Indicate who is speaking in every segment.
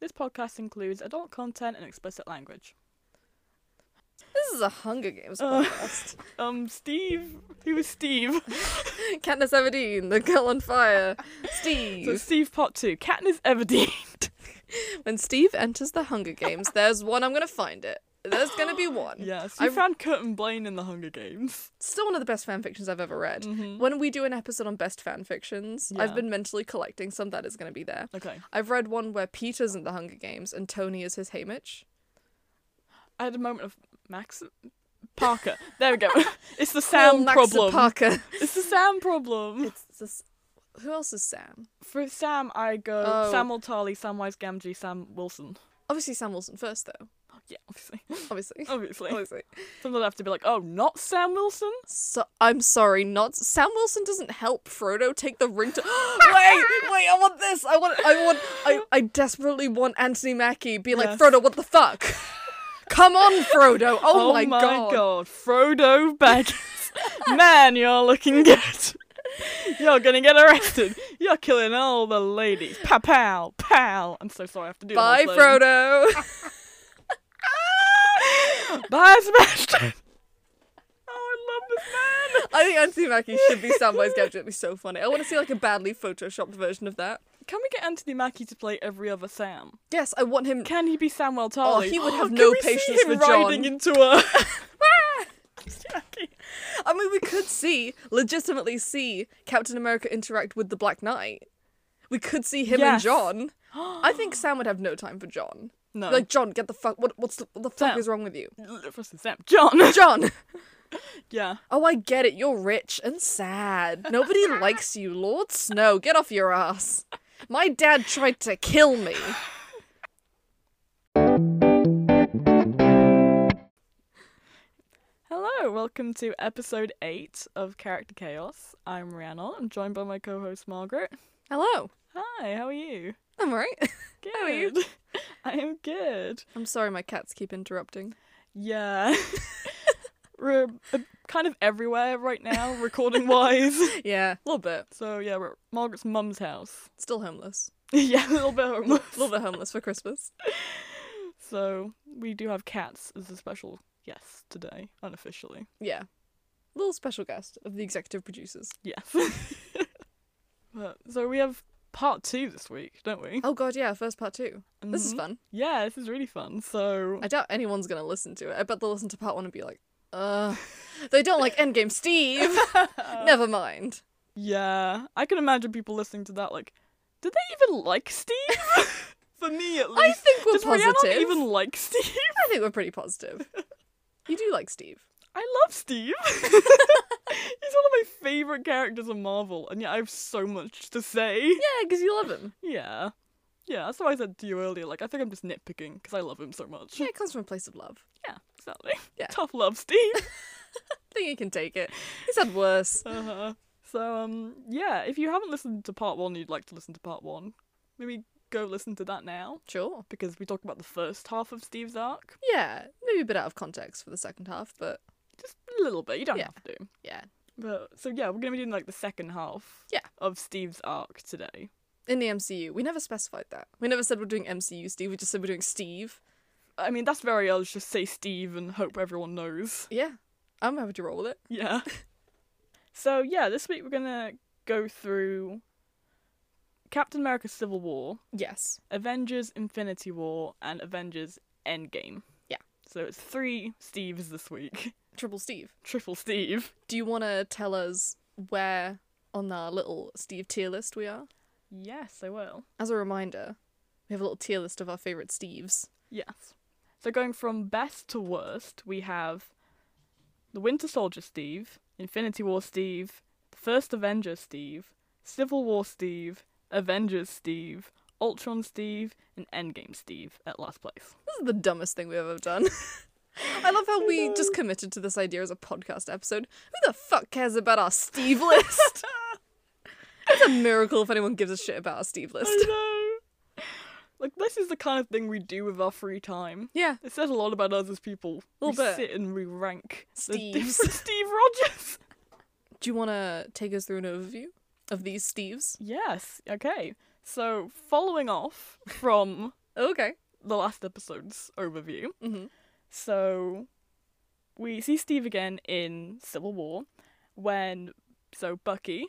Speaker 1: This podcast includes adult content and explicit language.
Speaker 2: This is a Hunger Games
Speaker 1: Uh.
Speaker 2: podcast.
Speaker 1: Um, Steve. Who is Steve?
Speaker 2: Katniss Everdeen, the girl on fire.
Speaker 1: so
Speaker 2: Steve.
Speaker 1: Steve Part 2. Katniss Everdeen.
Speaker 2: when Steve enters the Hunger Games, there's one. I'm gonna find it. There's gonna be one.
Speaker 1: yes.
Speaker 2: I-
Speaker 1: You found Curtin Blaine in the Hunger Games. Mm-hmm.
Speaker 2: Still one of the best fan fictions I've ever read. When we do an episode on best fan fictions,
Speaker 1: Yeah.
Speaker 2: I've been mentally collecting some that is gonna be there.
Speaker 1: Okay.
Speaker 2: I've read one where Peter's in the Hunger Games and Tony is his Haymitch.
Speaker 1: I had a moment of Max Parker. There we go. it's the Sam
Speaker 2: Oh, Max
Speaker 1: problem.
Speaker 2: Parker.
Speaker 1: It's the Sam problem.
Speaker 2: It's this. Who else is Sam?
Speaker 1: For Sam, I go
Speaker 2: Oh.
Speaker 1: Sam Altali, Samwise Gamgee, Sam Wilson.
Speaker 2: Obviously, Sam Wilson first, though.
Speaker 1: Yeah, obviously.
Speaker 2: Obviously.
Speaker 1: Obviously.
Speaker 2: Obviously.
Speaker 1: Sometimes I have to be like, oh, not Sam Wilson?
Speaker 2: So I'm sorry, not Sam Wilson doesn't help Frodo take the ring to. wait, wait, I want this. I want. I want. I, I desperately want Anthony Mackie be like
Speaker 1: Yes.
Speaker 2: Frodo. What the fuck? Come on, Frodo. Oh, my,
Speaker 1: god.
Speaker 2: god.
Speaker 1: Frodo Baggins. Man, you're looking good. You're gonna get arrested. You're killing all the ladies. Pow, pow, pow. I'm so sorry I have to do
Speaker 2: Bye,
Speaker 1: that.
Speaker 2: Frodo.
Speaker 1: Frodo. Bye, Sebastian. oh, I love this man.
Speaker 2: I think Anthony Mackie should be Samwise Gamgee. It'd be so funny. I want to see like a badly photoshopped version of that.
Speaker 1: Can we get Anthony Mackie to play every other Sam?
Speaker 2: Yes, I want him.
Speaker 1: Can he be Samuel Tarly?
Speaker 2: Oh, he would have
Speaker 1: Can
Speaker 2: no
Speaker 1: we see
Speaker 2: patience
Speaker 1: him
Speaker 2: for John.
Speaker 1: riding into a. Jackie.
Speaker 2: I mean, we could see, legitimately see Captain America interact with the Black Knight. We could see him and
Speaker 1: Yes.
Speaker 2: John. I think Sam would have no time for John.
Speaker 1: No.
Speaker 2: Like John, get the fuck. What? What's the, what the fuck
Speaker 1: Sam.
Speaker 2: is wrong with you,
Speaker 1: First is Sam. John.
Speaker 2: John?
Speaker 1: yeah.
Speaker 2: Oh, I get it. You're rich and sad. Nobody likes you, Lord Snow. Get off your ass. My dad tried to kill me.
Speaker 1: Hello, welcome to episode 8 of Character Chaos. I'm Rihanna. I'm joined by my co host Margaret.
Speaker 2: Hello.
Speaker 1: Hi, how are you?
Speaker 2: I'm alright.
Speaker 1: Good.
Speaker 2: are you?
Speaker 1: I am good.
Speaker 2: I'm sorry, my cats keep interrupting.
Speaker 1: Yeah. we're uh, kind of everywhere right now, recording wise.
Speaker 2: Yeah, a little bit.
Speaker 1: So, yeah, we're at Margaret's mum's house.
Speaker 2: Still homeless.
Speaker 1: yeah, a little bit homeless.
Speaker 2: A little bit homeless for Christmas.
Speaker 1: So we do have cats as a special guest today, unofficially.
Speaker 2: Yeah. Little special guest of the executive producers.
Speaker 1: Yes. but, so we have part two this week, don't we?
Speaker 2: Oh god, yeah, first part 2 This is
Speaker 1: Mhm.
Speaker 2: fun.
Speaker 1: Yeah, this is really fun. So
Speaker 2: I doubt anyone's gonna listen to it. I bet they'll listen to part one and be like, uh they don't like Endgame Steve. Never mind.
Speaker 1: yeah, I can imagine people listening to that like, did they even like Steve? For me, at
Speaker 2: I
Speaker 1: least.
Speaker 2: think we're
Speaker 1: Does
Speaker 2: positive.
Speaker 1: Rihanna even like Steve?
Speaker 2: I think we're pretty positive. you do like Steve.
Speaker 1: I love Steve. He's one of my favorite characters in Marvel, and yet I have so much to say.
Speaker 2: Yeah, because you love him.
Speaker 1: Yeah. Yeah, that's what I said to you earlier. Like, I think I'm just nitpicking because I love him so much.
Speaker 2: Yeah, it comes from a place of love.
Speaker 1: Yeah, exactly.
Speaker 2: Yeah.
Speaker 1: Tough love, Steve.
Speaker 2: I think he can take it. He's had worse.
Speaker 1: uh-huh. So, um, yeah, if you haven't listened to part one, and you'd like to listen to part one, maybe go listen to that now
Speaker 2: Sure.
Speaker 1: because we talk about the first half of Steve's arc.
Speaker 2: Yeah, maybe a bit out of context for the second half, but
Speaker 1: Just a little bit. You don't
Speaker 2: Yeah.
Speaker 1: have to.
Speaker 2: yeah.
Speaker 1: But so yeah, we're gonna be doing like the second half.
Speaker 2: Yeah.
Speaker 1: Of Steve's arc today.
Speaker 2: In the MCU, we never specified that. We never said we're doing MCU Steve. We just said we're doing Steve.
Speaker 1: I mean, that's very early. Just say Steve and hope everyone knows.
Speaker 2: Yeah, I'm happy to roll with it.
Speaker 1: Yeah. so yeah, this week we're gonna go through Captain America: Civil War,
Speaker 2: Yes.
Speaker 1: Avengers: Infinity War, and Avengers: Endgame.
Speaker 2: Yeah.
Speaker 1: So it's three Steves this week.
Speaker 2: Triple Steve.
Speaker 1: Triple Steve.
Speaker 2: Do you want to tell us where on our little Steve tier list we are?
Speaker 1: Yes, I will.
Speaker 2: As a reminder, we have a little tier list of our favorite Steves.
Speaker 1: Yes. So going from best to worst, we have the Winter Soldier Steve, Infinity War Steve, the First Avenger Steve, Civil War Steve, Avengers Steve, Ultron Steve, and Endgame Steve at last place.
Speaker 2: This is the dumbest thing we've ever done. I love how we just committed to this idea as a podcast episode. Who the fuck cares about our Steve list? it's a miracle if anyone gives a shit about our Steve list.
Speaker 1: I know. Like this is the kind of thing we do with our free time.
Speaker 2: Yeah.
Speaker 1: It says a lot about us as people. we
Speaker 2: Little bit.
Speaker 1: sit and we rank
Speaker 2: Steves.
Speaker 1: the different Steve Rogers.
Speaker 2: Do you want to take us through an overview of these Steves?
Speaker 1: yes. Okay. So following off from
Speaker 2: Okay.
Speaker 1: the last episode's overview.
Speaker 2: Mm-hmm.
Speaker 1: So we see Steve again in Civil War when so Bucky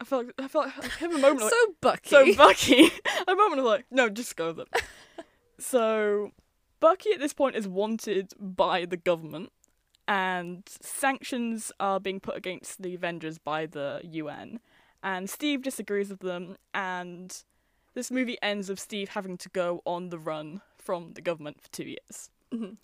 Speaker 1: I felt I felt I have a moment of
Speaker 2: So
Speaker 1: like,
Speaker 2: Bucky.
Speaker 1: so Bucky a moment of like no just go with it. so Bucky at this point is wanted by the government and sanctions are being put against the Avengers by the UN and Steve disagrees with them and this movie ends with Steve having to go on the run from the government for 2 years
Speaker 2: Mhm.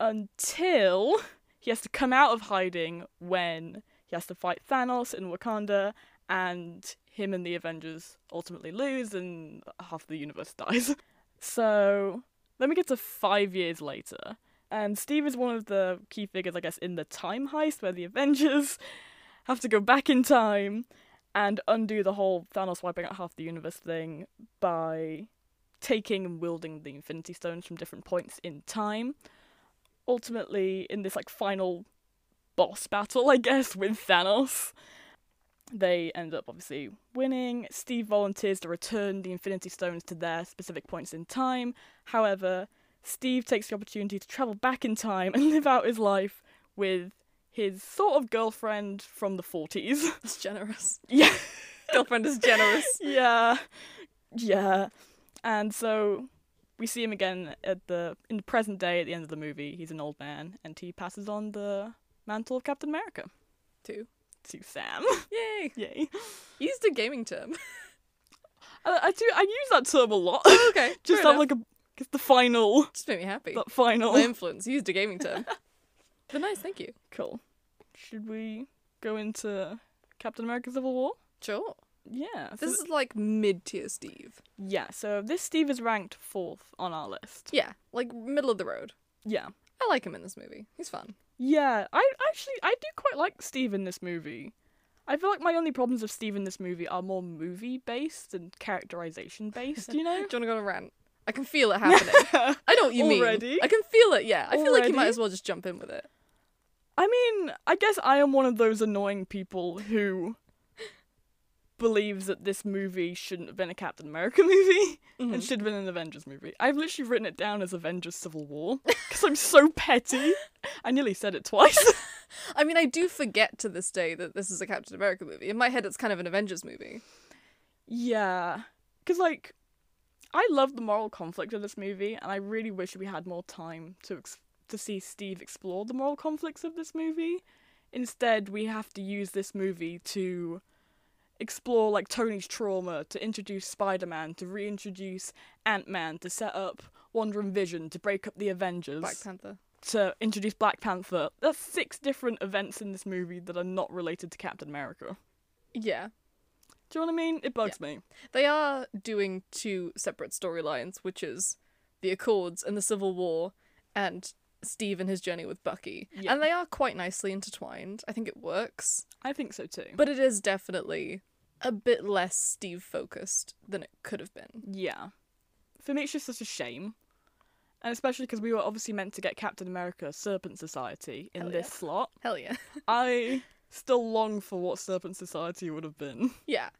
Speaker 1: until he has to come out of hiding when he has to fight Thanos in Wakanda and him and the Avengers ultimately lose and half the universe dies. So then we get to five years later, and Steve is one of the key figures, I guess, in the time heist where the Avengers have to go back in time and undo the whole Thanos wiping out half the universe thing by taking and wielding the Infinity Stones from different points in time ultimately in this like final boss battle, I guess, with Thanos. They end up obviously winning. Steve volunteers to return the Infinity Stones to their specific points in time. However, Steve takes the opportunity to travel back in time and live out his life with his sort of girlfriend from the 40s.
Speaker 2: It's generous.
Speaker 1: yeah.
Speaker 2: Girlfriend is generous.
Speaker 1: Yeah, yeah. And so we see him again at the in the present day at the end of the movie. He's an old man, and he passes on the mantle of Captain America
Speaker 2: Too.
Speaker 1: to Sam.
Speaker 2: Yay.
Speaker 1: Yay!
Speaker 2: Used a gaming term.
Speaker 1: I, I do. I use that term a lot.
Speaker 2: okay.
Speaker 1: Just have like a cause the final,
Speaker 2: Just made me happy.
Speaker 1: that final.
Speaker 2: My influence. Used a gaming term. but nice, thank you.
Speaker 1: Cool. Should we go into Captain America: Civil War?
Speaker 2: Sure.
Speaker 1: Yeah. so
Speaker 2: This is like mid tier Steve.
Speaker 1: yeah. So this Steve is ranked fourth on our list.
Speaker 2: Yeah, like middle of the road.
Speaker 1: Yeah.
Speaker 2: I like him in this movie. He's fun.
Speaker 1: Yeah, I actually I do quite like Steve in this movie. I feel like my only problems with Steve in this movie are more movie based and characterization based, you
Speaker 2: Do you
Speaker 1: know?
Speaker 2: want to go on a rant? I can feel it happening. I know what you mean.
Speaker 1: Already?
Speaker 2: I can feel it, yeah. I feel like you might
Speaker 1: Already?
Speaker 2: as well just jump in with it.
Speaker 1: I mean, I guess I am one of those annoying people who believes that this movie shouldn't have been a Captain America movie. It should have been an Avengers movie. I've literally written it down as Avengers Civil War because I'm so petty. I nearly said it twice.
Speaker 2: I mean, I do forget to this day that this is a Captain America movie. In my head, it's kind of an Avengers movie.
Speaker 1: Yeah. Because, like, I love the moral conflict of this movie, and I really wish we had more time to ex- to see Steve explore the moral conflicts of this movie. Instead, we have to use this movie to explore, like, Tony's trauma, to introduce Spider Man, to reintroduce Ant Man, to set up Wandering Vision, to break up the Avengers,
Speaker 2: Black Panther.
Speaker 1: to introduce Black Panther. That's six different events in this movie that are not related to Captain America.
Speaker 2: Yeah.
Speaker 1: Do you know what I mean? It bugs me.
Speaker 2: They are doing two separate storylines, which is the Accords and the Civil War and Steve and his journey with Bucky.
Speaker 1: Yeah.
Speaker 2: And they are quite nicely intertwined. I think it works.
Speaker 1: I think so too.
Speaker 2: But it is definitely a bit less Steve focused than it could have been.
Speaker 1: Yeah. For me, it's just such a shame. And especially because we were obviously meant to get Captain America Serpent Society in
Speaker 2: Hell
Speaker 1: this
Speaker 2: yeah.
Speaker 1: slot.
Speaker 2: Hell yeah.
Speaker 1: I still long for what Serpent Society would have been.
Speaker 2: Yeah.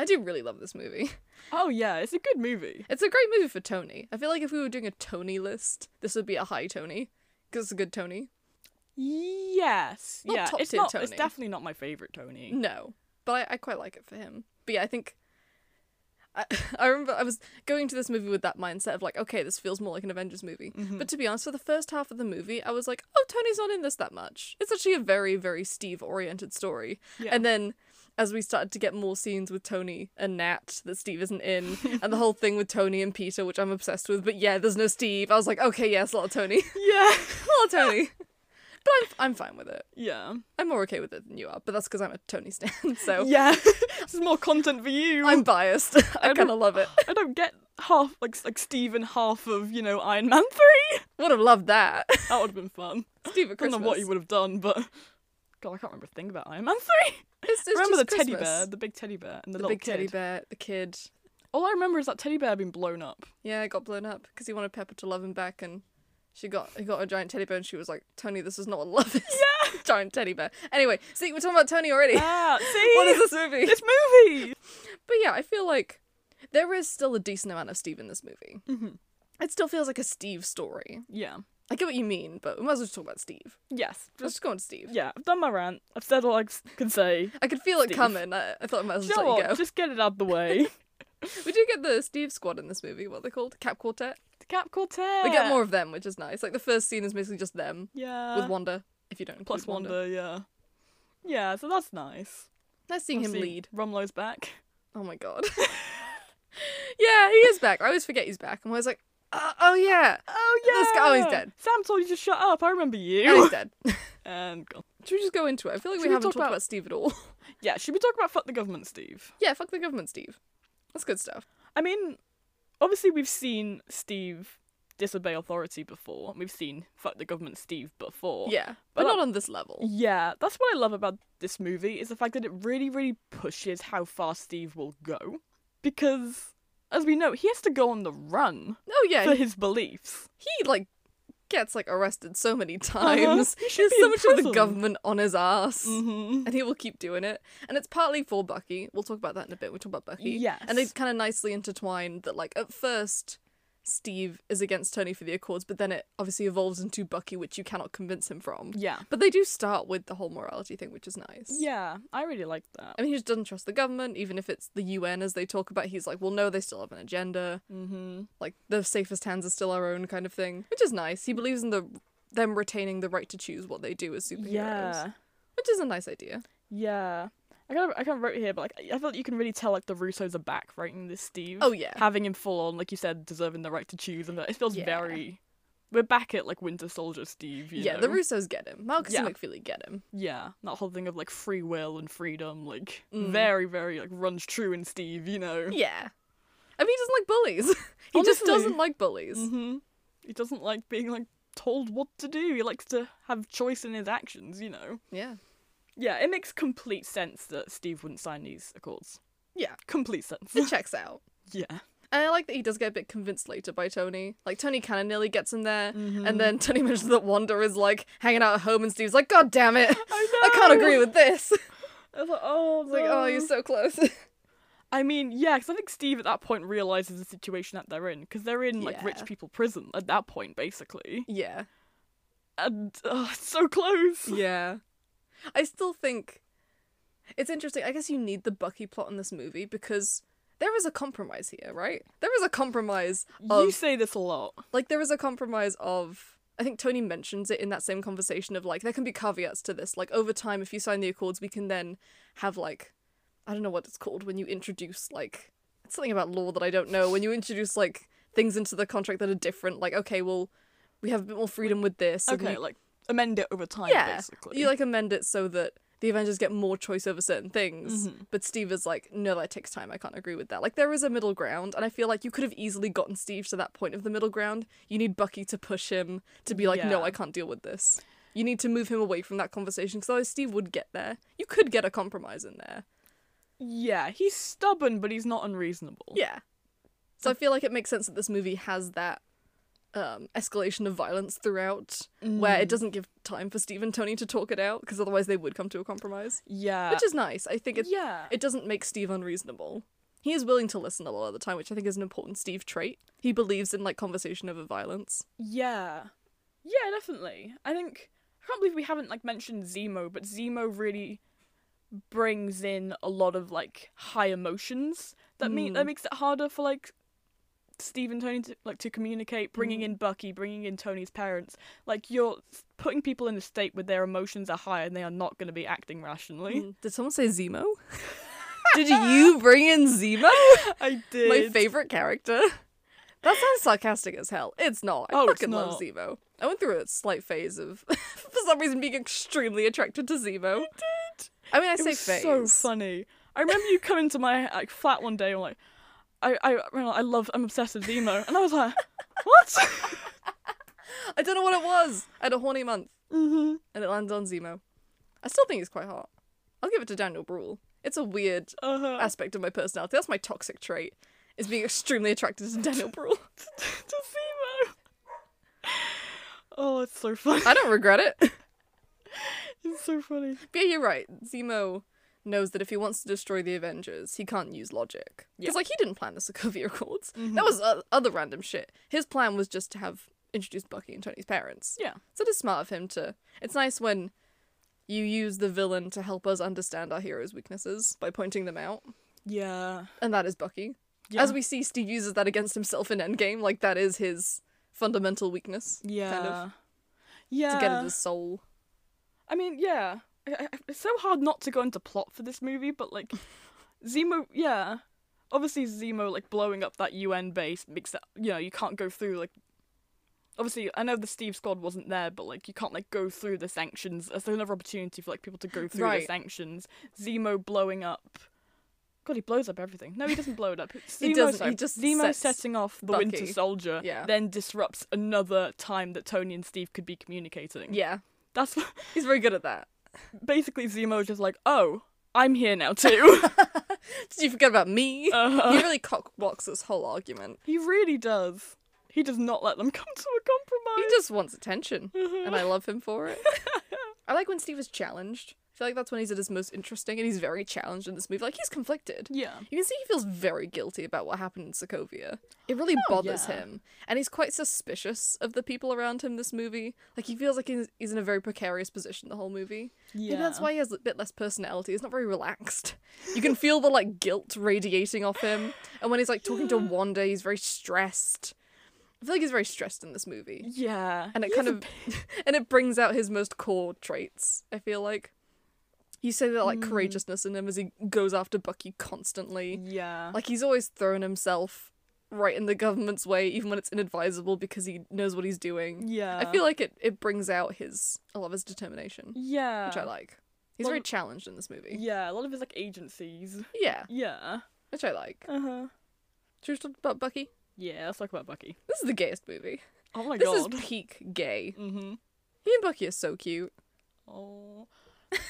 Speaker 2: I do really love this movie.
Speaker 1: Oh, yeah, it's a good movie.
Speaker 2: It's a great movie for Tony. I feel like if we were doing a Tony list, this would be a high Tony. Because it's a good Tony.
Speaker 1: Yes.
Speaker 2: Not
Speaker 1: yeah,
Speaker 2: top
Speaker 1: it's
Speaker 2: tier
Speaker 1: not. It's
Speaker 2: Tony.
Speaker 1: definitely not my favorite Tony.
Speaker 2: No. But I, I quite like it for him. But yeah, I think. I, I remember I was going to this movie with that mindset of like, okay, this feels more like an Avengers movie. But to be honest, for the first half of the movie, I was like, oh, Tony's not in this that much. It's actually a very, very Steve oriented story.
Speaker 1: Yeah.
Speaker 2: And then as we started to get more scenes with Tony and Nat that Steve isn't in, and the whole thing with Tony and Peter, which I'm obsessed with, but yeah, there's no Steve. I was like, okay, yes, a lot of Tony.
Speaker 1: Yeah.
Speaker 2: a lot of Tony. But I'm, I'm fine with it.
Speaker 1: yeah.
Speaker 2: I'm more okay with it than you are, but that's because I'm a Tony stan, so
Speaker 1: Yeah. this is more content for you.
Speaker 2: I'm biased. I
Speaker 1: don't-
Speaker 2: kind of love it.
Speaker 1: I don't get half like like Steve and half of you know Iron Man three.
Speaker 2: Would have loved that.
Speaker 1: That would have been fun.
Speaker 2: Steve at
Speaker 1: I don't
Speaker 2: Christmas.
Speaker 1: know what you would have done, but God, I can't remember a thing about Iron Man three.
Speaker 2: It's, it's
Speaker 1: remember the
Speaker 2: just
Speaker 1: teddy
Speaker 2: Christmas.
Speaker 1: bear, the big teddy bear, and the,
Speaker 2: the
Speaker 1: little
Speaker 2: big
Speaker 1: kid.
Speaker 2: teddy bear, the kid.
Speaker 1: All I remember is that teddy bear being blown up.
Speaker 2: Yeah, got blown up because he wanted Pepper to love him back, and she got he got a giant teddy bear, and she was like, "Tony, this is not what love is." Yeah, giant teddy bear. Anyway, see, we're talking about Tony already.
Speaker 1: Ah, see,
Speaker 2: what is this movie?
Speaker 1: this movie?
Speaker 2: But yeah, I feel like There is still a decent amount of Steve in this movie.
Speaker 1: Mm-hmm.
Speaker 2: It still feels like a Steve story.
Speaker 1: Yeah.
Speaker 2: I get what you mean, but we might as well just talk about Steve.
Speaker 1: Yes.
Speaker 2: Let's
Speaker 1: Just
Speaker 2: just go on to Steve.
Speaker 1: yeah. I've done my rant. I've said all I s- can say.
Speaker 2: I could feel it
Speaker 1: Steve.
Speaker 2: coming. I, I thought I might as
Speaker 1: Do you
Speaker 2: well just
Speaker 1: know
Speaker 2: let you
Speaker 1: what?
Speaker 2: go.
Speaker 1: Just get it out of the way.
Speaker 2: We do get the Steve squad in this movie. What are they called? Cap Quartet.
Speaker 1: the Cap Quartet.
Speaker 2: We get more of them, which is nice. Like the first scene is basically just them
Speaker 1: Yeah.
Speaker 2: with Wanda. If you don't
Speaker 1: Uh, Plus
Speaker 2: include Wanda.
Speaker 1: Wanda. Yeah. Yeah. So that's nice.
Speaker 2: Nice seeing him
Speaker 1: Obviously,
Speaker 2: lead.
Speaker 1: Romlow's back.
Speaker 2: Oh my god. yeah, he is back. I always forget he's back. I'm always like, uh, oh yeah.
Speaker 1: Oh yeah.
Speaker 2: This guy- oh, he's dead.
Speaker 1: Sam told you to shut up. I remember
Speaker 2: And he's
Speaker 1: you.
Speaker 2: dead.
Speaker 1: and gone.
Speaker 2: Should we just go into it? I feel like
Speaker 1: Should
Speaker 2: we
Speaker 1: we
Speaker 2: haven't
Speaker 1: talk
Speaker 2: talked about...
Speaker 1: about-
Speaker 2: Steve at all.
Speaker 1: Yeah. Should we talk about fuck the government, Steve?
Speaker 2: yeah, fuck the government, Steve. That's good stuff.
Speaker 1: I mean, obviously we've seen Steve disobey authority before. We've seen fuck the government, Steve before.
Speaker 2: Yeah, but
Speaker 1: Well,
Speaker 2: not on this level.
Speaker 1: Yeah, that's what I love about this movie is the fact that it really, really pushes how far Steve will go, because as we know, he has to go on the run
Speaker 2: Oh yeah,
Speaker 1: for
Speaker 2: he,
Speaker 1: his beliefs.
Speaker 2: he, like gets like arrested so many times.
Speaker 1: He
Speaker 2: He
Speaker 1: should Uh-huh.
Speaker 2: has
Speaker 1: be
Speaker 2: so
Speaker 1: in
Speaker 2: much of the
Speaker 1: prison.
Speaker 2: government on his ass.
Speaker 1: Mhm.
Speaker 2: And he will keep doing it. And it's partly for Bucky. We'll talk about that in a bit. We'll talk about Bucky.
Speaker 1: Yes.
Speaker 2: And they kind of nicely intertwined that, like, at first, Steve is against Tony for the Accords, but then it obviously evolves into Bucky, which you cannot convince him from.
Speaker 1: Yeah.
Speaker 2: But they do start with the whole morality thing, which is nice.
Speaker 1: Yeah, I really like that.
Speaker 2: I mean, he just doesn't trust the government, even if it's the UN, as they talk about. He's like, well, no, they still have an agenda.
Speaker 1: Mm-hmm.
Speaker 2: Like, the safest hands are still our own kind of thing, which is nice. He believes in the them retaining the right to choose what they do as superheroes,
Speaker 1: Yeah,
Speaker 2: which is a nice idea.
Speaker 1: yeah. I kind of, I kind of wrote it here, but like, I- I feel like you can really tell like the Russos are back writing this Steve.
Speaker 2: Oh yeah,
Speaker 1: having him full on, like you said, deserving the right to choose, and that it feels
Speaker 2: Yeah.
Speaker 1: very. We're back at like Winter Soldier Steve. You
Speaker 2: yeah.
Speaker 1: know?
Speaker 2: The Russos get him. Malcolm
Speaker 1: Yeah.
Speaker 2: and McFeely get him.
Speaker 1: yeah, that whole thing of like free will and freedom, like
Speaker 2: Mm.
Speaker 1: very, very like runs true in Steve, you know.
Speaker 2: Yeah. I mean, he doesn't like bullies. he just
Speaker 1: Honestly.
Speaker 2: doesn't like bullies.
Speaker 1: hmm He doesn't like being like told what to do. He likes to have choice in his actions, you know.
Speaker 2: Yeah.
Speaker 1: Yeah, it makes complete sense that Steve wouldn't sign these accords.
Speaker 2: Yeah.
Speaker 1: Complete sense.
Speaker 2: It checks out.
Speaker 1: yeah.
Speaker 2: And I like that he does get a bit convinced later by Tony. Like, Tony kind of nearly gets him there.
Speaker 1: Mm-hmm.
Speaker 2: And then Tony mentions that Wanda is, like, hanging out at home, and Steve's like, God damn it! I can't
Speaker 1: know.
Speaker 2: agree with this! It's
Speaker 1: I was like, oh,
Speaker 2: like, oh,
Speaker 1: no.
Speaker 2: you're so close.
Speaker 1: I mean, yeah, because I think Steve at that point realizes the situation that they're in, because they're in like
Speaker 2: Yeah.
Speaker 1: rich people prison at that point, basically,
Speaker 2: yeah.
Speaker 1: and uh, it's so close.
Speaker 2: Yeah. I still think it's interesting. I guess you need the Bucky plot in this movie because there is a compromise here, right? There is a compromise
Speaker 1: you
Speaker 2: of
Speaker 1: say this a lot.
Speaker 2: like there was a compromise of I think Tony mentions it in that same conversation of like there can be caveats to this. Like over time if you sign the accords we can then have like I don't know what it's called when you introduce like it's something about law that I don't know. When you introduce like things into the contract that are different, like okay, well we have a bit more freedom with this. and
Speaker 1: okay,
Speaker 2: you-
Speaker 1: like amend it over time,
Speaker 2: yeah,
Speaker 1: basically.
Speaker 2: you like amend it so that the Avengers get more choice over certain things.
Speaker 1: Mhm.
Speaker 2: But Steve is like, no, that takes time. I can't agree with that. Like there is a middle ground, and I feel like you could have easily gotten Steve to that point of the middle ground. You need Bucky to push him to be like, no,
Speaker 1: Yeah.
Speaker 2: I can't deal with this. You need to move him away from that conversation because otherwise Steve would get there. You could get a compromise in there.
Speaker 1: yeah, he's stubborn, but he's not unreasonable.
Speaker 2: Yeah. So I feel like it makes sense that this movie has that um, escalation of violence throughout, where it doesn't give time for Steve and Tony to talk it out because otherwise they would come to a compromise.
Speaker 1: yeah,
Speaker 2: which is nice. I think it
Speaker 1: yeah,
Speaker 2: it doesn't make Steve unreasonable. He is willing to listen a lot of the time, which I think is an important Steve trait. He believes in like conversation over violence.
Speaker 1: yeah, yeah, definitely. I think I can't believe we haven't like mentioned Zemo, but Zemo really brings in a lot of like high emotions that mean
Speaker 2: Mm.
Speaker 1: that makes it harder for like Steve and Tony to like to communicate bringing in Bucky bringing in Tony's parents like you're s- putting people in a state where their emotions are high and they are not going to be acting rationally
Speaker 2: Mm, Did someone say Zemo? Did you bring in Zemo?
Speaker 1: I did
Speaker 2: My favorite character. That sounds sarcastic as hell. It's not. I
Speaker 1: Oh, it's
Speaker 2: fucking love
Speaker 1: not.
Speaker 2: Zemo. I went through a slight phase of, for some reason, being extremely attracted to Zemo. I mean, I
Speaker 1: it
Speaker 2: say
Speaker 1: was
Speaker 2: phase.
Speaker 1: so funny I remember you coming to my like flat one day and like I I you know, I love I'm obsessed with Zemo and I was like what
Speaker 2: I don't know what it was. I had a horny month.
Speaker 1: mm-hmm.
Speaker 2: and it lands on Zemo. I still think he's quite hot. I'll give it to Daniel Bruhl. It's a weird
Speaker 1: uh-huh.
Speaker 2: aspect of my personality. That's my toxic trait, is being extremely attracted to Daniel Bruhl.
Speaker 1: to Zemo. Oh, it's so funny.
Speaker 2: I don't regret it.
Speaker 1: It's so funny.
Speaker 2: But yeah, you're right. Zemo knows that if he wants to destroy the Avengers, he can't use logic. Because,
Speaker 1: Yeah. Mm-hmm.
Speaker 2: like, he didn't plan the Sokovia Accords. That was o- other random shit. His plan was just to have introduced Bucky and Tony's parents.
Speaker 1: Yeah.
Speaker 2: So it is smart of him to. It's nice when you use the villain to help us understand our hero's weaknesses by pointing them out.
Speaker 1: Yeah.
Speaker 2: And that is Bucky.
Speaker 1: Yeah.
Speaker 2: As we see, Steve uses that against himself in Endgame. Like, that is his fundamental weakness.
Speaker 1: yeah.
Speaker 2: Kind of.
Speaker 1: Yeah.
Speaker 2: To get at his soul.
Speaker 1: I mean, yeah. I, I, it's so hard not to go into plot for this movie, but like, Zemo, yeah. Obviously, Zemo like blowing up that UN base makes that you know you can't go through like. Obviously, I know the Steve Squad wasn't there, but like you can't like go through the sanctions. There's another opportunity for like people to go through the
Speaker 2: Right.
Speaker 1: sanctions. Zemo blowing up. God, he blows up everything. No, he doesn't blow it up. Zemo,
Speaker 2: doesn't. He
Speaker 1: sorry,
Speaker 2: just
Speaker 1: Zemo
Speaker 2: sets
Speaker 1: setting off the Winter
Speaker 2: Bucky.
Speaker 1: Soldier,
Speaker 2: Yeah.
Speaker 1: then disrupts another time that Tony and Steve could be communicating.
Speaker 2: Yeah.
Speaker 1: That's
Speaker 2: He's very good at that.
Speaker 1: basically Zemo just like, oh, I'm here now too.
Speaker 2: Did you forget about me?
Speaker 1: Uh-huh.
Speaker 2: He really cock blocks this whole argument.
Speaker 1: he really does. He does not let them come to
Speaker 2: He
Speaker 1: a
Speaker 2: just wants attention,
Speaker 1: Mm-hmm.
Speaker 2: and I love him for it. I like when Steve is challenged. I feel like that's when he's at his most interesting, and he's very challenged in this movie. Like, he's conflicted.
Speaker 1: compromise.
Speaker 2: You can see he feels very guilty about what happened in Sokovia. It really bothers
Speaker 1: Oh, yeah.
Speaker 2: him, and he's quite suspicious of the people around him this movie. Like, he feels like he's, he's in a very precarious position the whole movie.
Speaker 1: yeah.
Speaker 2: Maybe that's why he has a bit less personality. He's not very relaxed. You can feel the like guilt radiating off him. And when he's like talking to Wanda, he's very stressed. I feel like he's very stressed in this movie.
Speaker 1: Yeah.
Speaker 2: And it
Speaker 1: He's
Speaker 2: kind
Speaker 1: a
Speaker 2: of and it brings out his most core traits, I feel like. You say that
Speaker 1: Hmm.
Speaker 2: like courageousness in him as he goes after Bucky constantly.
Speaker 1: Yeah.
Speaker 2: Like he's always thrown himself right in the government's way, even when it's inadvisable because he knows what he's doing.
Speaker 1: yeah.
Speaker 2: I feel like it, it brings out his a lot of his determination
Speaker 1: Yeah.
Speaker 2: which I like. He's
Speaker 1: Well,
Speaker 2: very challenged in this movie.
Speaker 1: Yeah. A lot of his like agencies.
Speaker 2: Yeah,
Speaker 1: Yeah.
Speaker 2: which I like.
Speaker 1: Uh huh.
Speaker 2: Should we talk about Bucky?
Speaker 1: Yeah. Let's talk about Bucky.
Speaker 2: This is the gayest movie.
Speaker 1: Oh my
Speaker 2: this
Speaker 1: god.
Speaker 2: is peak gay.
Speaker 1: Mm-hmm.
Speaker 2: He and Bucky are so cute.
Speaker 1: Oh.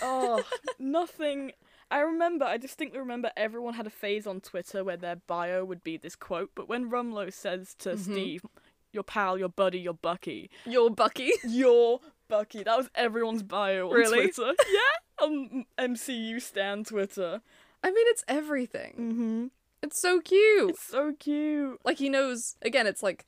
Speaker 1: Oh. nothing. I remember, I distinctly remember everyone had a phase on Twitter where their bio would be this quote, but when Rumlow says to Steve, your pal, your buddy, your Bucky,
Speaker 2: You're Bucky.
Speaker 1: your Bucky, that was everyone's bio on
Speaker 2: Really?
Speaker 1: Twitter. yeah, Um, on MCU Stan Twitter.
Speaker 2: I mean, it's everything.
Speaker 1: Mm-hmm.
Speaker 2: It's so cute.
Speaker 1: It's so cute.
Speaker 2: Like he knows. Again, it's like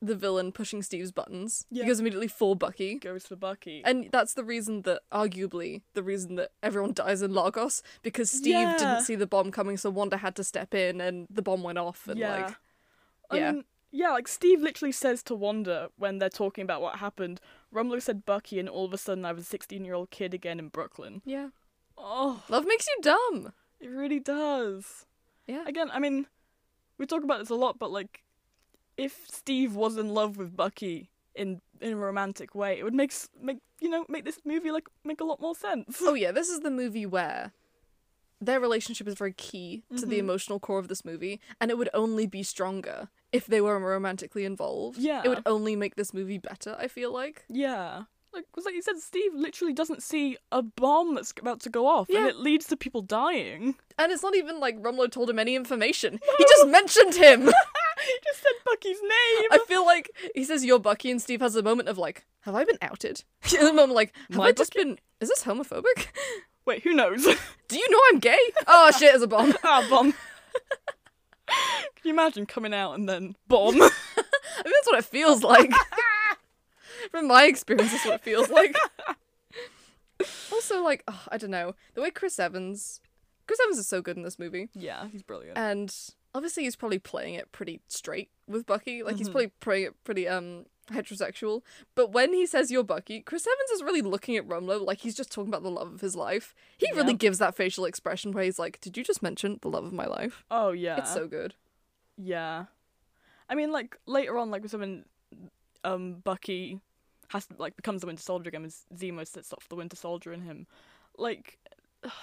Speaker 2: the villain pushing Steve's buttons.
Speaker 1: Yeah.
Speaker 2: He goes immediately for Bucky.
Speaker 1: Goes for Bucky.
Speaker 2: And that's the reason that, arguably, the reason that everyone dies in Lagos because Steve
Speaker 1: Yeah.
Speaker 2: didn't see the bomb coming, so Wanda had to step in, and the bomb went off, and
Speaker 1: yeah.
Speaker 2: like,
Speaker 1: I
Speaker 2: yeah.
Speaker 1: mean, yeah, like Steve literally says to Wanda when they're talking about what happened, Rumlow said Bucky, and all of a sudden I was a 16 year old kid again in Brooklyn.
Speaker 2: yeah,
Speaker 1: Oh,
Speaker 2: love makes you dumb.
Speaker 1: it really does.
Speaker 2: Yeah.
Speaker 1: Again, I mean, we talk about this a lot, but like, if Steve was in love with Bucky in in a romantic way, it would make s- make you know make this movie like make a lot more sense.
Speaker 2: oh yeah, this is the movie where their relationship is very key to the
Speaker 1: Mhm.
Speaker 2: emotional core of this movie, and it would only be stronger if they were romantically involved.
Speaker 1: Yeah.
Speaker 2: It would only make this movie better, I feel like.
Speaker 1: Yeah. Like, cause like you said, Steve literally doesn't see a bomb that's about to go off, and
Speaker 2: Yeah.
Speaker 1: it leads to people dying.
Speaker 2: And it's not even like Rumlow told him any information. He just mentioned him.
Speaker 1: he just said Bucky's name.
Speaker 2: I feel like he says you're Bucky and Steve has a moment of like, have I been outed? and then I'm like, have
Speaker 1: My
Speaker 2: I just been is this homophobic?
Speaker 1: Wait, who knows?
Speaker 2: Do you know I'm gay? Oh shit, it's a bomb.
Speaker 1: ah, bomb. Can you imagine coming out and then bomb?
Speaker 2: I mean, that's what it feels like. From my experience, that's what it feels like. also, like, ugh, I don't know. The way Chris Evans. Chris Evans is so good in this movie.
Speaker 1: yeah, he's brilliant.
Speaker 2: And obviously, he's probably playing it pretty straight with Bucky. Like, he's probably playing it pretty, um, heterosexual. But when he says you're Bucky, Chris Evans is really looking at Rumlow like he's just talking about the love of his life. He really
Speaker 1: Yep.
Speaker 2: gives that facial expression where he's like, Did you just mention the love of my life?
Speaker 1: Oh yeah.
Speaker 2: It's so good.
Speaker 1: Yeah. I mean, like, later on, like, when um, Bucky has, like, becomes the Winter Soldier again, as Zemo sets off the Winter Soldier in him, like,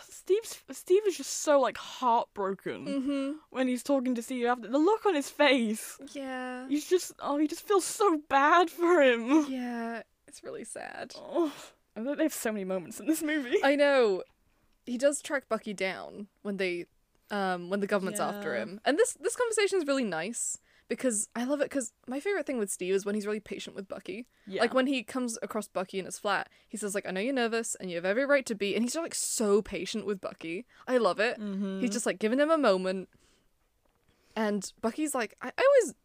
Speaker 1: Steve's Steve is just so, like, heartbroken
Speaker 2: Mm-hmm.
Speaker 1: when he's talking to Steve after. The look on his face,
Speaker 2: Yeah.
Speaker 1: he's just, oh, he just feels so bad for him.
Speaker 2: Yeah. It's really sad.
Speaker 1: Oh, I mean, they have so many moments in this movie.
Speaker 2: I know. He does track Bucky down when they um when the government's after
Speaker 1: Yeah.
Speaker 2: him. And this this conversation is really nice because I love it. Because my favorite thing with Steve is when he's really patient with Bucky.
Speaker 1: Yeah.
Speaker 2: Like when he comes across Bucky in his flat, he says like, "I know you're nervous, and you have every right to be." And he's just like so patient with Bucky. I love it.
Speaker 1: Mm-hmm. Mm.
Speaker 2: He's just like giving him a moment. And Bucky's like, I, I always,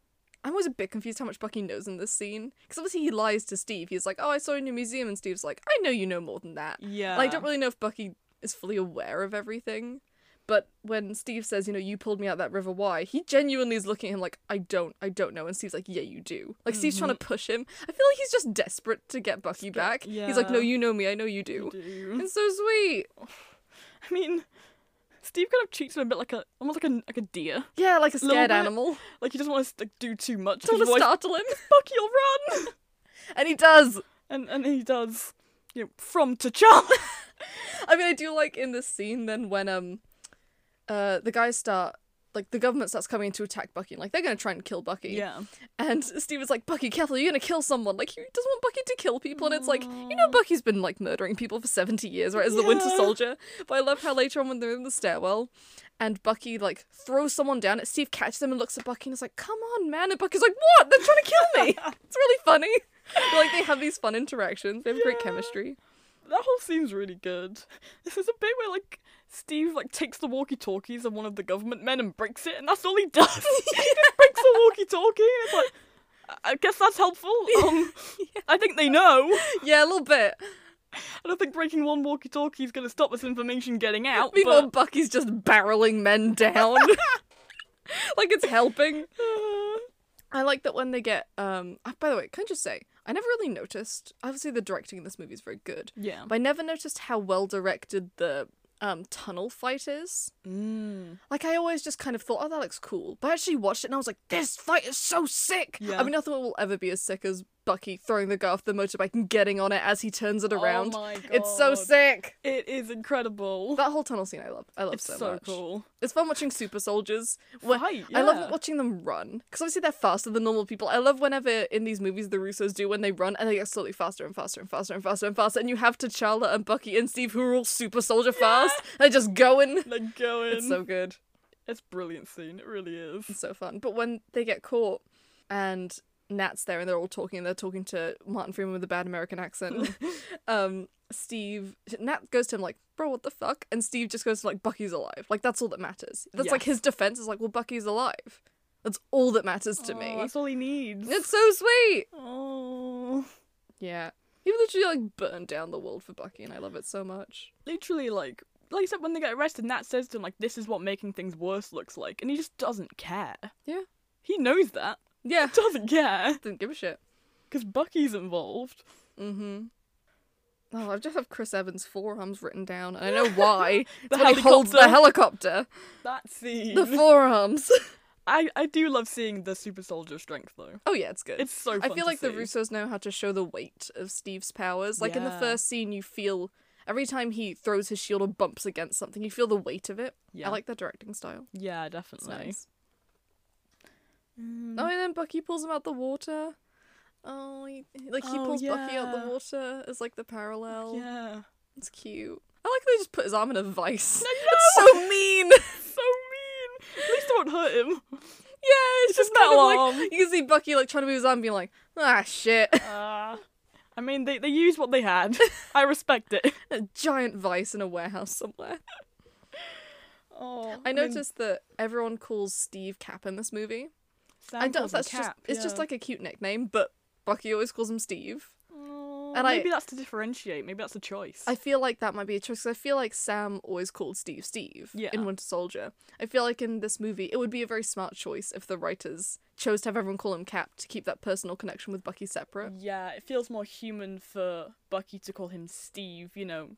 Speaker 2: I'm always a bit confused how much Bucky knows in this scene because obviously he lies to Steve. He's like, "Oh, I saw a new museum," and Steve's like, "I know you know more than that."
Speaker 1: yeah.
Speaker 2: And I don't really know if Bucky is fully aware of everything. But when Steve says, you know, you pulled me out that river, why? He genuinely is looking at him like, I don't, I don't know. And Steve's like, yeah, you do. Like, Steve's trying to push him. I feel like he's just desperate to get Bucky back. He's like, no,
Speaker 1: yeah.
Speaker 2: you know me, I know you do.
Speaker 1: do.
Speaker 2: It's so sweet.
Speaker 1: I mean, Steve kind of treats him a bit like a almost like a like a deer.
Speaker 2: Yeah, like a
Speaker 1: Little
Speaker 2: scared
Speaker 1: bit.
Speaker 2: animal.
Speaker 1: Like he doesn't want to like, do too much.
Speaker 2: Don't
Speaker 1: because
Speaker 2: want to
Speaker 1: otherwise
Speaker 2: startle him.
Speaker 1: Bucky will run.
Speaker 2: And he does.
Speaker 1: And and he does. You know, from T'Challa.
Speaker 2: I mean, I do like in this scene then when um, uh, the guys start like the government starts coming in to attack Bucky. And, like they're gonna try and kill Bucky.
Speaker 1: yeah.
Speaker 2: And Steve is like, Bucky, careful, you're gonna kill someone. Like, he doesn't want Bucky to kill people. And it's like, you know, Bucky's been like murdering people for 70 years, right? As the Winter
Speaker 1: Yeah.
Speaker 2: Soldier. But I love how later on when they're in the stairwell and Bucky like throws someone down, and Steve catches them and looks at Bucky and is like, come on, man. And Bucky's like, what? They're trying to kill me. it's really funny. But, like, they have these fun interactions, they have great
Speaker 1: Yeah.
Speaker 2: chemistry.
Speaker 1: That whole scene's really good. This is a bit where like Steve like takes the walkie-talkies of one of the government men and breaks it, and that's all he does. he just breaks the walkie-talkie. and It's like "I- I guess that's helpful. Um, I think they know.
Speaker 2: Yeah, a little bit.
Speaker 1: I don't think breaking one walkie-talkie is going to stop this information getting out.
Speaker 2: Meanwhile,
Speaker 1: But,
Speaker 2: Bucky's just barreling men down. like, it's helping.
Speaker 1: uh,
Speaker 2: I like that when they get um uh, by the way, can I just say I never really noticed obviously the directing in this movie is very good.
Speaker 1: yeah.
Speaker 2: But I never noticed how well directed the um tunnel fight is.
Speaker 1: Mm.
Speaker 2: Like I always just kind of thought, oh that looks cool. But I actually watched it and I was like, this fight is so sick.
Speaker 1: Yeah.
Speaker 2: I mean nothing will ever be as sick as Bucky throwing the guy off the motorbike and getting on it as he turns it around.
Speaker 1: Oh my god.
Speaker 2: it's so sick.
Speaker 1: It is incredible.
Speaker 2: That whole tunnel scene I love. I love
Speaker 1: it's
Speaker 2: so,
Speaker 1: so,
Speaker 2: much.
Speaker 1: cool.
Speaker 2: It's fun watching super soldiers. where-
Speaker 1: Right,
Speaker 2: I
Speaker 1: yeah.
Speaker 2: love watching them run because obviously they're faster than normal people. I love whenever in these movies the Russos do when they run and they get slowly faster and faster and faster and faster and faster. And you have T'Challa and Bucky and Steve who are all super soldier fast. They're just going.
Speaker 1: Like going.
Speaker 2: It's so good.
Speaker 1: It's brilliant scene. It really is.
Speaker 2: It's so fun. But when they get caught and Nat's there and they're all talking and they're talking to Martin Freeman with a bad American accent. um, Steve Nat goes to him like, bro, what the fuck? And Steve just goes to like Bucky's alive. Like that's all that matters. That's like
Speaker 1: Yes.
Speaker 2: his defense is like, well, Bucky's alive. That's all that matters to
Speaker 1: Aw,
Speaker 2: me.
Speaker 1: That's all he needs.
Speaker 2: It's so sweet.
Speaker 1: Oh.
Speaker 2: Yeah. He would literally like burned down the world for Bucky and I love it so much.
Speaker 1: Literally, like, like you said, when they get arrested, Nat says to him, like, this is what making things worse looks like. And he just doesn't care.
Speaker 2: Yeah.
Speaker 1: He knows that.
Speaker 2: Yeah.
Speaker 1: Doesn't care.
Speaker 2: Didn't give a shit.
Speaker 1: Because Bucky's involved.
Speaker 2: Mm-hmm. Oh, I just have Chris Evans' forearms written down. and I know why.
Speaker 1: The
Speaker 2: It's when he holds the helicopter.
Speaker 1: That scene.
Speaker 2: The forearms.
Speaker 1: I, I do love seeing the super soldier strength, though.
Speaker 2: oh yeah, it's good.
Speaker 1: It's so
Speaker 2: I
Speaker 1: fun to
Speaker 2: feel like the
Speaker 1: see.
Speaker 2: Russos know how to show the weight of Steve's powers. Like in the
Speaker 1: Yeah.
Speaker 2: first scene you feel every time he throws his shield or bumps against something, you feel the weight of it.
Speaker 1: Yeah.
Speaker 2: I like their directing style.
Speaker 1: Yeah,
Speaker 2: It's
Speaker 1: definitely.
Speaker 2: nice.
Speaker 1: Mm.
Speaker 2: Oh, and then Bucky pulls him out the water. Oh, he, like he
Speaker 1: Oh,
Speaker 2: pulls Bucky out
Speaker 1: yeah.
Speaker 2: the water is like the parallel.
Speaker 1: Yeah.
Speaker 2: It's cute. I like they just put his arm in a vice. It's so mean. yeah,
Speaker 1: so mean. At least I won't hurt him.
Speaker 2: it's, just
Speaker 1: just
Speaker 2: kind
Speaker 1: that
Speaker 2: of like
Speaker 1: long.
Speaker 2: you can see Bucky like trying to move his arm, being like, ah, shit,
Speaker 1: Uh, I mean, they, they used what they had. I respect it.
Speaker 2: a giant vice in a warehouse somewhere.
Speaker 1: Oh,
Speaker 2: I noticed that everyone calls Steve Cap in this movie. I don't know if that's just it's just like a cute nickname, but Bucky always calls him Steve. and I-
Speaker 1: maybe that's to differentiate. Maybe that's a choice.
Speaker 2: I feel like that might be a choice 'cause I feel like Sam always called Steve Steve
Speaker 1: Yeah.
Speaker 2: in Winter Soldier. I feel like in this movie it would be a very smart choice if the writers chose to have everyone call him Cap to keep that personal connection with Bucky separate.
Speaker 1: yeah, it feels more human for Bucky to call him Steve. You know,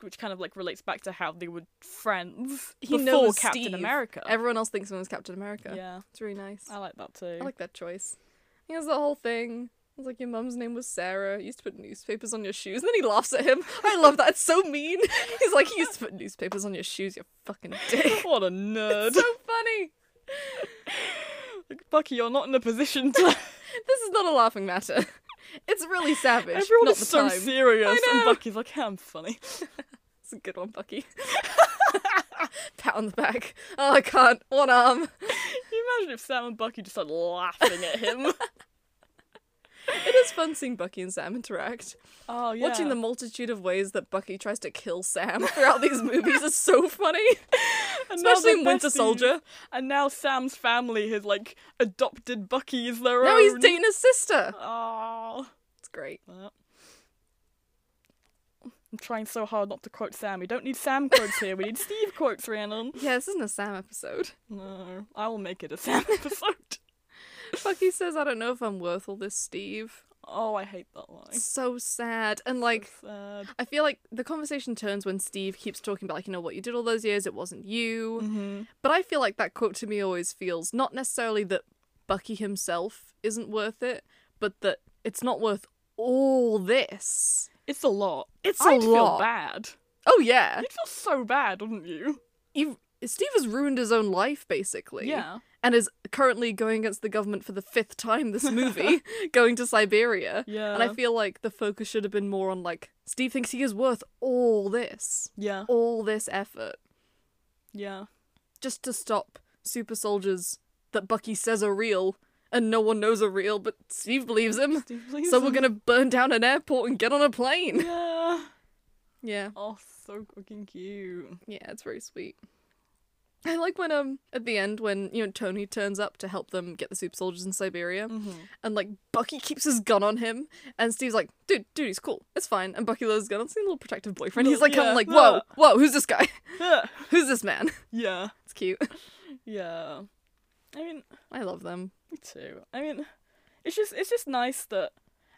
Speaker 1: which kind of like relates back to how they were friends
Speaker 2: He
Speaker 1: before
Speaker 2: knows
Speaker 1: Captain
Speaker 2: Steve. Oh,
Speaker 1: America.
Speaker 2: Everyone else thinks of him as Captain America.
Speaker 1: yeah,
Speaker 2: It's really nice.
Speaker 1: I like that too.
Speaker 2: I like that choice. He has the whole thing. It's like your mum's name was Sarah. You used to put newspapers on your shoes. And then he laughs at him. I love that. It's so mean. He's like, you used to put newspapers on your shoes, you fucking dick.
Speaker 1: what a nerd.
Speaker 2: so funny.
Speaker 1: Bucky, you're not in a position to.
Speaker 2: This is not a laughing matter. It's really savage.
Speaker 1: Everyone
Speaker 2: not
Speaker 1: is
Speaker 2: the
Speaker 1: so
Speaker 2: time.
Speaker 1: serious,
Speaker 2: I
Speaker 1: and
Speaker 2: know.
Speaker 1: Bucky's like, "Yeah, I'm funny.
Speaker 2: It's a good one, Bucky. Pat on the back. Oh, I can't. One arm.
Speaker 1: You imagine if Sam and Bucky just started laughing at him?
Speaker 2: It is fun seeing Bucky and Sam interact.
Speaker 1: oh yeah.
Speaker 2: Watching the multitude of ways that Bucky tries to kill Sam throughout these movies is so funny.
Speaker 1: And now
Speaker 2: Especially
Speaker 1: they're
Speaker 2: in Winter
Speaker 1: besties.
Speaker 2: Soldier.
Speaker 1: And now Sam's family has like adopted Bucky as their
Speaker 2: Now
Speaker 1: own.
Speaker 2: he's dating his sister.
Speaker 1: Oh.
Speaker 2: It's great.
Speaker 1: Well, I'm trying so hard not to quote Sam. We don't need Sam quotes here. We need Steve quotes, Rhiannon.
Speaker 2: Yeah, this isn't a Sam episode.
Speaker 1: No, I will make it a Sam episode.
Speaker 2: Bucky says, I don't know if I'm worth all this, Steve.
Speaker 1: oh, I hate that line.
Speaker 2: It's so sad. And like,
Speaker 1: Sad.
Speaker 2: I feel like the conversation turns when Steve keeps talking about, like, you know, what you did all those years, it wasn't you.
Speaker 1: Mhm.
Speaker 2: But I feel like that quote to me always feels not necessarily that Bucky himself isn't worth it, but that it's not worth all this.
Speaker 1: It's a lot.
Speaker 2: It's
Speaker 1: I'd
Speaker 2: a
Speaker 1: feel
Speaker 2: lot.
Speaker 1: bad.
Speaker 2: Oh, yeah.
Speaker 1: You'd feel so bad, wouldn't you?
Speaker 2: He, Steve has ruined his own life, basically.
Speaker 1: Yeah.
Speaker 2: And is currently going against the government for the fifth time this movie, going to Siberia.
Speaker 1: Yeah.
Speaker 2: And I feel like the focus should have been more on, like, Steve thinks he is worth all this,
Speaker 1: Yeah.
Speaker 2: all this effort.
Speaker 1: Yeah.
Speaker 2: just to stop super soldiers that Bucky says are real and no one knows are real, but Steve believes him.
Speaker 1: Steve, please.
Speaker 2: So we're gonna burn down an airport and get on a plane.
Speaker 1: Yeah.
Speaker 2: Yeah.
Speaker 1: Oh, so fucking cute.
Speaker 2: Yeah, it's very sweet. I like when um at the end when, you know, Tony turns up to help them get the super soldiers in Siberia and like Bucky keeps his gun on him and Steve's like, dude, dude, he's cool. It's fine. And Bucky loads his gun on his little protective boyfriend. He's like,
Speaker 1: Yeah.
Speaker 2: I'm like, whoa, whoa, who's this guy?
Speaker 1: Yeah.
Speaker 2: Who's this man?
Speaker 1: Yeah.
Speaker 2: It's cute.
Speaker 1: Yeah. I mean,
Speaker 2: I love them.
Speaker 1: Me too. I mean, it's just it's just nice that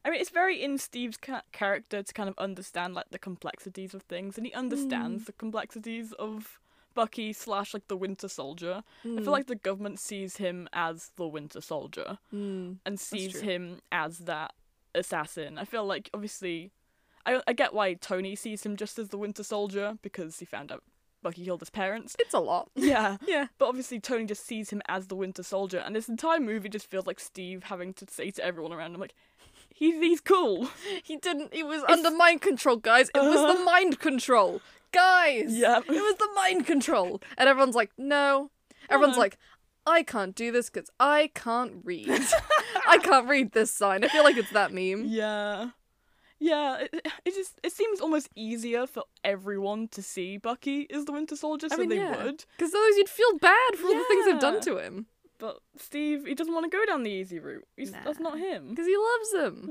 Speaker 1: I mean it's very in Steve's ca- character to kind of understand like the complexities of things, and he understands the complexities of Bucky slash like the Winter Soldier.
Speaker 2: Mm,
Speaker 1: I feel like the government sees him as the Winter Soldier
Speaker 2: Mm.
Speaker 1: and sees
Speaker 2: true.
Speaker 1: him as that assassin. I feel like obviously, I I get why Tony sees him just as the Winter Soldier because he found out Bucky killed his parents.
Speaker 2: It's a lot.
Speaker 1: Yeah.
Speaker 2: Yeah.
Speaker 1: But obviously, Tony just sees him as the Winter Soldier, and this entire movie just feels like Steve having to say to everyone around him, like, he's, he's cool.
Speaker 2: He didn't. It was under mind control, guys. It was
Speaker 1: Uh-huh.
Speaker 2: the mind control, guys.
Speaker 1: Yeah.
Speaker 2: It was the mind control, and everyone's like, no. Everyone's
Speaker 1: No.
Speaker 2: like, I can't do this because I can't read. I can't read this sign. I feel like it's that meme.
Speaker 1: Yeah. Yeah, it, it just it seems almost easier for everyone to see Bucky as the Winter Soldier, so
Speaker 2: mean,
Speaker 1: they
Speaker 2: yeah.
Speaker 1: would.
Speaker 2: Because otherwise, you'd feel bad for all the things they've
Speaker 1: Yeah.
Speaker 2: done to him.
Speaker 1: But Steve, he doesn't want to go down the easy route. He's, That's
Speaker 2: Nah.
Speaker 1: not him.
Speaker 2: Because he loves them.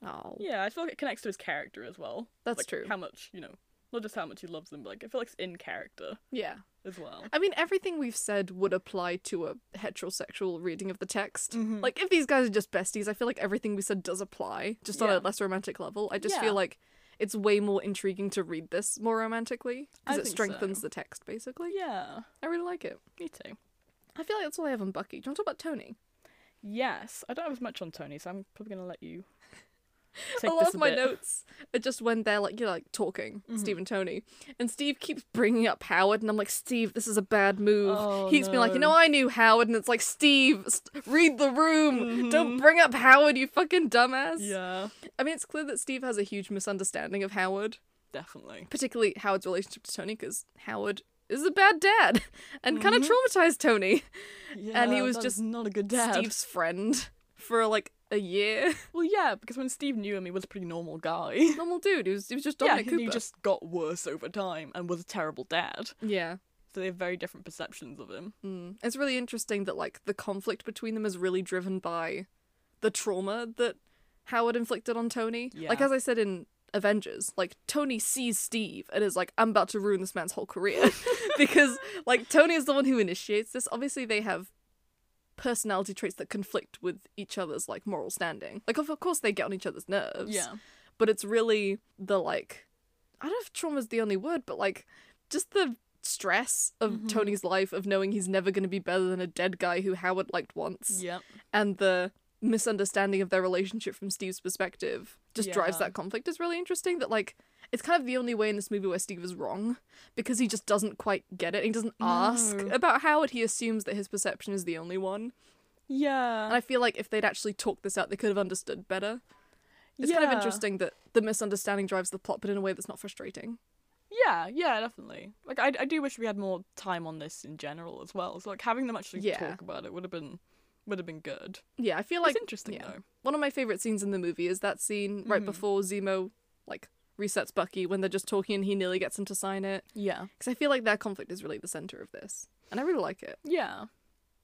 Speaker 1: hmm
Speaker 2: Oh,
Speaker 1: Yeah, I feel like it connects to his character as well.
Speaker 2: That's
Speaker 1: Like,
Speaker 2: true.
Speaker 1: How much you know, not just how much he loves them, but like I feel like it's in character
Speaker 2: yeah.
Speaker 1: as well.
Speaker 2: I mean, everything we've said would apply to a heterosexual reading of the text.
Speaker 1: Mhm.
Speaker 2: Like, if these guys are just besties, I feel like everything we said does apply, just on
Speaker 1: Yeah.
Speaker 2: a less romantic level. I just
Speaker 1: Yeah.
Speaker 2: feel like it's way more intriguing to read this more romantically
Speaker 1: I
Speaker 2: because it
Speaker 1: think
Speaker 2: strengthens
Speaker 1: so.
Speaker 2: the text, basically.
Speaker 1: Yeah,
Speaker 2: I really like it.
Speaker 1: me too.
Speaker 2: I feel like that's all I have on Bucky. Do you want to talk about Tony?
Speaker 1: Yes, I don't have as much on Tony, so I'm probably gonna let you. Take
Speaker 2: a lot
Speaker 1: this
Speaker 2: of my
Speaker 1: bit. Mm-hmm.
Speaker 2: notes are just when they're like, you're like talking, Steve and Tony. And Steve keeps bringing up Howard, and I'm like, Steve, this is a bad move.
Speaker 1: Oh,
Speaker 2: he keeps being like, you
Speaker 1: no.
Speaker 2: know, I knew Howard. And it's like, Steve, st- read the room. Don't bring up Howard, you fucking dumbass.
Speaker 1: Mm-hmm. Yeah,
Speaker 2: I mean, it's clear that Steve has a huge misunderstanding of Howard,
Speaker 1: definitely.
Speaker 2: particularly Howard's relationship to Tony, because Howard is a bad dad and kind of
Speaker 1: Mm-hmm.
Speaker 2: traumatized Tony,
Speaker 1: Yeah,
Speaker 2: he was
Speaker 1: that
Speaker 2: just
Speaker 1: is not a good dad.
Speaker 2: Steve's friend, for like a year.
Speaker 1: Well, yeah, because when Steve knew him, he was a pretty normal guy.
Speaker 2: Normal dude. He was, he was just
Speaker 1: yeah,
Speaker 2: Dominic
Speaker 1: he
Speaker 2: Cooper.
Speaker 1: he just got worse over time and was a terrible dad.
Speaker 2: yeah.
Speaker 1: So they have very different perceptions of him.
Speaker 2: Mm. It's really interesting that like the conflict between them is really driven by the trauma that Howard inflicted on Tony. Like
Speaker 1: Yeah.
Speaker 2: as I said in Avengers, like Tony sees Steve and is like, I'm about to ruin this man's whole career. because like Tony is the one who initiates this. Obviously they have personality traits that conflict with each other's like moral standing. Like of, of course they get on each other's nerves
Speaker 1: Yeah,
Speaker 2: but it's really the like I don't know if trauma's the only word, but like just the stress of
Speaker 1: Mhm.
Speaker 2: Tony's life of knowing he's never gonna be better than a dead guy who Howard liked once
Speaker 1: yeah,
Speaker 2: and the misunderstanding of their relationship from Steve's perspective just drives
Speaker 1: Yeah.
Speaker 2: that conflict is really interesting that like it's kind of the only way in this movie where Steve is wrong because he just doesn't quite get it. He doesn't ask
Speaker 1: No.
Speaker 2: about Howard. He assumes that his perception is the only one. And
Speaker 1: yeah.
Speaker 2: I feel like if they'd actually talked this out, they could have understood better. It's kind of
Speaker 1: Yeah.
Speaker 2: interesting that the misunderstanding drives the plot, but in a way that's not frustrating.
Speaker 1: Yeah, yeah, definitely. Like, I, I do wish we had more time on this in general as well. So, like, having them actually
Speaker 2: Yeah.
Speaker 1: talk about it would have been would have been good.
Speaker 2: Yeah, I feel like
Speaker 1: it's interesting
Speaker 2: yeah.
Speaker 1: though.
Speaker 2: one of my favorite scenes in the movie is that scene right
Speaker 1: Mhm.
Speaker 2: before Zemo like resets Bucky when they're just talking and he nearly gets him to sign it
Speaker 1: Yeah,
Speaker 2: because I feel like their conflict is really the center of this, and I really like it.
Speaker 1: yeah,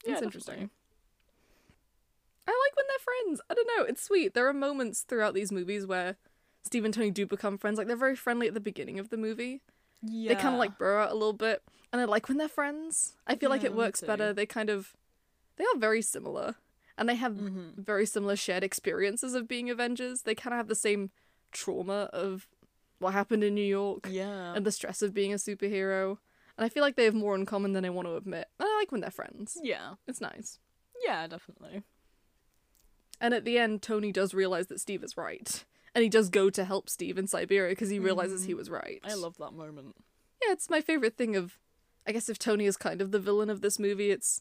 Speaker 2: It's interesting. I like when they're friends. I don't know, it's sweet. There are moments throughout these movies where Steve and Tony do become friends. Like they're very friendly at the beginning of the movie.
Speaker 1: Yeah,
Speaker 2: They kind of like bro out a little bit, and I like when they're friends. I feel like
Speaker 1: Yeah,
Speaker 2: it
Speaker 1: me
Speaker 2: works
Speaker 1: too.
Speaker 2: better. They kind of they are very similar, and they have
Speaker 1: hmm
Speaker 2: very similar shared experiences of being Avengers. They kind of have the same trauma of what happened in New York
Speaker 1: Yeah,
Speaker 2: and the stress of being a superhero. And I feel like they have more in common than I want to admit. And I like when they're friends.
Speaker 1: yeah,
Speaker 2: It's nice.
Speaker 1: yeah, definitely.
Speaker 2: And at the end, Tony does realize that Steve is right. And he does go to help Steve in Siberia because he realizes he was right.
Speaker 1: Mm-hmm. I love that moment.
Speaker 2: Yeah, it's my favorite thing of. I guess if Tony is kind of the villain of this movie, it's.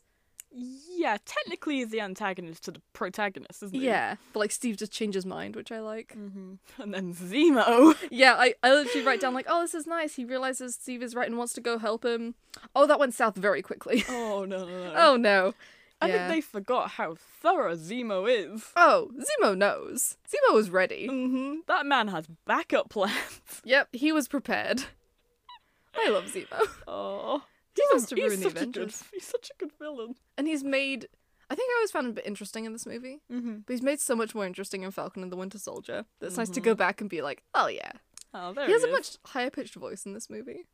Speaker 1: Yeah, technically he's the antagonist to the protagonist, isn't he?
Speaker 2: Yeah. But like Steve just changes mind, which I like.
Speaker 1: hmm And then Zemo.
Speaker 2: Yeah, I, I literally write down like, oh, this is nice. He realizes Steve is right and wants to go help him. Oh, that went south very quickly.
Speaker 1: Oh no, no, no.
Speaker 2: oh no.
Speaker 1: I
Speaker 2: yeah.
Speaker 1: think they forgot how thorough Zemo is.
Speaker 2: Oh, Zemo knows. Zemo was ready.
Speaker 1: hmm That man has backup plans.
Speaker 2: Yep, he was prepared. I love Zemo,
Speaker 1: Oh,
Speaker 2: He
Speaker 1: a-
Speaker 2: wants to ruin the
Speaker 1: such a good-
Speaker 2: Avengers.
Speaker 1: he's such a good villain.
Speaker 2: and he's made. I think I always found him a bit interesting in this movie,
Speaker 1: Mm-hmm.
Speaker 2: but he's made so much more interesting in Falcon and the Winter Soldier. That it's nice to
Speaker 1: Mm-hmm.
Speaker 2: go back and be like, oh yeah,
Speaker 1: Oh, there
Speaker 2: he
Speaker 1: he,
Speaker 2: has
Speaker 1: is.
Speaker 2: a much higher pitched voice in this movie.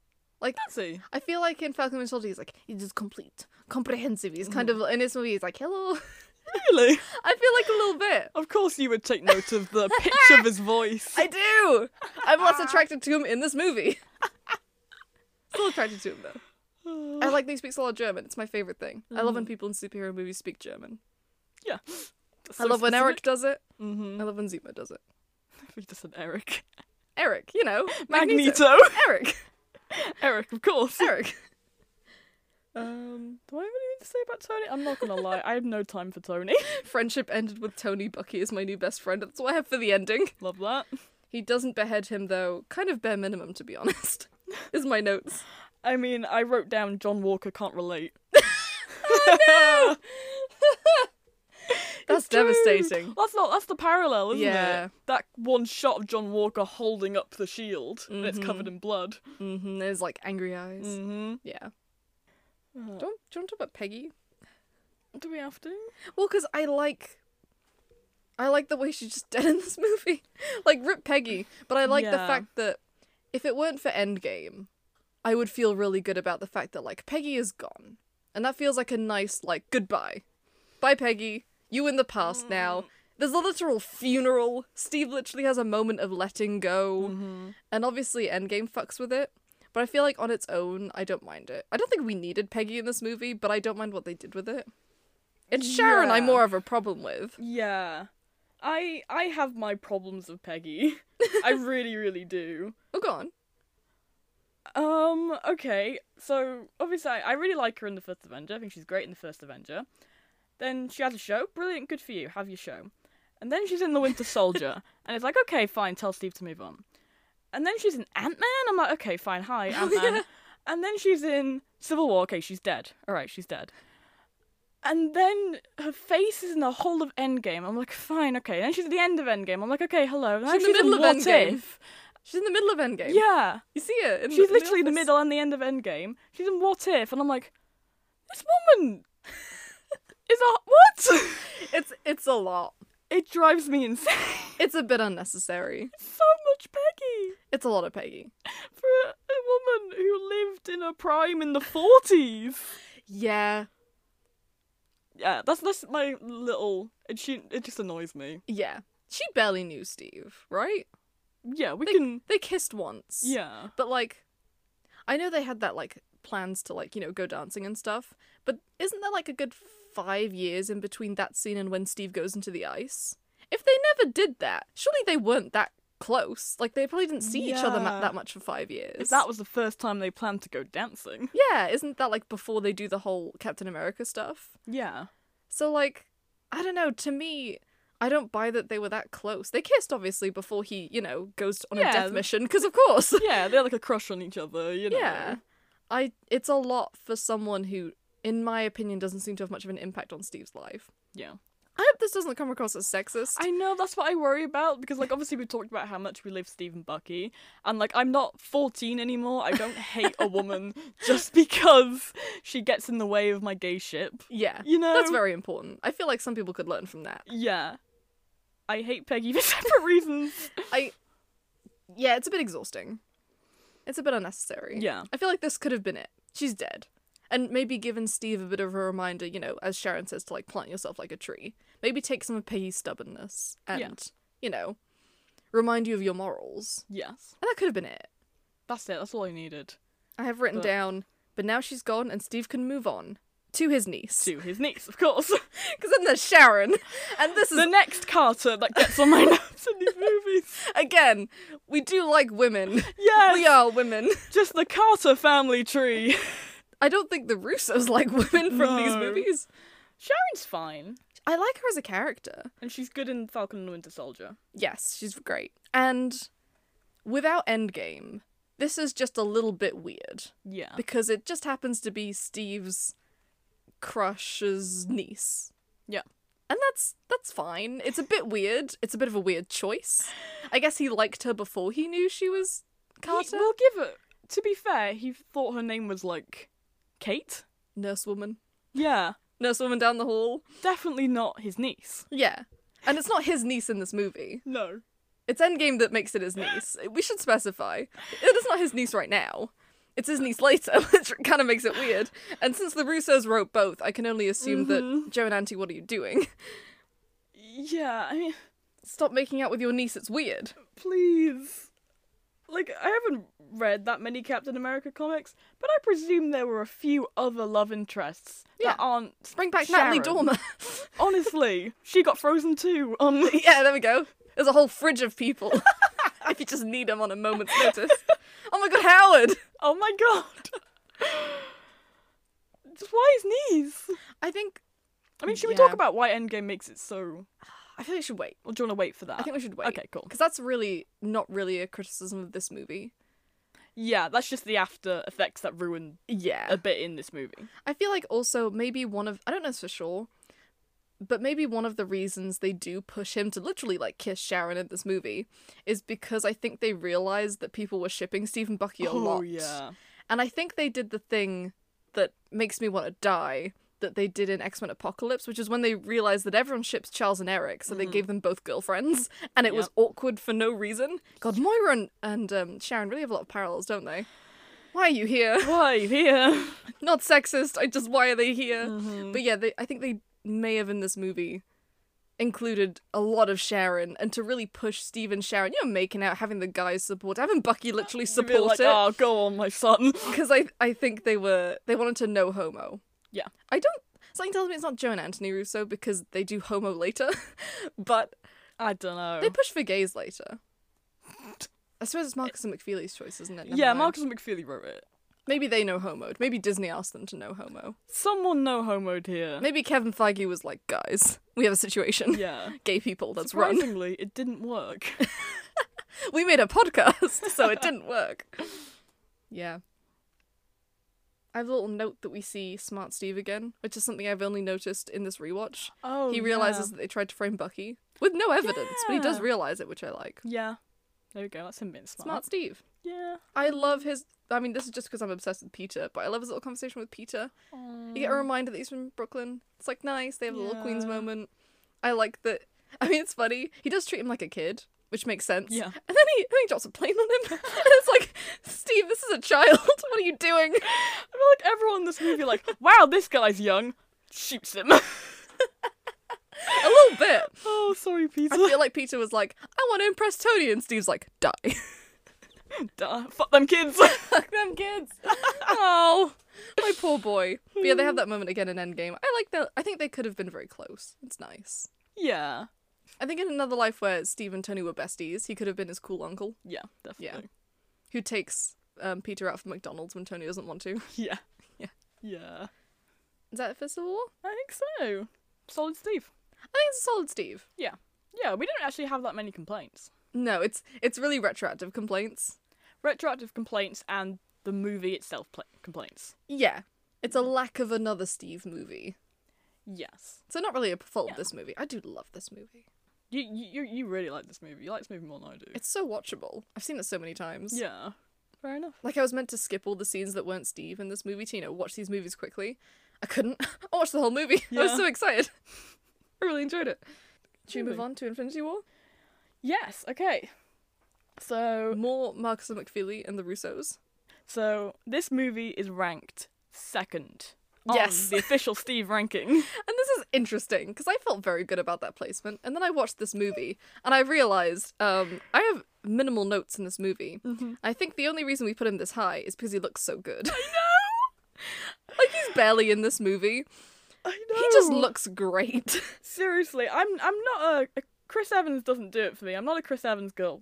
Speaker 2: Like
Speaker 1: Does he?
Speaker 2: I feel like in Falcon and Winter Soldier, he's like it is complete, comprehensive. He's kind of in this movie, he's like hello.
Speaker 1: Really?
Speaker 2: I feel like a little bit.
Speaker 1: Of course, you would take note of the pitch of his voice.
Speaker 2: I do. I'm less attracted to him in this movie. Still attracted to him though. I like that he speaks a lot of German. It's my favorite thing. I love when people in superhero movies speak German.
Speaker 1: yeah.
Speaker 2: I love when Eric does it.
Speaker 1: Mm-hmm.
Speaker 2: I love when Zemo does it.
Speaker 1: We just said Eric.
Speaker 2: Eric, you know, Magneto.
Speaker 1: Magneto.
Speaker 2: Eric,
Speaker 1: Eric, of course.
Speaker 2: Eric.
Speaker 1: Um, do I have anything to say about Tony? I'm not gonna lie, I have no time for Tony.
Speaker 2: Friendship ended with Tony Bucky is my new best friend. That's what I have for the ending.
Speaker 1: Love that.
Speaker 2: He doesn't behead him though. Kind of bare minimum, to be honest. Is my notes.
Speaker 1: I mean, I wrote down John Walker can't relate.
Speaker 2: That's
Speaker 1: Dude,
Speaker 2: devastating.
Speaker 1: That's not. That's the parallel, isn't
Speaker 2: Yeah.
Speaker 1: it? That one shot of John Walker holding up the shield and it's covered in blood.
Speaker 2: Mm-hmm. There's like angry eyes. Uh.
Speaker 1: Mm-hmm.
Speaker 2: Mm. Yeah. Don't do you want to talk about Peggy?
Speaker 1: Do we have to?
Speaker 2: Well, because I like. I like the way she's just dead in this movie. like, rip Peggy. But I like the
Speaker 1: Yeah.
Speaker 2: fact that if it weren't for Endgame, I would feel really good about the fact that, like, Peggy is gone. And that feels like a nice, like, goodbye. Bye, Peggy. You in the past now. There's a literal funeral. Steve literally has a moment of letting go.
Speaker 1: Mm-hmm.
Speaker 2: And obviously, Endgame fucks with it. But I feel like on its own, I don't mind it. I don't think we needed Peggy in this movie, but I don't mind what they did with it. It's Sharon I'm
Speaker 1: Yeah.
Speaker 2: more of a problem with.
Speaker 1: Yeah. I I have my problems with Peggy. I really, really do.
Speaker 2: Oh, go on.
Speaker 1: Um, okay. So obviously I, I really like her in the first Avenger. I think she's great in the first Avenger. Then she has a show. Brilliant, good for you. Have your show. And then she's in The Winter Soldier. and it's like, okay, fine, tell Steve to move on. And then she's in Ant Man. I'm like, okay, fine, hi, Ant Man.
Speaker 2: yeah.
Speaker 1: And then she's in Civil War. Okay, she's dead. All right, she's dead. And then her face is in the whole of Endgame. I'm like, fine, okay. Then she's at the end of Endgame. I'm like, okay, hello. And
Speaker 2: She's
Speaker 1: now
Speaker 2: in the middle of
Speaker 1: What
Speaker 2: Endgame.
Speaker 1: If.
Speaker 2: She's in the middle of Endgame.
Speaker 1: Yeah.
Speaker 2: You see it? in
Speaker 1: She's literally in the
Speaker 2: office.
Speaker 1: middle and the end of Endgame. She's in What If, and I'm like, this woman is a what?
Speaker 2: It's, it's a lot.
Speaker 1: it drives me insane.
Speaker 2: It's a bit unnecessary.
Speaker 1: so much Peggy
Speaker 2: It's a lot of Peggy.
Speaker 1: for a, a woman who lived in her prime in the forties.
Speaker 2: Yeah.
Speaker 1: Yeah, that's that's my little. It she it just annoys me.
Speaker 2: Yeah. She barely knew Steve, right?
Speaker 1: Yeah, we
Speaker 2: They,
Speaker 1: can.
Speaker 2: they kissed once.
Speaker 1: Yeah.
Speaker 2: But like, I know they had that like plans to like you know go dancing and stuff. But isn't there like a good five years in between that scene and when Steve goes into the ice? If they never did that, surely they weren't that close. Like they probably didn't see each other ma-
Speaker 1: Yeah.
Speaker 2: that much for five years.
Speaker 1: If that was the first time they planned to go dancing.
Speaker 2: yeah, isn't that like before they do the whole Captain America stuff?
Speaker 1: Yeah.
Speaker 2: So like, I don't know. To me, I don't buy that they were that close. They kissed obviously before he, you know, goes on a
Speaker 1: Yeah,
Speaker 2: death
Speaker 1: th-
Speaker 2: mission because of course.
Speaker 1: yeah, they're like a crush on each other, you know.
Speaker 2: Yeah. I it's a lot for someone who in my opinion doesn't seem to have much of an impact on Steve's life.
Speaker 1: Yeah.
Speaker 2: I hope this doesn't come across as sexist.
Speaker 1: I know that's what I worry about because like obviously we talked about how much we love Steve and Bucky and like I'm not 14 anymore. I don't hate a woman just because she gets in the way of my gay ship.
Speaker 2: yeah.
Speaker 1: You know.
Speaker 2: That's very important. I feel like some people could learn from that.
Speaker 1: Yeah. I hate Peggy for separate reasons.
Speaker 2: I Yeah, it's a bit exhausting. It's a bit unnecessary.
Speaker 1: Yeah.
Speaker 2: I feel like this could have been it. She's dead. And maybe given Steve a bit of a reminder, you know, as Sharon says, to like plant yourself like a tree. Maybe take some of Peggy's stubbornness and,
Speaker 1: Yeah.
Speaker 2: you know, remind you of your morals.
Speaker 1: Yes.
Speaker 2: And that could have been it.
Speaker 1: That's it. That's all I needed.
Speaker 2: I have written
Speaker 1: But-
Speaker 2: down, but now she's gone and Steve can move on to his niece.
Speaker 1: To his niece, of course.
Speaker 2: Because then there's Sharon. And this is,
Speaker 1: the next Carter that gets on my nerves in these movies.
Speaker 2: again, we do like women.
Speaker 1: Yes.
Speaker 2: we are women.
Speaker 1: Just the Carter family tree.
Speaker 2: I don't think the Russos like women from these
Speaker 1: No.
Speaker 2: movies.
Speaker 1: Sharon's fine.
Speaker 2: I like her as a character.
Speaker 1: And she's good in Falcon and the Winter Soldier.
Speaker 2: Yes, she's great. And without Endgame, this is just a little bit weird
Speaker 1: Yeah.
Speaker 2: because it just happens to be Steve's crush's niece.
Speaker 1: Yeah.
Speaker 2: And that's that's fine. It's a bit weird. It's a bit of a weird choice. I guess he liked her before he knew she was Carter.
Speaker 1: He, we'll give it. To be fair, he thought her name was like Kate.
Speaker 2: Nursewoman.
Speaker 1: Yeah,
Speaker 2: Nursewoman down the hall.
Speaker 1: definitely not his niece.
Speaker 2: Yeah. And it's not his niece in this movie.
Speaker 1: No.
Speaker 2: It's Endgame that makes it his niece. We should specify. It is not his niece right now. It's his niece later, which kind of makes it weird. And since the Russos wrote both, I can only assume that
Speaker 1: Mhm.
Speaker 2: Joe and Auntie, what are you doing?
Speaker 1: Yeah, I mean,
Speaker 2: Stop making out with your niece. It's weird.
Speaker 1: please. Like, I haven't read that many Captain America comics, but I presume there were a few other love interests
Speaker 2: Yeah.
Speaker 1: that aren't.
Speaker 2: Bring back Natalie
Speaker 1: Sharon.
Speaker 2: Dormer.
Speaker 1: Honestly, she got frozen too. Um,
Speaker 2: yeah, there we go. There's a whole fridge of people. if you just need them on a moment's notice. Oh my god, Howard!
Speaker 1: oh my god. Just Why his knees?
Speaker 2: I think
Speaker 1: I mean, should we
Speaker 2: Yeah.
Speaker 1: talk about why Endgame makes it so?
Speaker 2: I think we should wait.
Speaker 1: Or do you want to wait for that?
Speaker 2: I think we should wait.
Speaker 1: Okay, cool.
Speaker 2: Because that's really not really a criticism of this movie.
Speaker 1: Yeah, that's just the after effects that ruin
Speaker 2: Yeah.
Speaker 1: a bit in this movie.
Speaker 2: Uh, I feel like also maybe one of I don't know this for sure, but maybe one of the reasons they do push him to literally like kiss Sharon in this movie is because I think they realized that people were shipping Steve and Bucky
Speaker 1: Oh,
Speaker 2: a lot. And I think they did the thing that makes me want to die that they did in X Men Apocalypse, which is when they realized that everyone ships Charles and Eric, so they gave them both girlfriends, and it was
Speaker 1: Yep.
Speaker 2: awkward for no reason. God, Moira and, and um, Sharon really have a lot of parallels, don't they? Why are you here?
Speaker 1: Why here?
Speaker 2: not sexist. I just why are they here? But yeah, they, I think they may have in this movie included a lot of Sharon and to really push Steve and Sharon. You know, making out, having the guys support, having Bucky literally
Speaker 1: People are
Speaker 2: support
Speaker 1: like,
Speaker 2: it
Speaker 1: oh, go on, my son.
Speaker 2: because I I think they were they wanted to know homo.
Speaker 1: Yeah.
Speaker 2: I don't. Something tells me it's not Joe and Anthony Russo because they do homo later, but
Speaker 1: I don't know.
Speaker 2: they push for gays later. I suppose it's Marcus and McFeely's choice, isn't it? Never
Speaker 1: yeah,
Speaker 2: mind.
Speaker 1: Marcus McFeely wrote it.
Speaker 2: Maybe they know homo. Maybe Disney asked them to know homo.
Speaker 1: Someone no homoed here.
Speaker 2: Maybe Kevin Feige was like, guys, we have a situation.
Speaker 1: Yeah.
Speaker 2: Gay people, let's run.
Speaker 1: Surprisingly, it didn't work.
Speaker 2: We made a podcast, so it didn't work. Yeah. I have a little note that we see Smart Steve again, which is something I've only noticed in this rewatch.
Speaker 1: Oh,
Speaker 2: he realizes that they tried to frame Bucky with no evidence, but he does
Speaker 1: Yeah.
Speaker 2: realize it, which I like.
Speaker 1: Yeah. There we go. That's him being smart.
Speaker 2: Smart Steve.
Speaker 1: Yeah.
Speaker 2: I love his. I mean, this is just because I'm obsessed with Peter, but I love his little conversation with Peter. You get a reminder that he's from Brooklyn. It's like nice. They have a little Queens
Speaker 1: Mm. Yeah.
Speaker 2: moment. I like that. I mean, it's funny. He does treat him like a kid, which makes sense.
Speaker 1: Yeah.
Speaker 2: And then he, then he drops a plane on him. and it's like, Steve, this is a child. What are you doing?
Speaker 1: I feel like everyone in this movie, like, wow, this guy's young. Shoots him.
Speaker 2: A little bit.
Speaker 1: oh, sorry, Peter.
Speaker 2: I feel like Peter was like, I want to impress Tony. And Steve's like, die.
Speaker 1: Duh. Fuck them kids.
Speaker 2: Fuck them kids. oh, my poor boy. But yeah, they have that moment again in Endgame. I like that. I think they could have been very close. It's nice.
Speaker 1: yeah.
Speaker 2: I think in another life where Steve and Tony were besties, he could have been his cool uncle.
Speaker 1: Yeah, definitely.
Speaker 2: who takes um, Peter out for McDonald's when Tony doesn't want to. Is
Speaker 1: Yeah.
Speaker 2: Yeah.
Speaker 1: Yeah.
Speaker 2: that it for Civil War?
Speaker 1: I think so. Solid Steve.
Speaker 2: I think it's a solid Steve.
Speaker 1: Yeah. Yeah, we don't actually have that many complaints.
Speaker 2: No, it's it's really retroactive complaints.
Speaker 1: Retroactive complaints and the movie itself pla complaints.
Speaker 2: Yeah. It's a lack of another Steve movie.
Speaker 1: Yes.
Speaker 2: So not really a fault
Speaker 1: Yeah.
Speaker 2: of this movie. I do love this movie.
Speaker 1: You you you really like this movie. You like this movie more than I do.
Speaker 2: It's so watchable. I've seen it so many times.
Speaker 1: yeah. Fair enough.
Speaker 2: Like I was meant to skip all the scenes that weren't Steve in this movie to, you know, watch these movies quickly. I couldn't. I watched the whole movie. I was
Speaker 1: Yeah.
Speaker 2: so excited. I really enjoyed it. Should we move
Speaker 1: Really?
Speaker 2: on to Infinity War?
Speaker 1: Yes. Okay. So
Speaker 2: More Marcus and McFeely and the Russos.
Speaker 1: so this movie is ranked second. on
Speaker 2: Yes.
Speaker 1: the official Steve ranking.
Speaker 2: And this is interesting because I felt very good about that placement. And then I watched this movie and I realized um, I have minimal notes in this movie. I think the only reason we put him this high is because he looks so good. I know! like he's barely in this movie.
Speaker 1: I know.
Speaker 2: He just looks great.
Speaker 1: seriously. I'm I'm not a, a Chris Evans doesn't do it for me. I'm not a Chris Evans girl.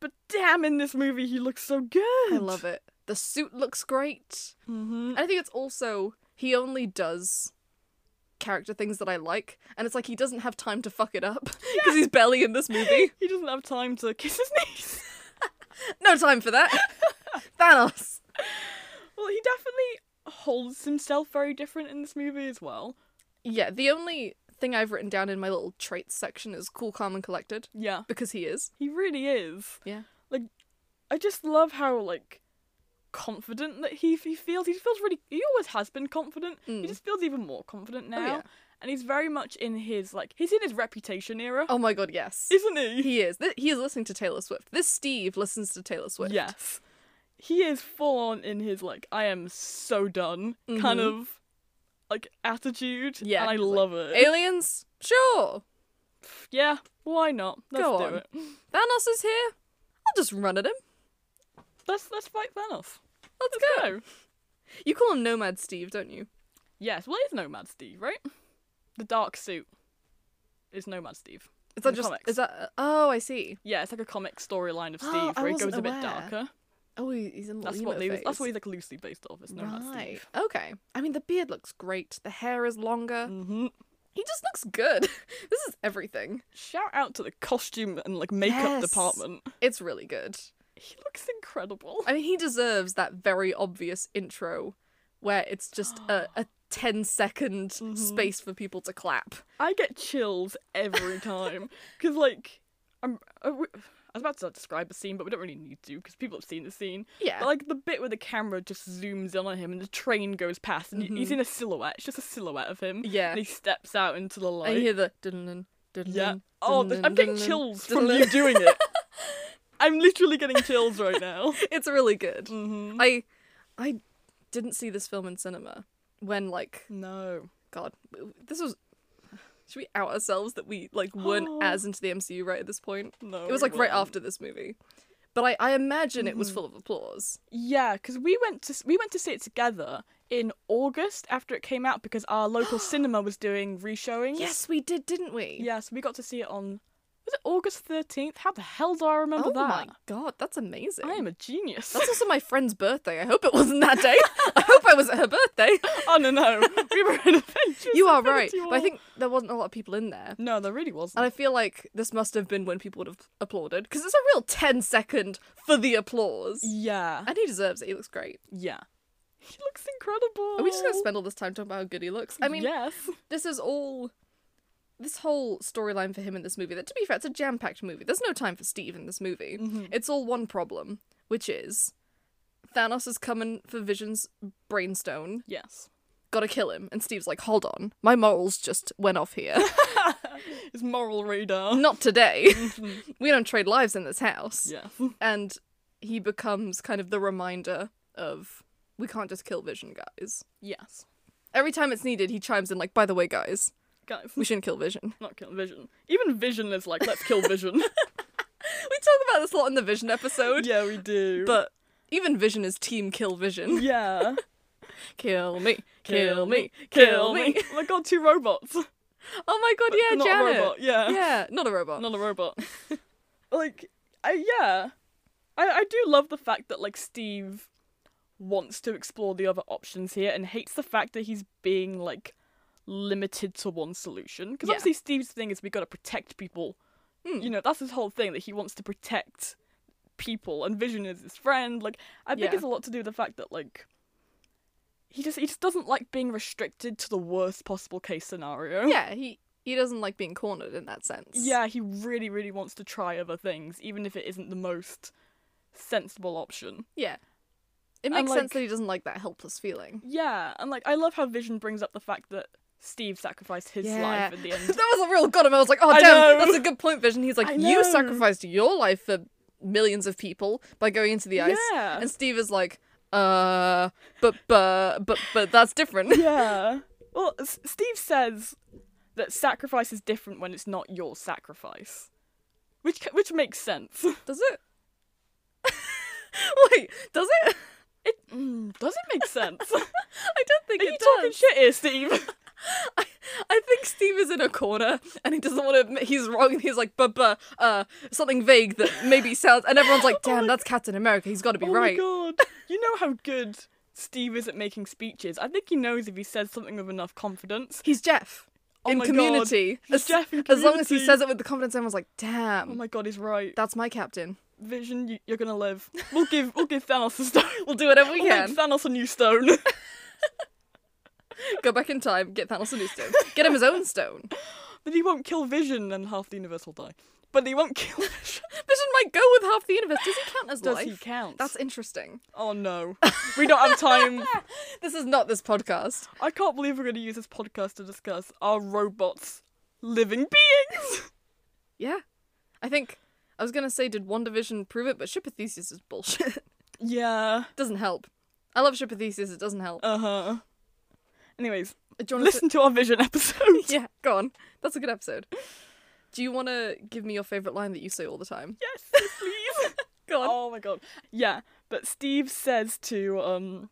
Speaker 1: But damn, in this movie he looks so good.
Speaker 2: I love it. The suit looks great.
Speaker 1: Mm-hmm.
Speaker 2: And I think it's also, he only does character things that I like. And it's like he doesn't have time to fuck it up because he's barely in this movie.
Speaker 1: He doesn't have time to kiss his niece.
Speaker 2: No time for that. Thanos.
Speaker 1: Well, he definitely holds himself very different in this movie as well.
Speaker 2: Yeah, the only thing I've written down in my little traits section is cool, calm, and collected
Speaker 1: Yeah.
Speaker 2: because he is.
Speaker 1: He really is.
Speaker 2: Yeah.
Speaker 1: Like, I just love how, like, confident that he, he feels. He feels really. He always has been confident.
Speaker 2: Mm. Oh,
Speaker 1: He just feels even more confident now.
Speaker 2: yeah.
Speaker 1: And he's very much in his, like, he's in his reputation era,
Speaker 2: Oh my god, yes.
Speaker 1: isn't he?
Speaker 2: He is. Th- he is listening to Taylor Swift. This Steve listens to Taylor Swift.
Speaker 1: Yes. He is full on in his, like, I am so done kind
Speaker 2: Mhm.
Speaker 1: of, like, attitude.
Speaker 2: Yeah,
Speaker 1: And I
Speaker 2: he's like,
Speaker 1: love it.
Speaker 2: Aliens? Sure.
Speaker 1: yeah, why not? Let's
Speaker 2: Go
Speaker 1: do
Speaker 2: on.
Speaker 1: it.
Speaker 2: Thanos is here. I'll just run at him.
Speaker 1: Let's let's fight Thanos.
Speaker 2: Let's,
Speaker 1: Let's
Speaker 2: go.
Speaker 1: go.
Speaker 2: You call him Nomad Steve, don't you?
Speaker 1: Yes, well, it's Nomad Steve, right? The dark suit is Nomad Steve. In
Speaker 2: Is that
Speaker 1: the
Speaker 2: just?
Speaker 1: comics.
Speaker 2: Is that? uh, oh, I see.
Speaker 1: Yeah, it's like a comic storyline of
Speaker 2: Oh,
Speaker 1: Steve
Speaker 2: I
Speaker 1: where he
Speaker 2: wasn't
Speaker 1: goes a bit
Speaker 2: aware.
Speaker 1: darker.
Speaker 2: Oh, he- he's in
Speaker 1: That's what
Speaker 2: little emo
Speaker 1: they,
Speaker 2: phase.
Speaker 1: that's what he's like loosely based off. It's Nomad
Speaker 2: Right.
Speaker 1: Steve.
Speaker 2: Okay. I mean, the beard looks great. The hair is longer.
Speaker 1: hmm
Speaker 2: He just looks good. this is everything.
Speaker 1: Shout out to the costume and like makeup
Speaker 2: Yes.
Speaker 1: department.
Speaker 2: It's really good.
Speaker 1: He looks incredible.
Speaker 2: I mean, he deserves that very obvious intro where it's just a, a 10 second
Speaker 1: Mm-hmm.
Speaker 2: space for people to clap.
Speaker 1: I get chills every time because like I'm. uh, I w- I was about to describe the scene, but we don't really need to because people have seen the scene.
Speaker 2: Yeah.
Speaker 1: But, like the bit where the camera just zooms in on him and the train goes past and y he's in a silhouette. It's just a silhouette of him.
Speaker 2: Mm-hmm. Yeah.
Speaker 1: And he steps out into the
Speaker 2: and you
Speaker 1: light.
Speaker 2: hear the dun dun
Speaker 1: Yeah. Oh, th- I'm getting chills from
Speaker 2: dun-
Speaker 1: you doing it. I'm literally getting chills right now.
Speaker 2: It's really good.
Speaker 1: Mm-hmm.
Speaker 2: I I didn't see this film in cinema when like
Speaker 1: No.
Speaker 2: god this was should we out ourselves that we like weren't as into the MCU right at this point?
Speaker 1: No.
Speaker 2: it was like right
Speaker 1: weren't.
Speaker 2: after this movie. But I, I imagine it was full of applause.
Speaker 1: Yeah, because we went to s- we went to see it together in August after it came out because our local cinema was doing reshowings.
Speaker 2: Yes, we did, didn't we?
Speaker 1: Yeah, so we got to see it on was it August 13th? How the hell do I remember
Speaker 2: oh
Speaker 1: that?
Speaker 2: my god, that's amazing.
Speaker 1: I am a genius.
Speaker 2: That's also my friend's birthday. I hope it wasn't that day. I hope I was at her birthday.
Speaker 1: oh no no, we were in Avengers.
Speaker 2: You are right.
Speaker 1: Infinity
Speaker 2: But I
Speaker 1: War.
Speaker 2: think Uh, there wasn't a lot of people in there.
Speaker 1: no, there really wasn't.
Speaker 2: And I feel like this must have been when people would have applauded. Because it's a real 10 second for the applause.
Speaker 1: yeah,
Speaker 2: And he deserves it. He looks great.
Speaker 1: yeah, he looks incredible.
Speaker 2: Are we just going to spend all this time talking about how good he looks? I mean,
Speaker 1: yes,
Speaker 2: this is all. This whole storyline for him in this movie, that to be fair, it's a jam packed movie. There's no time for Steve in this movie. It's all one problem, which is Thanos is coming for Vision's brainstone.
Speaker 1: yes.
Speaker 2: gotta kill him. And Steve's like, hold on, my morals just went off here.
Speaker 1: His moral radar.
Speaker 2: Not today. we don't trade lives in this house.
Speaker 1: Yeah,
Speaker 2: And he becomes kind of the reminder of we can't just kill Vision, guys.
Speaker 1: yes,
Speaker 2: Every time it's needed, he chimes in like, by the way, guys,
Speaker 1: guys.
Speaker 2: we shouldn't kill Vision.
Speaker 1: Not kill Vision. Even Vision is like, let's kill Vision.
Speaker 2: We talk about this a lot in the Vision episode,
Speaker 1: yeah, we do.
Speaker 2: but even Vision is team kill Vision.
Speaker 1: yeah,
Speaker 2: Kill me, kill me, kill me.
Speaker 1: Oh my god, two robots.
Speaker 2: Oh my god, yeah,
Speaker 1: Not
Speaker 2: Janet.
Speaker 1: a robot. Yeah.
Speaker 2: Yeah, not a robot.
Speaker 1: not a robot. like, I, yeah, I I do love the fact that like Steve wants to explore the other options here and hates the fact that he's being like limited to one solution because
Speaker 2: Yeah.
Speaker 1: obviously Steve's thing is we got to protect people
Speaker 2: Hmm.
Speaker 1: You know, that's his whole thing that he wants to protect people and Vision is his friend. Like I think
Speaker 2: Yeah.
Speaker 1: it's a lot to do with the fact that like he just he just doesn't like being restricted to the worst possible case scenario.
Speaker 2: Yeah, he he doesn't like being cornered in that sense.
Speaker 1: Yeah, he really, really wants to try other things, even if it isn't the most sensible option.
Speaker 2: Yeah. It
Speaker 1: And,
Speaker 2: makes
Speaker 1: like-
Speaker 2: sense that he doesn't like that helpless feeling.
Speaker 1: Yeah, and like I love how Vision brings up the fact that Steve sacrificed his life in the
Speaker 2: that
Speaker 1: end.
Speaker 2: was a real got him. I was like, oh
Speaker 1: I
Speaker 2: damn,
Speaker 1: know.
Speaker 2: that's a good point, Vision. He's
Speaker 1: I
Speaker 2: like,
Speaker 1: know.
Speaker 2: you sacrificed your life for millions of people by going into the ice.
Speaker 1: Yeah.
Speaker 2: And Steve is like, uh, but but but but that's different.
Speaker 1: yeah. Well, S- Steve says that sacrifice is different when it's not your sacrifice, which ca- which makes sense.
Speaker 2: Does it? Wait, does it?
Speaker 1: It mm, does it make sense? Are
Speaker 2: I don't think
Speaker 1: you
Speaker 2: it
Speaker 1: talking
Speaker 2: does.
Speaker 1: shit here, Steve?
Speaker 2: I, I think Steve is in a corner and he doesn't want to admit he's wrong and he's like, but, but, uh, something vague that maybe sounds. And everyone's like, damn, that's Captain America. He's got to be
Speaker 1: oh
Speaker 2: right.
Speaker 1: my god! You know how good Steve is at making speeches. I think he knows if he says something with enough confidence.
Speaker 2: He's Jeff
Speaker 1: Oh
Speaker 2: in
Speaker 1: my
Speaker 2: community.
Speaker 1: God. He's
Speaker 2: As,
Speaker 1: Jeff in
Speaker 2: as long as he
Speaker 1: Community.
Speaker 2: says it with the confidence, everyone's like,
Speaker 1: Oh
Speaker 2: damn,
Speaker 1: my god, he's right.
Speaker 2: that's my captain.
Speaker 1: Vision, you, you're gonna live. We'll give we'll give Thanos a stone.
Speaker 2: We'll do whatever we
Speaker 1: We'll make
Speaker 2: can.
Speaker 1: Thanos a new stone.
Speaker 2: Go back in time, get Thanos a new stone. Get him his own stone.
Speaker 1: then he won't kill Vision, and half the universe will die. But he won't kill Vision.
Speaker 2: Vision might go with half the universe. Does he count as
Speaker 1: Does
Speaker 2: life?
Speaker 1: he count?
Speaker 2: That's interesting.
Speaker 1: oh no, we don't have time.
Speaker 2: This is not this podcast.
Speaker 1: I can't believe we're gonna use this podcast to discuss are robots living beings?
Speaker 2: Yeah. I think I was gonna say did WandaVision prove it, but Ship of Theseus is bullshit.
Speaker 1: yeah.
Speaker 2: doesn't help. I love Ship of Theseus, it doesn't help.
Speaker 1: Uh huh. Anyways,
Speaker 2: Do you wanna
Speaker 1: listen to our Vision episode.
Speaker 2: yeah, go on. That's a good episode. Do you wanna give me your favourite line that you say all the time?
Speaker 1: Yes, yes, please.
Speaker 2: Go on.
Speaker 1: Oh my god. Yeah, but Steve says to um,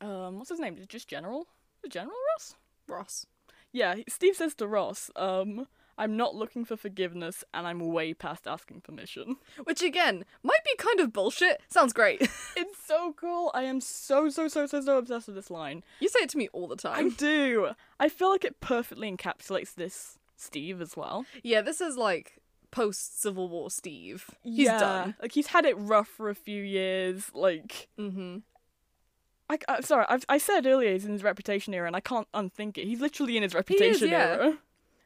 Speaker 1: um, what's his name? Just General? General Ross?
Speaker 2: Ross.
Speaker 1: Yeah, he- Steve says to Ross, um, I'm not looking for forgiveness, and I'm way past asking permission.
Speaker 2: Which again, might be kind of bullshit. Sounds great.
Speaker 1: It's so cool. I am so so so so so obsessed with this line.
Speaker 2: you say it to me all the
Speaker 1: I
Speaker 2: time.
Speaker 1: do. I feel like it perfectly encapsulates this Steve as well.
Speaker 2: Yeah, this is like post Civil War Steve. He's
Speaker 1: Yeah,
Speaker 2: done.
Speaker 1: Like he's had it rough for a few years. Like
Speaker 2: Mm-hmm.
Speaker 1: I, I sorry, I've, I said earlier he's in his reputation era, and I can't unthink it. He's literally in his reputation
Speaker 2: yeah.
Speaker 1: era.
Speaker 2: A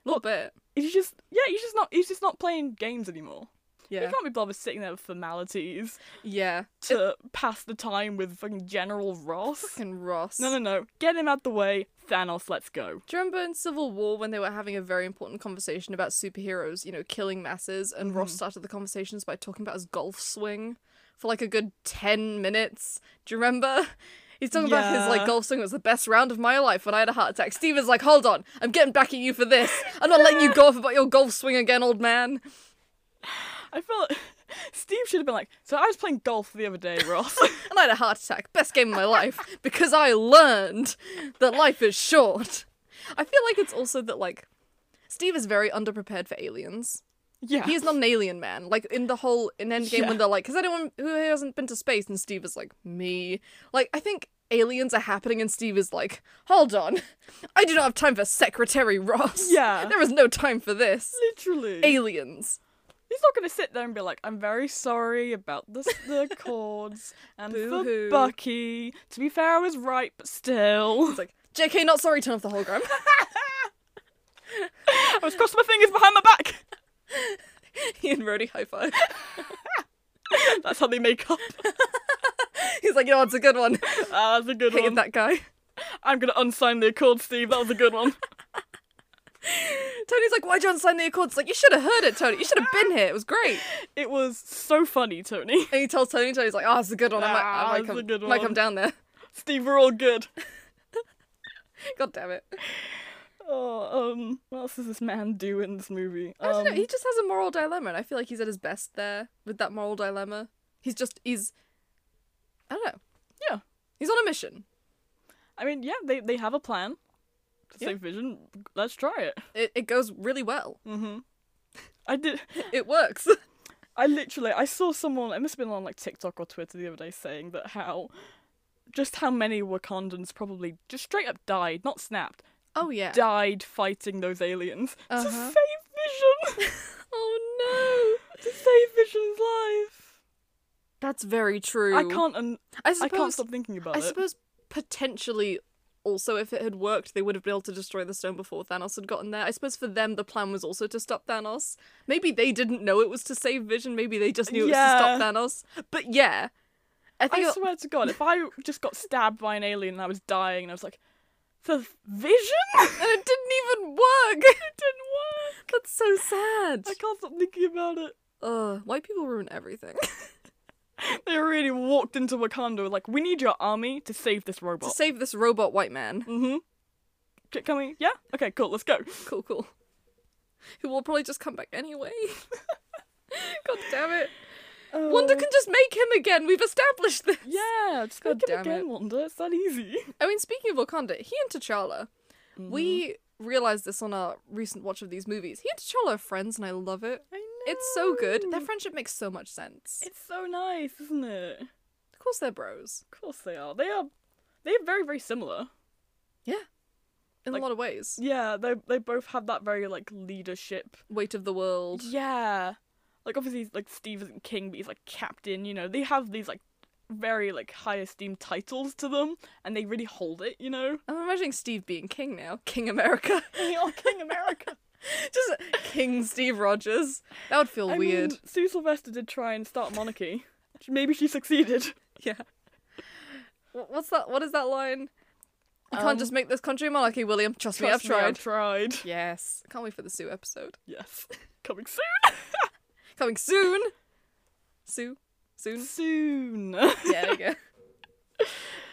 Speaker 2: little bit.
Speaker 1: He's just yeah, he's just not he's just not playing games anymore.
Speaker 2: Yeah.
Speaker 1: He can't be bothered sitting there with formalities
Speaker 2: Yeah.
Speaker 1: to pass the time with fucking General Ross.
Speaker 2: Fucking Ross.
Speaker 1: No, no, no. Get him out the way. Thanos, let's go.
Speaker 2: Do you remember in Civil War when they were having a very important conversation about superheroes, you know, killing masses, and Ross
Speaker 1: Mm-hmm.
Speaker 2: started the conversations by talking about his golf swing for like a good 10 minutes? Do you remember? He's talking about his
Speaker 1: Yeah.
Speaker 2: like golf swing was the best round of my life when I had a heart attack. Steve is like, hold on, I'm getting back at you for this. I'm not letting you go off about your golf swing again, old man.
Speaker 1: I felt Steve should have been like, so I was playing golf the other day, Ross.
Speaker 2: And I had a heart attack, best game of my life, because I learned that life is short. I feel like it's also that like Steve is very underprepared for aliens.
Speaker 1: yeah.
Speaker 2: He is not an alien man. Like in the whole in Endgame
Speaker 1: Yeah.
Speaker 2: when they're like, has anyone who hasn't been to space? And Steve is like, me. Like I think aliens are happening, and Steve is like, hold on, I do not have time for Secretary Ross.
Speaker 1: Yeah.
Speaker 2: there is no time for this.
Speaker 1: literally.
Speaker 2: Aliens.
Speaker 1: He's not going to sit there and be like, I'm very sorry about the, the chords and for
Speaker 2: Boo-hoo.
Speaker 1: Bucky. To be fair, I was right, but still.
Speaker 2: It's like J.K. Not sorry. Turn off the hologram.
Speaker 1: I was crossing my fingers behind my back.
Speaker 2: he and Rhodey high five.
Speaker 1: That's how they make up.
Speaker 2: He's like, you know, it's a good one.
Speaker 1: Ah, that's a good
Speaker 2: Hated
Speaker 1: one.
Speaker 2: that guy.
Speaker 1: I'm going to unsign the accord, Steve. That was a good one.
Speaker 2: Tony's like, why'd you unsign the accords? It's like, you should have heard it, Tony. You should have been here. It was great.
Speaker 1: it was so funny, Tony.
Speaker 2: And he tells Tony, Tony's like, oh, it's a good one. I might,
Speaker 1: Ah,
Speaker 2: I might,
Speaker 1: it's a
Speaker 2: come,
Speaker 1: good
Speaker 2: might
Speaker 1: one.
Speaker 2: come down there.
Speaker 1: Steve, we're all good.
Speaker 2: God damn it.
Speaker 1: Oh, um, what else does this man do in this movie?
Speaker 2: I don't know.
Speaker 1: Um,
Speaker 2: He just has a moral dilemma, and I feel like he's at his best there with that moral dilemma. He's just he's, I don't know.
Speaker 1: Yeah.
Speaker 2: he's on a mission.
Speaker 1: I mean, yeah, they, they have a plan to
Speaker 2: Yeah.
Speaker 1: save Vision. Let's try it.
Speaker 2: It it goes really well.
Speaker 1: Mm-hmm. I did.
Speaker 2: It works.
Speaker 1: I literally, I saw someone. It must have been on like TikTok or Twitter the other day saying that how, just how many Wakandans probably just straight up died, not snapped,
Speaker 2: Oh yeah.
Speaker 1: died fighting those aliens
Speaker 2: Uh-huh.
Speaker 1: to save Vision.
Speaker 2: Oh That's very true.
Speaker 1: I can't. Un-
Speaker 2: I
Speaker 1: I can't
Speaker 2: suppose.
Speaker 1: stop thinking about
Speaker 2: I
Speaker 1: it.
Speaker 2: suppose potentially. Also, if it had worked, they would have been able to destroy the stone before Thanos had gotten there. I suppose for them, the plan was also to stop Thanos. Maybe they didn't know it was to save Vision. Maybe they just knew it was
Speaker 1: Yeah.
Speaker 2: to stop Thanos. But yeah, I think
Speaker 1: I
Speaker 2: it'll-
Speaker 1: swear to God, if I just got stabbed by an alien and I was dying and I was like, the vision
Speaker 2: and it didn't even work.
Speaker 1: didn't work.
Speaker 2: That's so sad.
Speaker 1: I can't stop thinking about it.
Speaker 2: Ugh, white people ruin everything.
Speaker 1: They really walked into Wakanda like, we need your army to save this
Speaker 2: to
Speaker 1: robot.
Speaker 2: save this robot white man.
Speaker 1: mm-hmm. C- Can we? Yeah. Okay. Cool. Let's go.
Speaker 2: Cool, cool. Who will probably just come back anyway. God damn it. Wanda can just make him again. We've established this.
Speaker 1: Oh, Yeah. Just
Speaker 2: God
Speaker 1: make it
Speaker 2: damn
Speaker 1: again,
Speaker 2: it.
Speaker 1: Wanda. It's that easy.
Speaker 2: I mean, speaking of Wakanda, he and T'Challa, we
Speaker 1: Mm-hmm.
Speaker 2: realized this on our recent watch of these movies. He and T'Challa are friends, and I love it.
Speaker 1: I know.
Speaker 2: It's so good.
Speaker 1: Mm.
Speaker 2: Their friendship makes so much sense.
Speaker 1: It's so nice, isn't it? Of
Speaker 2: Of course, they're bros.
Speaker 1: course they are. They are. They're very, very similar.
Speaker 2: In
Speaker 1: Like-
Speaker 2: a lot of ways.
Speaker 1: Yeah, they they both have that very like leadership
Speaker 2: Weight of the world.
Speaker 1: Yeah. Like obviously like Steve isn't king, but he's like captain, you know. They have these like very like high esteemed titles to them and they really hold it, you know?
Speaker 2: I'm imagining Steve being king now. King America.
Speaker 1: You're King America.
Speaker 2: just King Steve Rogers. That would feel
Speaker 1: I
Speaker 2: weird.
Speaker 1: Mean, Sue Sylvester did try and start a monarchy. Maybe she succeeded.
Speaker 2: Yeah. Wh- What's that? What is that line? You can't
Speaker 1: Um,
Speaker 2: just make this country a monarchy, William. Trust, me, I've
Speaker 1: Trust me,
Speaker 2: tried.
Speaker 1: I've tried.
Speaker 2: Yes. Can't wait for the Sue episode.
Speaker 1: Yes. Coming soon.
Speaker 2: Coming soon. Sue. Soon.
Speaker 1: soon.
Speaker 2: Yeah, there you go.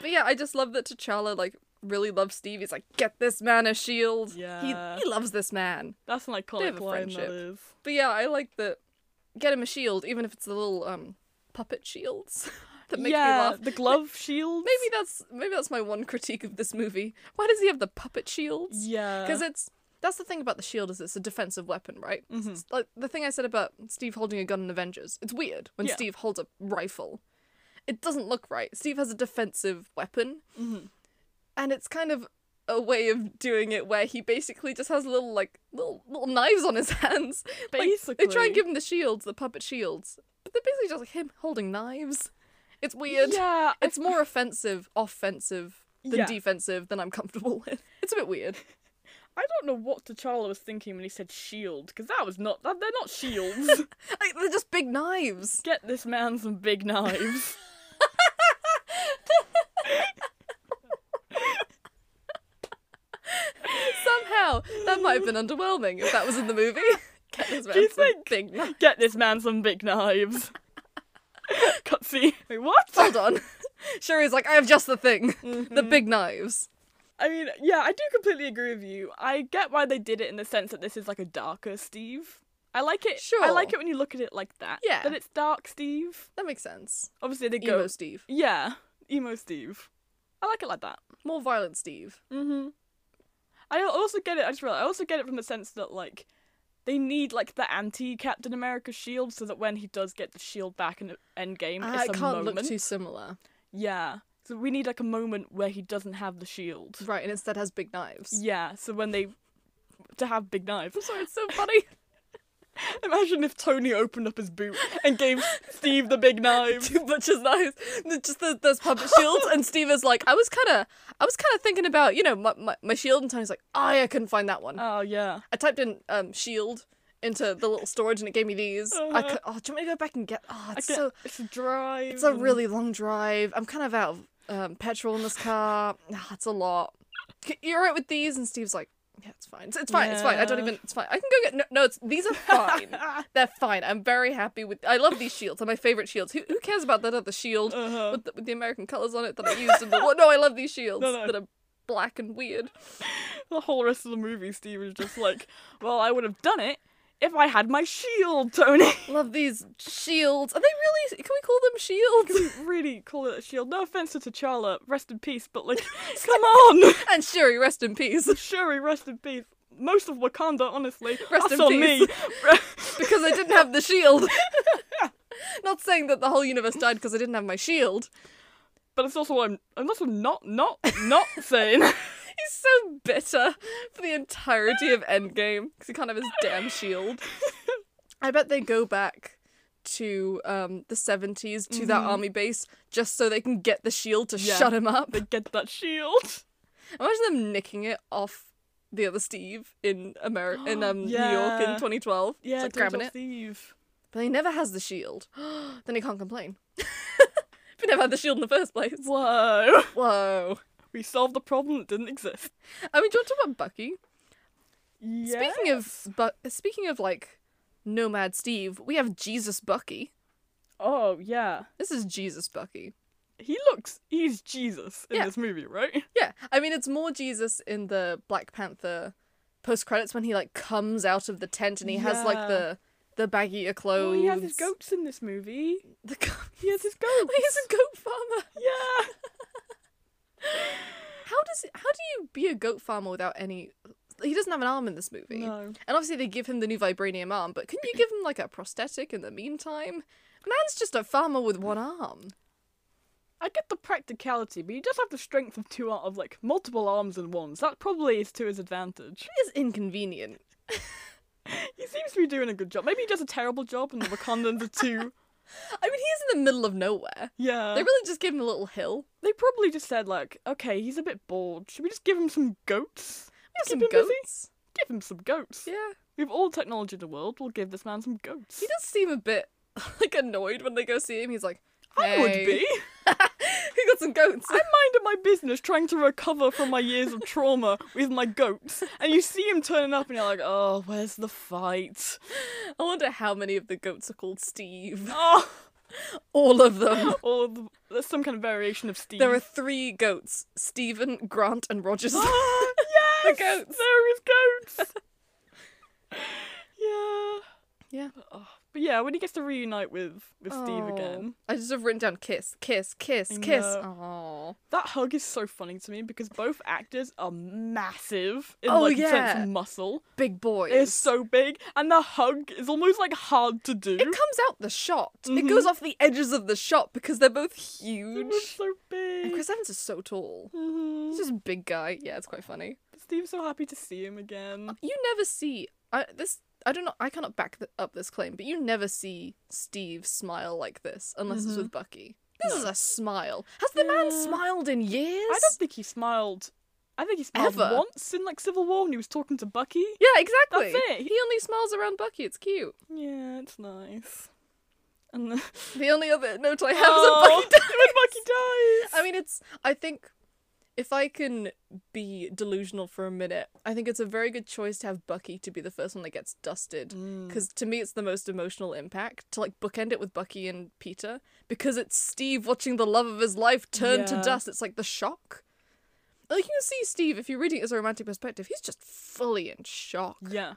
Speaker 2: but yeah, I just love that T'Challa, like, really loves Steve. He's like, get this man a shield.
Speaker 1: Yeah.
Speaker 2: He, he loves this man.
Speaker 1: That's an
Speaker 2: have
Speaker 1: iconic
Speaker 2: a
Speaker 1: line
Speaker 2: friendship.
Speaker 1: that is.
Speaker 2: But yeah, I like that. Get him a shield, even if it's the little um puppet shields that make me
Speaker 1: yeah,
Speaker 2: laugh.
Speaker 1: the glove shields.
Speaker 2: Maybe that's maybe that's my one critique of this movie. Why does he have the puppet shields?
Speaker 1: Yeah.
Speaker 2: Because it's that's the thing about the shield is it's a defensive weapon, right?
Speaker 1: Mm-hmm.
Speaker 2: It's like the thing I said about Steve holding a gun in Avengers. It's weird when
Speaker 1: Yeah.
Speaker 2: Steve holds a rifle. It doesn't look right. Steve has a defensive weapon,
Speaker 1: Mm-hmm.
Speaker 2: and it's kind of a way of doing it where he basically just has little like little little knives on his hands. Like, they try
Speaker 1: Basically.
Speaker 2: and give him the shields, the puppet shields, but they're basically just like him holding knives. It's weird
Speaker 1: Yeah, I
Speaker 2: it's more offensive, offensive than
Speaker 1: Yeah.
Speaker 2: defensive than I'm comfortable with. It's a bit weird.
Speaker 1: I don't know what T'Challa was thinking when he said shield, because that was not that, they're not shields.
Speaker 2: Like they're just big knives.
Speaker 1: Get this man some big knives.
Speaker 2: Somehow that might have been underwhelming if that was in the movie. Get this man
Speaker 1: you
Speaker 2: some
Speaker 1: think?
Speaker 2: big knife.
Speaker 1: Get this man some big knives. Cutscene. Wait, what?
Speaker 2: Hold on. Shuri's like, I have just the thing.
Speaker 1: Mm-hmm.
Speaker 2: The big knives.
Speaker 1: I mean, yeah, I do completely agree with you. I get why they did it in the sense that this is like a darker Steve. I like it. I like it
Speaker 2: Sure.
Speaker 1: when you look at it like that.
Speaker 2: Yeah.
Speaker 1: That it's dark Steve.
Speaker 2: That makes sense.
Speaker 1: Obviously they go.
Speaker 2: Emo Steve.
Speaker 1: Yeah. Emo Steve. I like it like that.
Speaker 2: More violent Steve.
Speaker 1: Mm-hmm. I al- also get it. I just realized. I also get it from the sense that like they need like the anti Captain America shield so that when he does get the shield back in Endgame,
Speaker 2: Ah,
Speaker 1: it's
Speaker 2: it
Speaker 1: a
Speaker 2: can't
Speaker 1: moment.
Speaker 2: look too similar.
Speaker 1: yeah. So we need like a moment where he doesn't have the shield.
Speaker 2: Right, and instead has big knives.
Speaker 1: Yeah. So when they to have big knives.
Speaker 2: I'm sorry, it's so funny.
Speaker 1: Imagine if Tony opened up his boot and gave Steve the big knife.
Speaker 2: Two butcher's knives, Th- just the, those puppet shields, and Steve is like, I was kind of, I was kind of thinking about, you know, my, my, my shield, and Tony's like, oh, yeah, I couldn't find that one.
Speaker 1: Oh yeah.
Speaker 2: I typed in um shield into the little storage, and it gave me these. I
Speaker 1: Uh-huh.
Speaker 2: could, oh, do you want me to go back and get? Oh, it's
Speaker 1: Get-
Speaker 2: so,
Speaker 1: it's a drive.
Speaker 2: it's a
Speaker 1: and-
Speaker 2: really long drive. I'm kind of out of um, petrol in this car. Ah, it's a lot. C- You're right with these, and Steve's like, yeah, it's fine. It's, it's fine. It's fine. I don't
Speaker 1: Yeah.
Speaker 2: even. It's fine. I can go get. No, no it's these are fine.
Speaker 1: Ah,
Speaker 2: They're fine. I'm very happy with. I love these shields. They're my favorite shields. Who, who cares about that other shield
Speaker 1: Uh-huh.
Speaker 2: with, the, with the American colors on it that I used? in the, war? no, I love these shields
Speaker 1: No, no.
Speaker 2: that are black and weird.
Speaker 1: The whole rest of the movie, Steve is just like, well, I would have done it if I had my shield, Tony.
Speaker 2: Love these shields. Are they really? Can we call them shields?
Speaker 1: really call it a shield. No offense to T'Challa, rest in peace, but like, come on!
Speaker 2: and Shuri, rest in peace,
Speaker 1: Shuri, rest in peace. Most of Wakanda, honestly.
Speaker 2: Rest
Speaker 1: that's
Speaker 2: in
Speaker 1: on me.
Speaker 2: peace.
Speaker 1: Re-
Speaker 2: because I didn't have the shield. Not saying that the whole universe died because I didn't have my shield.
Speaker 1: but it's also I'm I'm also not not not saying.
Speaker 2: He's so bitter for the entirety of Endgame because he can't have his damn shield. I bet they go back to um, the 70s to that army base just so they can get the shield to
Speaker 1: Mm-hmm. Yeah.
Speaker 2: shut him up.
Speaker 1: They get that shield.
Speaker 2: Imagine them nicking it off the other Steve in America in um, New York in
Speaker 1: Yeah.
Speaker 2: 2012. It's
Speaker 1: Yeah,
Speaker 2: like grabbing
Speaker 1: Total
Speaker 2: it.
Speaker 1: Thief.
Speaker 2: But he never has the shield. then he can't complain. if he never had the shield in the first place.
Speaker 1: Whoa.
Speaker 2: Whoa.
Speaker 1: We solved a problem that didn't exist.
Speaker 2: I mean, do you want to talk about Bucky? Speaking
Speaker 1: Yes.
Speaker 2: of but speaking of like Nomad Steve, we have Jesus Bucky.
Speaker 1: Oh, yeah.
Speaker 2: This is Jesus Bucky.
Speaker 1: He looks. He's Jesus in
Speaker 2: Yeah.
Speaker 1: this movie, right?
Speaker 2: Yeah, I mean it's more Jesus in the Black Panther post credits when he like comes out of the tent and he has like
Speaker 1: Yeah.
Speaker 2: the the baggier clothes.
Speaker 1: Oh, he has his goats in this movie.
Speaker 2: The goat.
Speaker 1: He has his goats.
Speaker 2: He's a goat farmer.
Speaker 1: yeah.
Speaker 2: How does how do you be a goat farmer without any? He doesn't have an arm in this movie.
Speaker 1: No.
Speaker 2: And obviously they give him the new vibranium arm, but can you give him like a prosthetic in the meantime? Man's just a farmer with one arm.
Speaker 1: I get the practicality, but he does have the strength of two ar- of like multiple arms and ones. That probably is to his advantage.
Speaker 2: It is inconvenient.
Speaker 1: He seems to be doing a good job. Maybe he does a terrible job, and the Wakandans are too.
Speaker 2: I mean, he's in the middle of nowhere.
Speaker 1: Yeah.
Speaker 2: They really just give him a little hill.
Speaker 1: They probably just said like, okay, he's a bit bored. Should we just give him some goats?
Speaker 2: We have
Speaker 1: Keep
Speaker 2: some
Speaker 1: him busy.
Speaker 2: goats.
Speaker 1: Give him some goats.
Speaker 2: Yeah.
Speaker 1: We have all the technology in the world. We'll give this man some goats.
Speaker 2: He does seem a bit like annoyed when they go see him. He's like,
Speaker 1: I would
Speaker 2: "Hey,
Speaker 1: be.
Speaker 2: He got some goats.
Speaker 1: I'm minding my business, trying to recover from my years of trauma with my goats, and you see him turning up, and you're like, oh, where's the fight?
Speaker 2: I wonder how many of the goats are called Steve.
Speaker 1: Oh,
Speaker 2: All of them.
Speaker 1: or the, there's some kind of variation of Steve.
Speaker 2: There are three goats: Stephen, Grant, and Rogers.
Speaker 1: Ah,
Speaker 2: The
Speaker 1: yes,
Speaker 2: goats.
Speaker 1: There is goats. yeah.
Speaker 2: yeah.
Speaker 1: Oh, but yeah, when he gets to reunite with with Steve
Speaker 2: Oh.
Speaker 1: again,
Speaker 2: I just have written down kiss, kiss, kiss,
Speaker 1: I
Speaker 2: kiss.
Speaker 1: know.
Speaker 2: Oh.
Speaker 1: that hug is so funny to me because both actors are massive in
Speaker 2: Oh,
Speaker 1: like sense
Speaker 2: yeah.
Speaker 1: of muscle.
Speaker 2: Big boys.
Speaker 1: It's so big, and the hug is almost like hard to do.
Speaker 2: It comes out the shot. It
Speaker 1: Mhm.
Speaker 2: goes off the edges of the shot because they're both
Speaker 1: It
Speaker 2: huge.
Speaker 1: was so
Speaker 2: And
Speaker 1: big.
Speaker 2: Chris Evans is so tall.
Speaker 1: Mhm.
Speaker 2: He's just a big guy. Yeah, it's quite funny. Uh,
Speaker 1: Steve's so happy to see him again.
Speaker 2: You never see I, this. I don't know. I cannot back th up this claim, but you never see Steve smile like this unless it's with Bucky. This is a smile. Has the man
Speaker 1: Mm-hmm. Yeah.
Speaker 2: smiled in years?
Speaker 1: I don't think he smiled. I think he smiled
Speaker 2: Ever.
Speaker 1: once in like Civil War when he was talking to Bucky.
Speaker 2: Yeah, exactly.
Speaker 1: That's it.
Speaker 2: He only smiles around Bucky. It's cute.
Speaker 1: Yeah, it's nice. And the-
Speaker 2: The only other note I have
Speaker 1: Oh,
Speaker 2: is that Bucky dies.
Speaker 1: when Bucky dies.
Speaker 2: I mean, it's. I think if I can be delusional for a minute, I think it's a very good choice to have Bucky to be the first one that gets dusted.
Speaker 1: Mm.
Speaker 2: Because to me, it's the most emotional impact to like bookend it with Bucky and Peter. Because it's Steve watching the love of his life turn to
Speaker 1: Yeah.
Speaker 2: dust. It's like the shock. Like you can see Steve, if you're reading it as a romantic perspective, he's just fully in shock.
Speaker 1: yeah,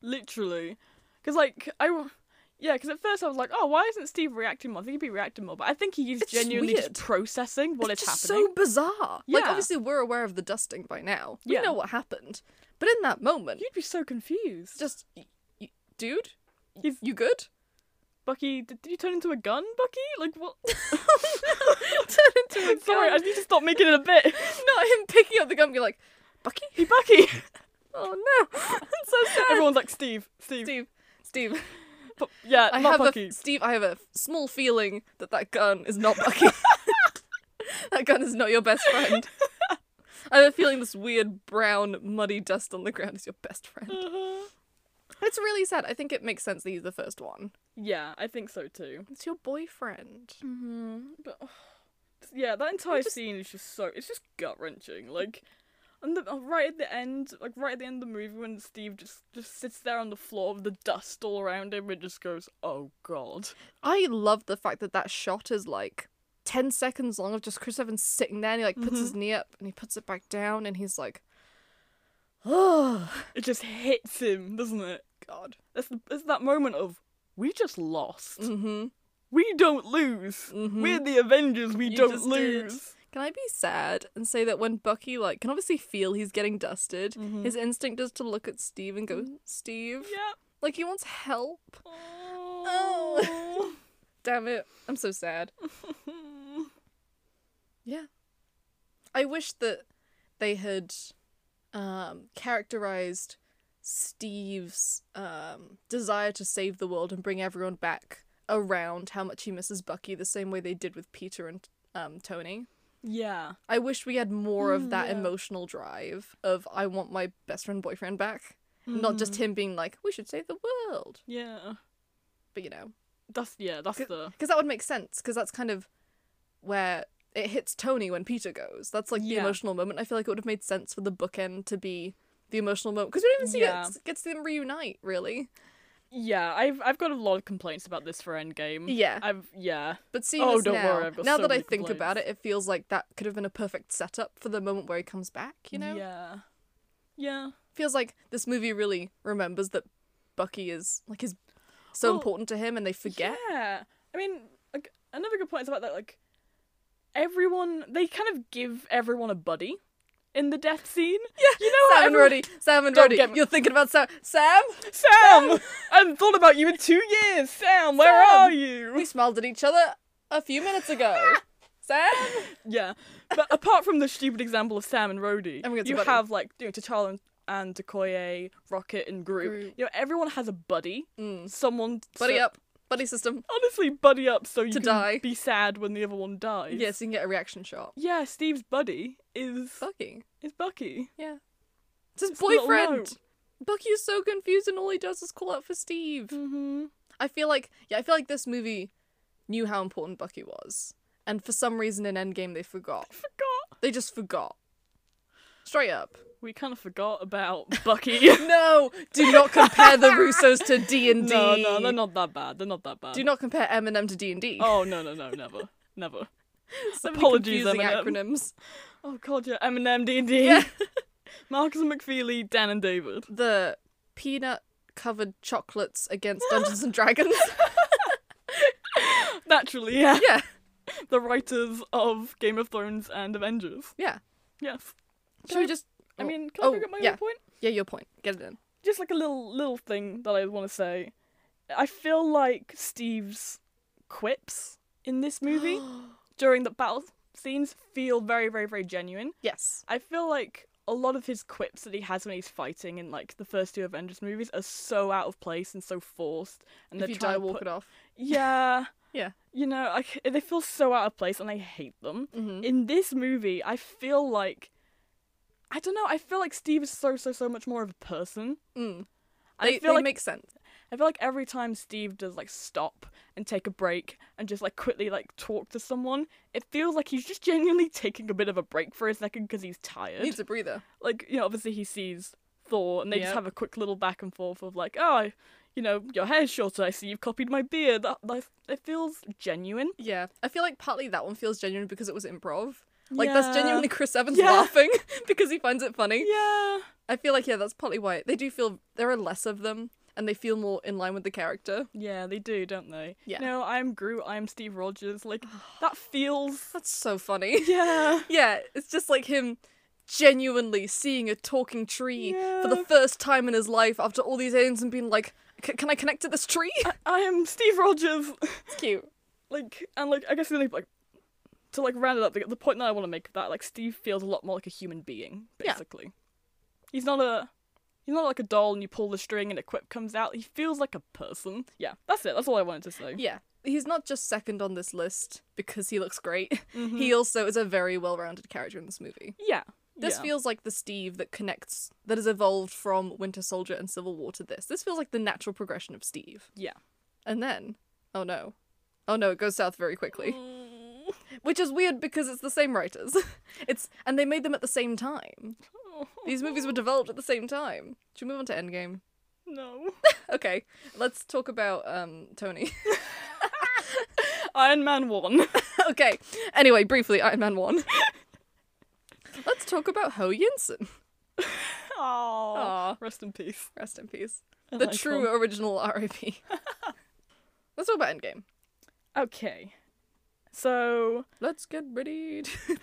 Speaker 1: literally, because like I, w- yeah, because at first I was like, oh, why isn't Steve reacting more? I think he'd be reacting more, but I think he is
Speaker 2: It's
Speaker 1: genuinely
Speaker 2: weird.
Speaker 1: just processing what
Speaker 2: it's
Speaker 1: is
Speaker 2: just
Speaker 1: happening.
Speaker 2: so bizarre. Like
Speaker 1: Yeah.
Speaker 2: obviously we're aware of the dusting by now. We
Speaker 1: Yeah.
Speaker 2: know what happened. But in that moment,
Speaker 1: You'd be so confused.
Speaker 2: it's just y- y- dude,
Speaker 1: You've-
Speaker 2: you good?
Speaker 1: Bucky, did, did you turn into a gun, Bucky? Like what?
Speaker 2: Turn into a
Speaker 1: Sorry, I
Speaker 2: gun.
Speaker 1: need to stop making it a bit.
Speaker 2: Not him picking up the gun and be like, Bucky?
Speaker 1: Hey, Bucky.
Speaker 2: Oh no. That's so sad.
Speaker 1: Everyone's like Steve, Steve.
Speaker 2: Steve, Steve,
Speaker 1: Bu- yeah,
Speaker 2: I
Speaker 1: not
Speaker 2: have
Speaker 1: Bucky.
Speaker 2: a Steve. I have a small feeling that that gun is not Bucky. that gun is not your best friend. I have a feeling this weird brown, muddy dust on the ground is your best friend.
Speaker 1: Uh-huh.
Speaker 2: It's really sad. I think it makes sense that he's the first one.
Speaker 1: Yeah, I think so too.
Speaker 2: It's your boyfriend.
Speaker 1: Mm-hmm. But yeah, that entire
Speaker 2: just-
Speaker 1: scene is just so it's just gut wrenching. Like, and the, oh, right at the end, like right at the end of the movie, when Steve just just sits there on the floor with the dust all around him, it just goes, "Oh God."
Speaker 2: I love the fact that that shot is like ten seconds long of just Chris Evans sitting there and he like puts his knee up and he puts it back down and he's like, oh
Speaker 1: It just hits him, doesn't it?
Speaker 2: god.
Speaker 1: It's, the, it's that moment of we just lost.
Speaker 2: Mm-hmm.
Speaker 1: We don't lose.
Speaker 2: Mhm.
Speaker 1: We're the Avengers. We
Speaker 2: You
Speaker 1: don't
Speaker 2: just did.
Speaker 1: lose.
Speaker 2: Can I be sad and say that when Bucky like can obviously feel he's getting dusted, his instinct is to look at Steve and go, "Steve,
Speaker 1: Yeah.
Speaker 2: like he wants help."
Speaker 1: Oh.
Speaker 2: Damn it, I'm so sad. Oh. Yeah, I wish that they had um, characterized Steve's um, desire to save the world and bring everyone back around how much he misses Bucky the same way they did with Peter and um, Tony.
Speaker 1: Yeah.
Speaker 2: I wish we had more of
Speaker 1: Mm,
Speaker 2: that
Speaker 1: yeah.
Speaker 2: emotional drive of I want my best friend boyfriend back, not just him being like we should save the world,
Speaker 1: Mm. Yeah.
Speaker 2: but you know,
Speaker 1: That's yeah, that's the
Speaker 2: because that would make sense because that's kind of where it hits Tony when Peter goes. That's like the
Speaker 1: Yeah.
Speaker 2: emotional moment. I feel like it would have made sense for the bookend to be the emotional moment because we don't even see
Speaker 1: Yeah.
Speaker 2: it it gets them reunite really.
Speaker 1: Yeah, I've I've got a lot of complaints about this for Endgame.
Speaker 2: Yeah,
Speaker 1: I've yeah.
Speaker 2: but seeing
Speaker 1: Mm. Oh,
Speaker 2: as
Speaker 1: don't
Speaker 2: now,
Speaker 1: worry, I've got
Speaker 2: now
Speaker 1: so
Speaker 2: that I
Speaker 1: many
Speaker 2: think about it, it feels like that could have been a perfect setup for the moment where he comes back. You know,
Speaker 1: Yeah. Yeah.
Speaker 2: feels like this movie really remembers that Bucky is like is so
Speaker 1: Well,
Speaker 2: important to him, and they forget.
Speaker 1: Yeah. I mean, like another good point is about that like everyone they kind of give everyone a buddy in the death scene. Yeah. You know how
Speaker 2: Sam and
Speaker 1: everyone-
Speaker 2: Roddy, Sam and
Speaker 1: Don't
Speaker 2: Roddy,
Speaker 1: get me-
Speaker 2: you're thinking about Sam. Sam,
Speaker 1: Sam! I haven't thought about you in two years! Sam, where
Speaker 2: Sam!
Speaker 1: are
Speaker 2: we
Speaker 1: you?
Speaker 2: smiled at each other a few minutes ago. Sam,
Speaker 1: Yeah. But apart from the stupid example of Sam and Rhodey,
Speaker 2: Everyone gets a
Speaker 1: you
Speaker 2: buddy.
Speaker 1: have like you know, T'Challa and, and Okoye, Rocket and Groot.
Speaker 2: Groot.
Speaker 1: You know, everyone has a buddy.
Speaker 2: Mm.
Speaker 1: Someone
Speaker 2: buddy
Speaker 1: so-
Speaker 2: up, buddy system.
Speaker 1: Honestly, buddy up so you
Speaker 2: To
Speaker 1: can
Speaker 2: die.
Speaker 1: be sad when the other one dies.
Speaker 2: Yes, you can get a reaction shot.
Speaker 1: Yeah, Steve's buddy is
Speaker 2: Bucky,
Speaker 1: is Bucky.
Speaker 2: yeah, it's his
Speaker 1: It's a little
Speaker 2: boyfriend.
Speaker 1: note.
Speaker 2: Bucky is so confused, and all he does is call out for Steve.
Speaker 1: Mm-hmm.
Speaker 2: I feel like yeah, I feel like this movie knew how important Bucky was, and for some reason in Endgame they forgot.
Speaker 1: Forgot.
Speaker 2: They just forgot. Straight up.
Speaker 1: We kind of forgot about Bucky.
Speaker 2: No, do not compare the Russos to D and D.
Speaker 1: no, no, they're not that bad. They're not that bad.
Speaker 2: Do not compare Eminem to D and D.
Speaker 1: Oh no, no, no, never, never.
Speaker 2: So many
Speaker 1: apologies,
Speaker 2: confusing
Speaker 1: Eminem.
Speaker 2: acronyms.
Speaker 1: Oh god, yeah, Eminem, D and D,
Speaker 2: Yeah,
Speaker 1: Marcus and McFeely, Dan and David.
Speaker 2: the peanut covered chocolates against Dungeons and Dragons.
Speaker 1: Naturally, yeah.
Speaker 2: Yeah,
Speaker 1: The writers of Game of Thrones and Avengers.
Speaker 2: yeah.
Speaker 1: Yes.
Speaker 2: Should we just?
Speaker 1: I
Speaker 2: Oh,
Speaker 1: mean, can I
Speaker 2: oh,
Speaker 1: bring up my
Speaker 2: yeah.
Speaker 1: own point?
Speaker 2: Yeah, your point. Get it in.
Speaker 1: just like a little little thing that I want to say. I feel like Steve's quips in this movie during the battle scenes feel very very very genuine.
Speaker 2: Yes.
Speaker 1: I feel like a lot of his quips that he has when he's fighting in like the first two Avengers movies are so out of place and so forced, and
Speaker 2: If
Speaker 1: they're
Speaker 2: you
Speaker 1: trying
Speaker 2: die,
Speaker 1: to
Speaker 2: walk
Speaker 1: put-
Speaker 2: it off.
Speaker 1: yeah,
Speaker 2: Yeah.
Speaker 1: you know, I c they feel so out of place, and I hate them.
Speaker 2: Mm-hmm.
Speaker 1: In this movie, I feel like I don't know. I feel like Steve is so so so much more of a person.
Speaker 2: Mm.
Speaker 1: I
Speaker 2: They,
Speaker 1: feel
Speaker 2: they
Speaker 1: like
Speaker 2: make sense.
Speaker 1: I feel like every time Steve does like stop and take a break and just like quickly like talk to someone, it feels like he's just genuinely taking a bit of a break for a second because he's tired.
Speaker 2: Needs a breather.
Speaker 1: Like you know, obviously he sees Thor and they
Speaker 2: Yep.
Speaker 1: just have a quick little back and forth of like, oh, I, you know, your hair's shorter. I see you've copied my beard. That, that it feels genuine.
Speaker 2: Yeah, I feel like partly that one feels genuine because it was improv. Like that's
Speaker 1: Yeah.
Speaker 2: genuinely Chris Evans
Speaker 1: Yeah.
Speaker 2: laughing because he finds it funny.
Speaker 1: Yeah.
Speaker 2: I feel like yeah, that's partly why they do feel there are less of them and they feel more in line with the character.
Speaker 1: Yeah, they do, don't they?
Speaker 2: Yeah.
Speaker 1: No, I'm Groot. I'm Steve Rogers. Like that feels.
Speaker 2: That's so funny.
Speaker 1: Yeah.
Speaker 2: yeah, it's just like him genuinely seeing a talking tree for the
Speaker 1: Yeah.
Speaker 2: first time in his life after all these aliens and being like, "C- "Can I connect to this tree?"
Speaker 1: I am Steve Rogers.
Speaker 2: it's cute.
Speaker 1: like and like I guess the only like to like round it up the, the point that I want to make of that like Steve feels a lot more like a human being
Speaker 2: Yeah.
Speaker 1: basically. He's not a he's not like a doll and you pull the string and a quip comes out. He feels like a person. Yeah, that's it. That's all I wanted to say.
Speaker 2: Yeah. He's not just second on this list because he looks great.
Speaker 1: Mm-hmm.
Speaker 2: He also is a very well-rounded character in this movie.
Speaker 1: Yeah.
Speaker 2: This
Speaker 1: yeah.
Speaker 2: feels like the Steve that connects, that has evolved from Winter Soldier and Civil War to this. This feels like the natural progression of Steve.
Speaker 1: Yeah.
Speaker 2: And then, oh no. Oh no, it goes south very quickly. Which is weird because it's the same writers. it's and they made them at the same time. These movies were developed at the same time. Should we move on to Endgame?
Speaker 1: No.
Speaker 2: Okay, let's talk about um Tony.
Speaker 1: Iron Man 1.
Speaker 2: okay. Anyway, briefly, Iron Man 1. let's talk about Ho Yinsen.
Speaker 1: Aww.
Speaker 2: Aw.
Speaker 1: Rest in peace.
Speaker 2: Rest in peace.
Speaker 1: An
Speaker 2: The
Speaker 1: icon.
Speaker 2: true original RIP. Let's talk about Endgame.
Speaker 1: Okay. So,
Speaker 2: Let's get ready. to-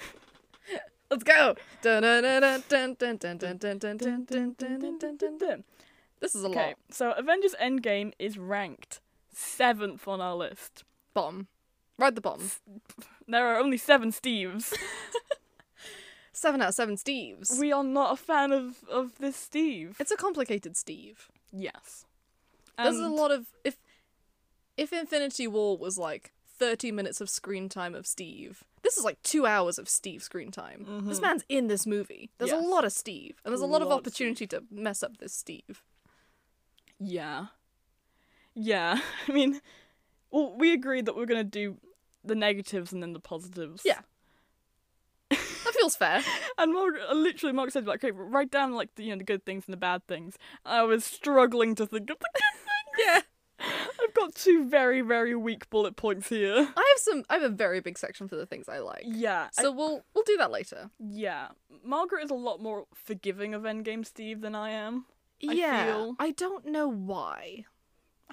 Speaker 2: Let's go. Dun, dun, dun, dun, dun, dun, dun, dun, dun, dun, dun, dun, dun, dun, dun, dun. This is a
Speaker 1: okay.
Speaker 2: lot.
Speaker 1: So Avengers Endgame is ranked 7th on our list.
Speaker 2: Bomb. Ride the bomb.
Speaker 1: There are only seven Steves.
Speaker 2: Seven out of seven Steves.
Speaker 1: We are not a fan of, of this Steve. Um,
Speaker 2: it's a complicated Steve.
Speaker 1: Yes.
Speaker 2: There's a
Speaker 1: And-
Speaker 2: lot of if if Infinity War was like 30 minutes of screen time of Steve. This is like 2 hours of Steve screen time. This man's in this movie. There's
Speaker 1: Mm-hmm. Yes.
Speaker 2: a lot of Steve and there's a lot, of
Speaker 1: Lot of
Speaker 2: opportunity to mess up this Steve.
Speaker 1: Yeah. Yeah. I mean, well, we agreed that we're going to do the negatives and then the positives.
Speaker 2: Yeah. That feels fair.
Speaker 1: And Mark, uh, literally, Mark said, like, okay, write down, like, the, you know, the good things and the bad things. I was struggling to think of the good
Speaker 2: yeah.
Speaker 1: things. I've got two very, very weak bullet points here.
Speaker 2: I have some I have a very big section for the things I like.
Speaker 1: Yeah. I-
Speaker 2: So we'll we'll do that later.
Speaker 1: yeah. Margaret is a lot more forgiving of Endgame Steve than I am. I feel-
Speaker 2: I don't know why.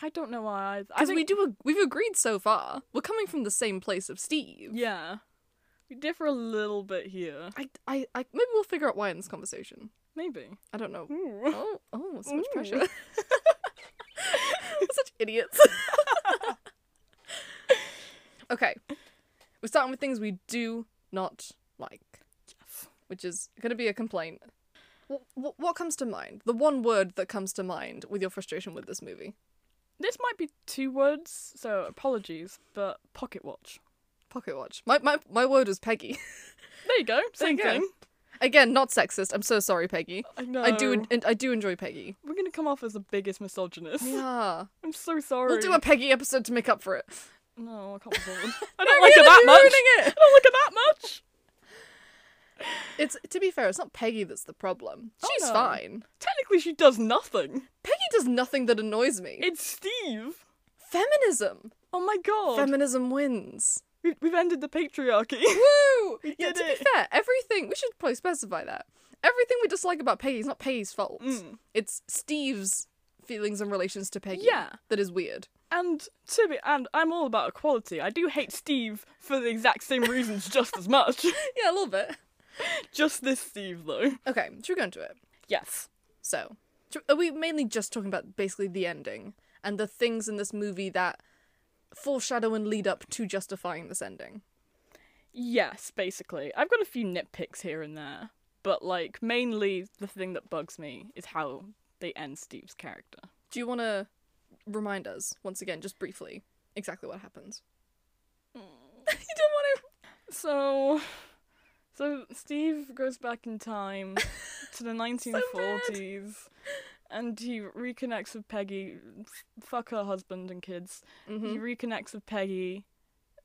Speaker 1: I don't know why. I- I
Speaker 2: Because
Speaker 1: think,
Speaker 2: we do ag- we've agreed so far. We're coming from the same place of Steve.
Speaker 1: Yeah. We differ a little bit here.
Speaker 2: I, I, I maybe we'll figure out why in this conversation.
Speaker 1: Maybe.
Speaker 2: I don't know.
Speaker 1: Ooh.
Speaker 2: Oh, oh, so much
Speaker 1: Ooh.
Speaker 2: pressure. Such idiots. okay. We're starting with things we do not like,
Speaker 1: Yes.
Speaker 2: which is going to be a complaint. What, what comes to mind? The one word that comes to mind with your frustration with this movie?
Speaker 1: This might be two words, so apologies, but pocket watch.
Speaker 2: Pocket watch. My, my, my word was Peggy.
Speaker 1: There you go. Same
Speaker 2: you go.
Speaker 1: thing.
Speaker 2: Again, not sexist. I'm so sorry, Peggy.
Speaker 1: I know.
Speaker 2: I do and I do enjoy Peggy.
Speaker 1: We're gonna come off as the biggest misogynist.
Speaker 2: Yeah.
Speaker 1: I'm so sorry.
Speaker 2: We'll do a Peggy episode to make up for it.
Speaker 1: No, I can't be bothered. I
Speaker 2: No,
Speaker 1: don't look
Speaker 2: we're
Speaker 1: at that
Speaker 2: gonna be
Speaker 1: much.
Speaker 2: ruining it.
Speaker 1: I don't look at that much.
Speaker 2: It's to be fair, it's not Peggy that's the problem.
Speaker 1: Oh,
Speaker 2: She's
Speaker 1: no.
Speaker 2: fine.
Speaker 1: Technically, she does nothing.
Speaker 2: Peggy does nothing that annoys me.
Speaker 1: It's Steve.
Speaker 2: Feminism.
Speaker 1: Oh my god.
Speaker 2: Feminism wins.
Speaker 1: we- we've ended the patriarchy.
Speaker 2: Woo! yeah,
Speaker 1: did
Speaker 2: to
Speaker 1: it.
Speaker 2: be fair, everything we should probably specify that. Everything we dislike about Peggy is not Peggy's fault.
Speaker 1: Mm.
Speaker 2: It's Steve's feelings and relations to Peggy
Speaker 1: Yeah.
Speaker 2: that is weird.
Speaker 1: and to be, and I'm all about equality. I do hate Steve for the exact same reasons, just as much.
Speaker 2: Yeah, a little bit.
Speaker 1: Just this Steve, though.
Speaker 2: Okay, should we go into it?
Speaker 1: Yes.
Speaker 2: So, tr- are we mainly just talking about basically the ending and the things in this movie that foreshadow and lead up to justifying this ending?
Speaker 1: Yes, basically. I've got a few nitpicks here and there, but like mainly the thing that bugs me is how they end Steve's character.
Speaker 2: Do you want to remind us once again, just briefly, exactly what happens? Mm. you don't want
Speaker 1: So so Steve goes back in time to the 1940s and he reconnects with Peggy, f- fuck her husband and kids.
Speaker 2: to.
Speaker 1: He reconnects with Peggy.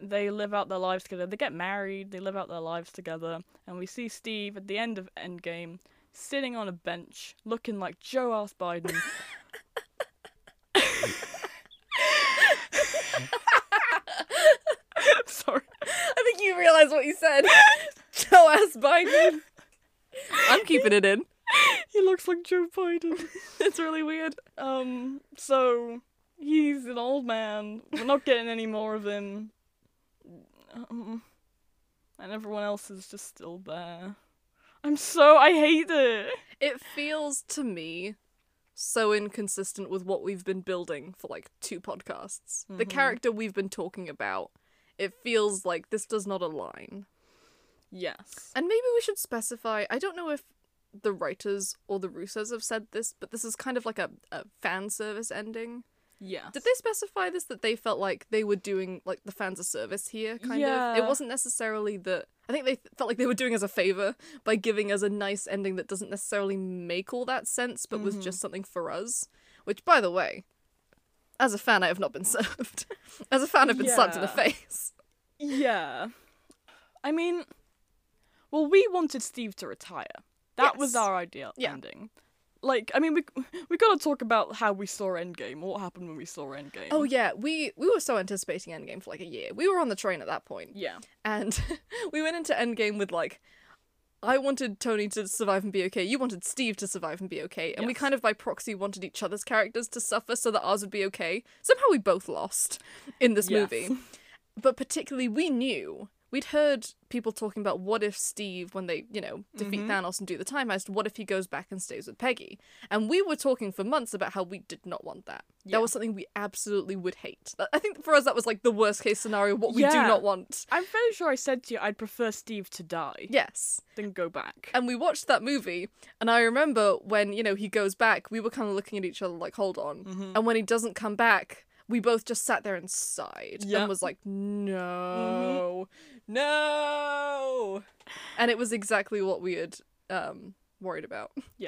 Speaker 1: They live out their lives together. They get married. They live out their lives together. And we see Steve at the end of Endgame sitting on a bench looking like Joe ass Biden. Sorry.
Speaker 2: I think you realize what you said. Joe ass Biden. I'm keeping it in.
Speaker 1: He looks like Joe Biden.
Speaker 2: It's really weird.
Speaker 1: Um, so he's an old man. We're not getting any more of him. Um, and everyone else is just still there. I'm so I hate it.
Speaker 2: It feels to me so inconsistent with what we've been building for like two podcasts. The
Speaker 1: Mhm.
Speaker 2: character we've been talking about, it feels like this does not align.
Speaker 1: Yes.
Speaker 2: And maybe we should specify I don't know if the writers or the Russos have said this, but this is kind of like a, a fan service ending.
Speaker 1: Yeah.
Speaker 2: Did they specify this that they felt like they were doing like the fans a service here, kind of?
Speaker 1: Yeah.
Speaker 2: It wasn't necessarily that. I think they th- felt like they were doing us a favor by giving us a nice ending that doesn't necessarily make all that sense, but was
Speaker 1: Mhm.
Speaker 2: just something for us. Which, by the way, as a fan, I have not been served. as a fan, I've been slapped in the
Speaker 1: Yeah.
Speaker 2: face.
Speaker 1: Yeah. I mean, well, we wanted Steve to retire. That was
Speaker 2: Yes.
Speaker 1: our ideal
Speaker 2: Yeah.
Speaker 1: ending. Like, I mean, we we gotta talk about how we saw Endgame. What happened when we saw Endgame?
Speaker 2: Oh yeah, we we were so anticipating Endgame for like a year. We were on the train at that point.
Speaker 1: yeah.
Speaker 2: And we went into Endgame with like, I wanted Tony to survive and be okay. You wanted Steve to survive and be okay. And we
Speaker 1: Yes.
Speaker 2: kind of by proxy wanted each other's characters to suffer so that ours would be okay. Somehow we both lost in this
Speaker 1: Yes.
Speaker 2: movie. But particularly, we knew we'd heard people talking about what if Steve, when they, you know, defeat
Speaker 1: Mm-hmm.
Speaker 2: Thanos and do the time heist, what if he goes back and stays with Peggy? And we were talking for months about how we did not want that.
Speaker 1: Yeah.
Speaker 2: That was something we absolutely would hate. That- I think for us, that was like the worst case scenario, what we do
Speaker 1: Yeah.
Speaker 2: not want.
Speaker 1: I'm fairly sure I said to you I'd prefer Steve to die
Speaker 2: Yes.
Speaker 1: than go back.
Speaker 2: And we watched that movie, and I remember when, you know, he goes back, we were kind of looking at each other like, hold on.
Speaker 1: Mm-hmm.
Speaker 2: And when he doesn't come back, we both just sat there and sighed
Speaker 1: Yeah. Mm-hmm.
Speaker 2: and was like, no.
Speaker 1: No.
Speaker 2: And it was exactly what we had um, worried about.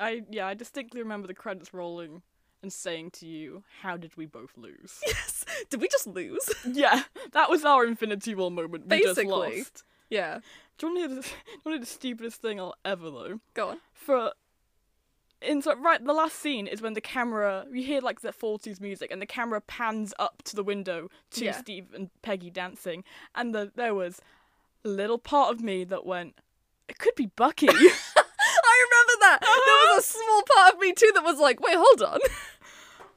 Speaker 1: I yeah, I distinctly remember the credits rolling and saying to you, "How did we both lose?"
Speaker 2: Yes. Did we just lose?
Speaker 1: yeah, that was our Infinity War moment. We just
Speaker 2: Basically.
Speaker 1: lost.
Speaker 2: yeah.
Speaker 1: Do you want to hear the, do you wanna hear the stupidest thing I'll ever though?
Speaker 2: Go on.
Speaker 1: For in so right, the last scene is when the camera you hear like the forties music and the camera pans up to the window to
Speaker 2: Yeah.
Speaker 1: Steve and Peggy dancing, and the, there was a little part of me that went, "It could be Bucky."
Speaker 2: I remember that. There was a small part of me too that was like, wait, hold on.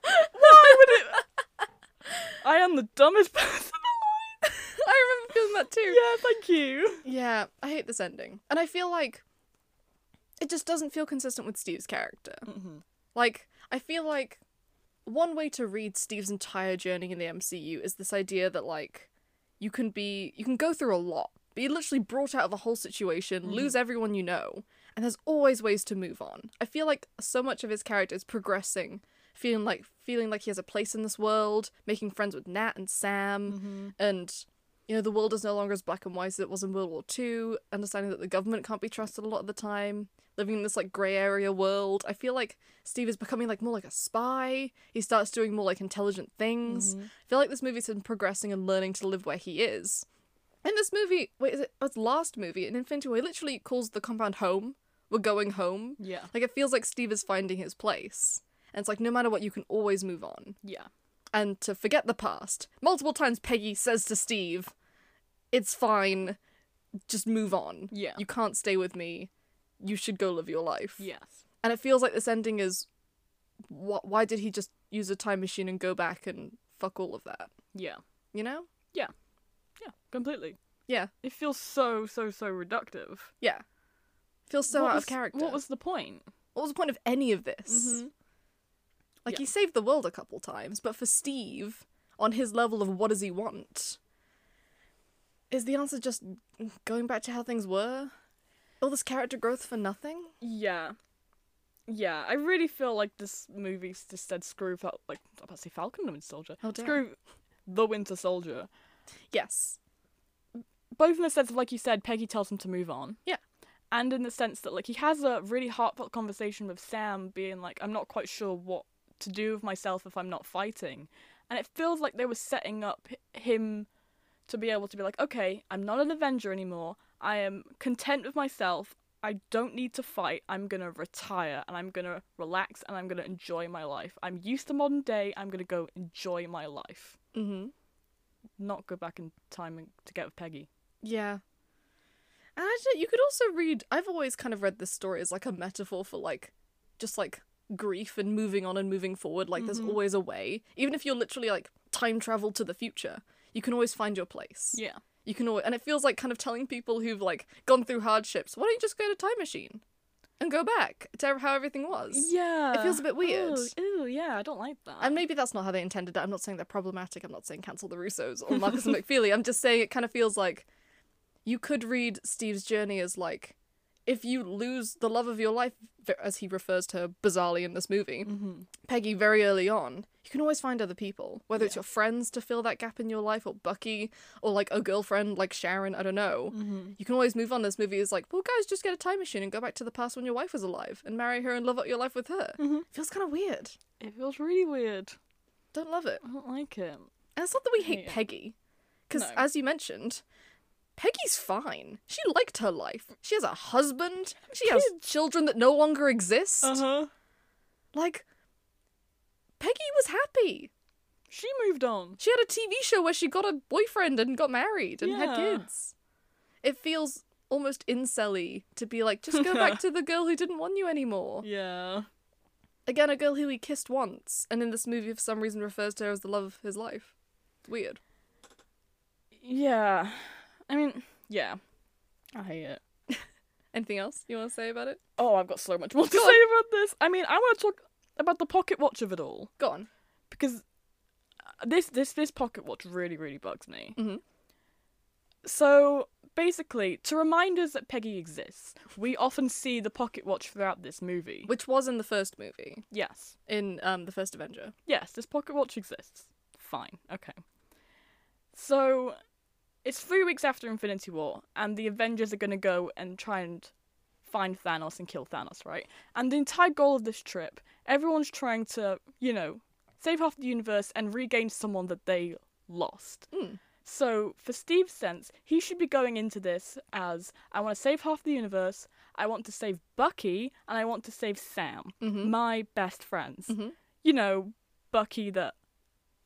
Speaker 1: Why would it? I am the dumbest person alive.
Speaker 2: I remember feeling that too.
Speaker 1: yeah, thank you.
Speaker 2: Yeah, I hate this ending. And I feel like it just doesn't feel consistent with Steve's character. Like, I feel like one way to read Steve's entire journey in the MCU is this idea that, like, you can be, you can go through a lot, be literally brought out of a whole situation, lose everyone you know, and there's always ways to move on. I feel like so much of his character is progressing. Feeling like feeling like he has a place in this world, making friends with Nat and Sam, and you know, the world is no longer as black and white as it was in World War II, understanding that the government can't be trusted a lot of the time, living in this like grey area world. I feel like Steve is becoming like more like a spy. He starts doing more like intelligent things. I feel like this movie's been progressing and learning to live where he is. In this movie, wait, is it oh, it's last movie in Infinity War? He literally calls the compound home. We're going home.
Speaker 1: Yeah,
Speaker 2: Like it feels like Steve is finding his place. And it's like no matter what, you can always move on
Speaker 1: yeah.
Speaker 2: and to forget the past. Multiple times Peggy says to Steve, It's fine, just move on.
Speaker 1: Yeah.
Speaker 2: You can't stay with me. You should go live your life.
Speaker 1: Yes.
Speaker 2: And it feels like this ending is wh- why did he just use a time machine and go back and fuck all of that?
Speaker 1: Yeah.
Speaker 2: You know?
Speaker 1: Yeah. Completely.
Speaker 2: Yeah.
Speaker 1: It feels so so so reductive.
Speaker 2: Yeah. Feels so
Speaker 1: What
Speaker 2: out
Speaker 1: was-
Speaker 2: of character.
Speaker 1: What was the point?
Speaker 2: what was the point of any of this? Like
Speaker 1: Yeah.
Speaker 2: he saved the world a couple times, but for Steve, on his level of what does he want, is the answer just going back to how things were? All this character growth for nothing?
Speaker 1: Yeah. Yeah, I really feel like this movie s- just said screw Fal- like I was about to say Falcon and Winter Soldier.
Speaker 2: Oh, dear.
Speaker 1: screw the Winter Soldier.
Speaker 2: Yes.
Speaker 1: both in the sense of like you said, Peggy tells him to move on.
Speaker 2: Yeah.
Speaker 1: And in the sense that like he has a really heartfelt conversation with Sam, being like, I'm not quite sure what to do with myself if I'm not fighting. And it feels like they were setting up h- him to be able to be like, okay, I'm not an Avenger anymore. I am content with myself. I don't need to fight. I'm going to retire and I'm going to relax and I'm going to enjoy my life. I'm used to modern day. I'm going to go enjoy my life.
Speaker 2: Mm-hmm.
Speaker 1: Not go back in time and- to get with Peggy.
Speaker 2: Yeah. And I don't- you could also read. I've always kind of read this story as like a metaphor for like, just like grief and moving on and moving forward. Like there's always a way, even if you're literally like time travel to the future, you can always find your place.
Speaker 1: Yeah.
Speaker 2: You can always, and it feels like kind of telling people who've like gone through hardships, why don't you just go to a time machine and go back to how everything was?
Speaker 1: Yeah.
Speaker 2: It feels a bit weird.
Speaker 1: Ooh, ooh, yeah, I don't like that.
Speaker 2: And maybe that's not how they intended it. I'm not saying they're problematic. I'm not saying cancel the Russos or Marcus and McFeely. I'm just saying it kind of feels like you could read Steve's journey as like if you lose the love of your life, v- as he refers to her bizarrely in this movie, Peggy very early on, you can always find other people, whether it's your friends to fill that gap in your life, or Bucky, or like a girlfriend like Sharon. I don't know. You can always move on. This movie is like, well, guys, just get a time machine and go back to the past when your wife was alive and marry her and love out your life with her. Feels kind of weird.
Speaker 1: it feels really weird.
Speaker 2: Don't love it.
Speaker 1: I don't like it.
Speaker 2: And it's not that we hate
Speaker 1: Yeah.
Speaker 2: Peggy, because
Speaker 1: No.
Speaker 2: as you mentioned, Peggy's fine. She liked her life. She has a husband. She has children that no longer exist.
Speaker 1: huh.
Speaker 2: Like, Peggy was happy.
Speaker 1: She moved on.
Speaker 2: She had a TV show where she got a boyfriend and got married and had
Speaker 1: Yeah.
Speaker 2: kids. It feels almost incel to be like, just go back to the girl who didn't want you anymore.
Speaker 1: Yeah.
Speaker 2: Again, a girl who he kissed once, and in this movie, for some reason, refers to her as the love of his life. It's weird.
Speaker 1: Yeah. I mean, yeah. I hate it.
Speaker 2: Anything else you want to say about it?
Speaker 1: Oh, I've got so much more to
Speaker 2: Go
Speaker 1: say
Speaker 2: on.
Speaker 1: about this. I mean, I want to talk about the pocket watch of it all.
Speaker 2: Go on.
Speaker 1: because uh, this this this pocket watch really really bugs me.
Speaker 2: Mhm.
Speaker 1: So basically, to remind us that Peggy exists, we often see the pocket watch throughout this movie.
Speaker 2: Which was in the first movie,
Speaker 1: yes,
Speaker 2: in um, the first Avenger.
Speaker 1: yes, this pocket watch exists. Fine, okay. So it's three weeks after Infinity War, and the Avengers are gonna go and try and find Thanos and kill Thanos, right? And the entire goal of this trip, everyone's trying to, you know, save half the universe and regain someone that they lost.
Speaker 2: Mm.
Speaker 1: So, for Steve's sense, he should be going into this as I want to save half the universe, I want to save Bucky, and I want to save Sam,
Speaker 2: Mhm.
Speaker 1: my best friends.
Speaker 2: Mhm.
Speaker 1: You know, Bucky that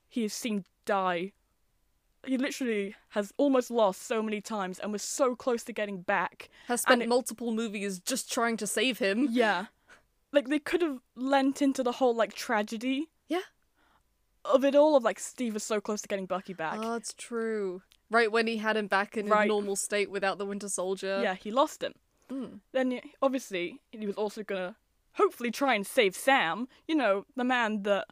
Speaker 1: he has seen die. He literally has almost lost so many times and was so close to getting back.
Speaker 2: Has spent
Speaker 1: it-
Speaker 2: multiple movies just trying to save him.
Speaker 1: Yeah. Like they could have lent into the whole like tragedy
Speaker 2: Yeah.
Speaker 1: of it all of like Steve was so close to getting Bucky back.
Speaker 2: Oh, it's true. Right when he had him back in
Speaker 1: Right.
Speaker 2: a normal state without the Winter Soldier.
Speaker 1: yeah, he lost him.
Speaker 2: Mm.
Speaker 1: Then y- obviously he was also going to hopefully try and save Sam, you know, the man that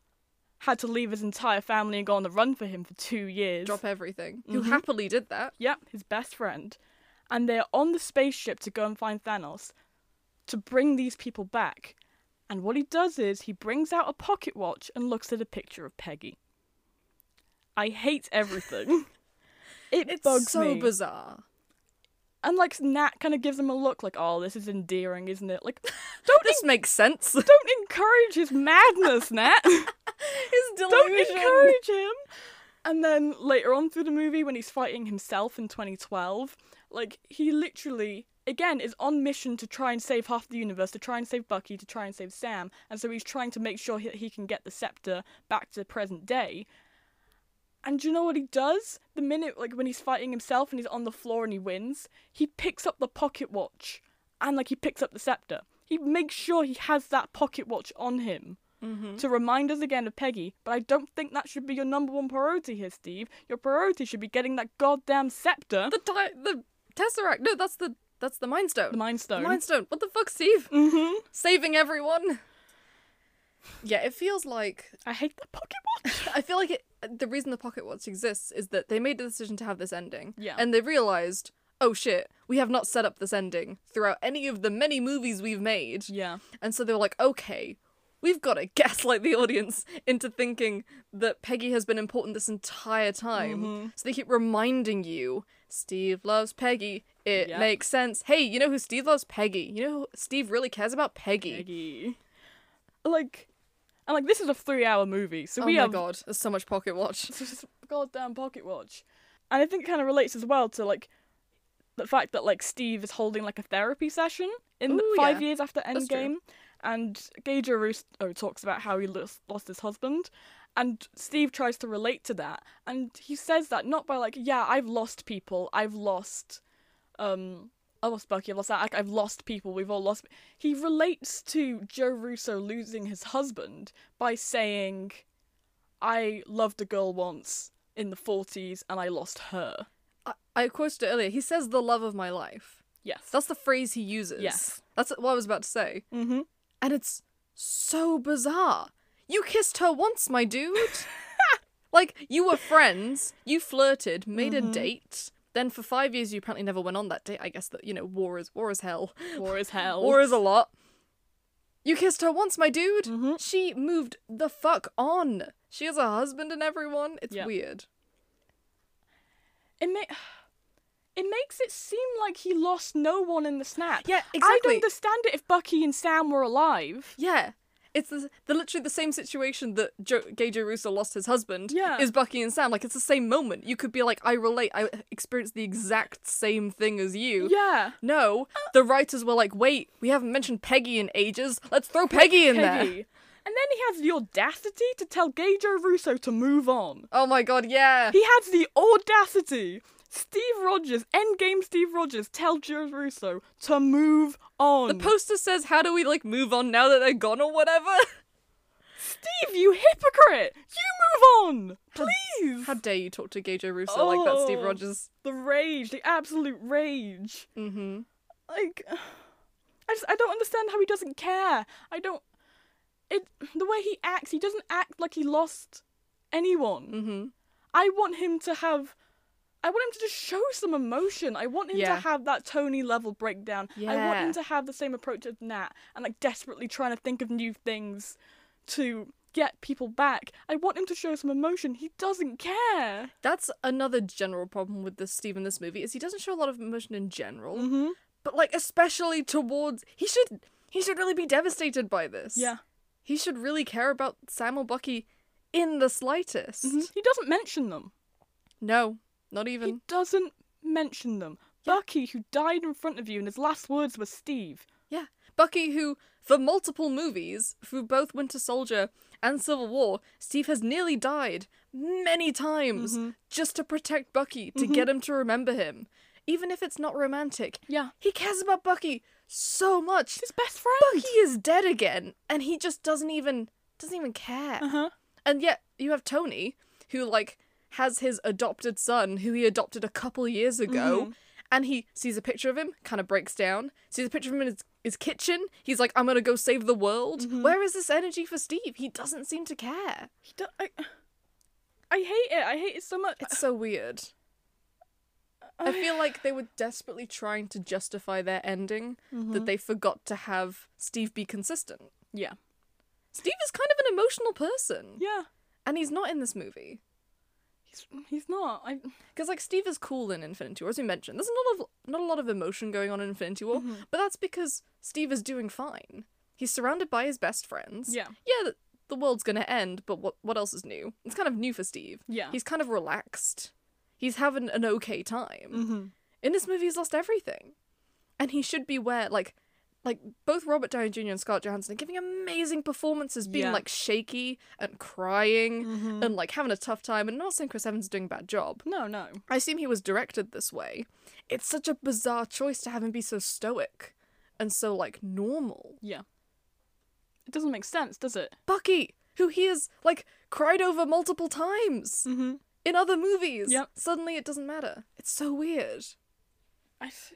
Speaker 1: had to leave his entire family and go on the run for him for 2 years.
Speaker 2: Drop everything.
Speaker 1: Mm-hmm.
Speaker 2: Who happily did that.
Speaker 1: Yep, his best friend. And they're on the spaceship to go and find Thanos to bring these people back. And what he does is he brings out a pocket watch and looks at a picture of Peggy. I hate everything. it
Speaker 2: It's
Speaker 1: bugs
Speaker 2: so
Speaker 1: me.
Speaker 2: bizarre.
Speaker 1: and like Nat kind of gives him a look like, "Oh, this is endearing, isn't it?" Like,
Speaker 2: Don't this makes sense? His
Speaker 1: don't encourage his madness, Nat. don't
Speaker 2: delusion.
Speaker 1: encourage him. And then later on through the movie, when he's fighting himself in 2012, like he literally again is on mission to try and save half the universe, to try and save Bucky, to try and save Sam, and so he's trying to make sure he, he can get the scepter back to present day. And do you know what he does? The minute, like when he's fighting himself and he's on the floor and he wins, he picks up the pocket watch, and like he picks up the scepter. He makes sure he has that pocket watch on him Mm-hmm. to remind us again of Peggy, but I don't think that should be your number one priority here, Steve. Your priority should be getting that goddamn scepter,
Speaker 2: The ti- the Tesseract. No, that's the that's the Mind Stone.
Speaker 1: the Mind Stone.
Speaker 2: The Mind Stone. What the fuck, Steve?
Speaker 1: mm-hmm.
Speaker 2: Saving everyone. Yeah, it feels like
Speaker 1: I hate that pocket watch.
Speaker 2: I feel like it, the reason the pocket watch exists is that they made the decision to have this ending.
Speaker 1: Yeah.
Speaker 2: And they realized, oh shit, we have not set up this ending throughout any of the many movies we've made.
Speaker 1: yeah.
Speaker 2: And so they were like, okay, we've got to gaslight the audience into thinking that Peggy has been important this entire time.
Speaker 1: Mm-hmm.
Speaker 2: So they keep reminding you, Steve loves Peggy. It
Speaker 1: Yep.
Speaker 2: makes sense. Hey, you know who Steve loves? Peggy. You know who Steve really cares about? Peggy.
Speaker 1: Peggy. Like, and like, this is a three hour movie, so
Speaker 2: Oh
Speaker 1: we
Speaker 2: my
Speaker 1: have
Speaker 2: god, there's so much pocket watch.
Speaker 1: it's just a goddamn pocket watch. And I think it kind of relates as well to like the fact that like Steve is holding like a therapy session in
Speaker 2: Ooh,
Speaker 1: five
Speaker 2: yeah.
Speaker 1: years after
Speaker 2: That's true.
Speaker 1: Endgame, and Gager Russo talks about how he lost, lost his husband, and Steve tries to relate to that, and he says that not by like yeah I've lost people I've lost, um. I lost Bucky. I've lost that. I've lost people. We've all lost. He relates to Joe Russo losing his husband by saying, I loved a girl once in the 40s and I lost her.
Speaker 2: I, I quoted it earlier. He says the love of my life.
Speaker 1: Yes.
Speaker 2: That's the phrase he uses.
Speaker 1: Yes.
Speaker 2: That's what I was about to say.
Speaker 1: Mm-hmm.
Speaker 2: And it's so bizarre. You kissed her once, my dude. like, you were friends, you flirted, made
Speaker 1: Mm-hmm.
Speaker 2: a date. Then for five years, you apparently never went on that date. I guess that, you know, war is war is hell.
Speaker 1: War is hell.
Speaker 2: War is a lot. You kissed her once, my dude.
Speaker 1: Mhm.
Speaker 2: She moved the fuck on. She has a husband and everyone. It's
Speaker 1: Yeah.
Speaker 2: weird.
Speaker 1: it, ma- it makes it seem like he lost no one in the snap.
Speaker 2: Yeah,
Speaker 1: I
Speaker 2: exactly.
Speaker 1: don't understand it if Bucky and Sam were alive.
Speaker 2: Yeah. It's the, the literally the same situation that jo- Gay Joe Russo lost his husband.
Speaker 1: Yeah.
Speaker 2: Is Bucky and Sam. Like, it's the same moment. You could be like, I relate. I experienced the exact same thing as you.
Speaker 1: Yeah. Uh.
Speaker 2: No. The writers were like, wait, we haven't mentioned Peggy in ages. Let's throw Peggy in there.
Speaker 1: Peggy. And then he has the audacity to tell Gay Joe Russo to move on.
Speaker 2: Oh my god, yeah.
Speaker 1: He has the audacity. Steve Rogers, Endgame Steve Rogers, tell Joe Russo to move on.
Speaker 2: the poster says, how do we, like, move on now that they're gone or whatever?
Speaker 1: Steve, you hypocrite! You move on! Please!
Speaker 2: How dare you talk to Gajo Russo like that, Steve
Speaker 1: Oh.
Speaker 2: Rogers?
Speaker 1: The rage, the absolute rage.
Speaker 2: Mm-hmm.
Speaker 1: Like, I just I don't understand how he doesn't care. I don't. It the way he acts, he doesn't act like he lost anyone.
Speaker 2: Mm-hmm.
Speaker 1: I want him to have. I want him to just show some emotion. I want him
Speaker 2: Yeah.
Speaker 1: to have that Tony level breakdown. I want
Speaker 2: Yeah.
Speaker 1: him to have the same approach as Nat and like desperately trying to think of new things to get people back. I want him to show some emotion. He doesn't care.
Speaker 2: That's another general problem with this Steve in this movie is he doesn't show a lot of emotion in general,
Speaker 1: Mm-hmm.
Speaker 2: but like especially towards he should he should really be devastated by this.
Speaker 1: Yeah.
Speaker 2: He should really care about Sam or Bucky in the slightest.
Speaker 1: Mhm. He doesn't mention them.
Speaker 2: No, not even.
Speaker 1: He doesn't mention them. Bucky, who died in front of you, and his last words were Steve.
Speaker 2: Yeah. Bucky, who, for multiple movies, through both Winter Soldier and Civil War, Steve has nearly died many times just to protect Bucky, to get him to remember him. Even if it's not romantic,
Speaker 1: Yeah.
Speaker 2: he cares about Bucky so much.
Speaker 1: His best friend.
Speaker 2: Bucky is dead again, and he just doesn't even doesn't even care.
Speaker 1: Uh-huh.
Speaker 2: And yet you have Tony, who like has his adopted son, who he adopted a couple years ago,
Speaker 1: Mm-hmm.
Speaker 2: and he sees a picture of him, kind of breaks down, sees a picture of him in his, his kitchen. He's like, I'm gonna go save the world.
Speaker 1: Mm-hmm.
Speaker 2: Where is this energy for Steve? He doesn't seem to care.
Speaker 1: He do- I, I hate it. I hate it so much.
Speaker 2: It's so weird. I feel like they were desperately trying to justify their ending that they forgot to have Steve be consistent.
Speaker 1: Mm-hmm. yeah.
Speaker 2: Steve is kind of an emotional person,
Speaker 1: Yeah.
Speaker 2: and he's not in this movie.
Speaker 1: He's he's not. I
Speaker 2: Because like Steve is cool in Infinity War, as we mentioned. There's not a lot of, not a lot of emotion going on in Infinity War,
Speaker 1: Mm-hmm.
Speaker 2: but that's because Steve is doing fine. He's surrounded by his best friends.
Speaker 1: Yeah.
Speaker 2: yeah. The, the world's gonna end, but what what else is new? It's kind of new for Steve.
Speaker 1: Yeah.
Speaker 2: he's kind of relaxed. He's having an okay time.
Speaker 1: Mm. Mm-hmm.
Speaker 2: In this movie, he's lost everything, and he should be where like. Like both Robert Downey Jr. and Scott Johansson are giving amazing performances, being
Speaker 1: Yeah. Mm-hmm.
Speaker 2: like shaky and crying and like having a tough time. And I'm not saying Chris Evans is doing a bad job,
Speaker 1: no no.
Speaker 2: I assume he was directed this way. It's such a bizarre choice to have him be so stoic and so like normal.
Speaker 1: Yeah. It doesn't make sense, does it?
Speaker 2: Bucky, who he has like cried over multiple times
Speaker 1: Mm-hmm.
Speaker 2: in other movies,
Speaker 1: Yep.
Speaker 2: suddenly it doesn't matter. It's so weird.
Speaker 1: I. s-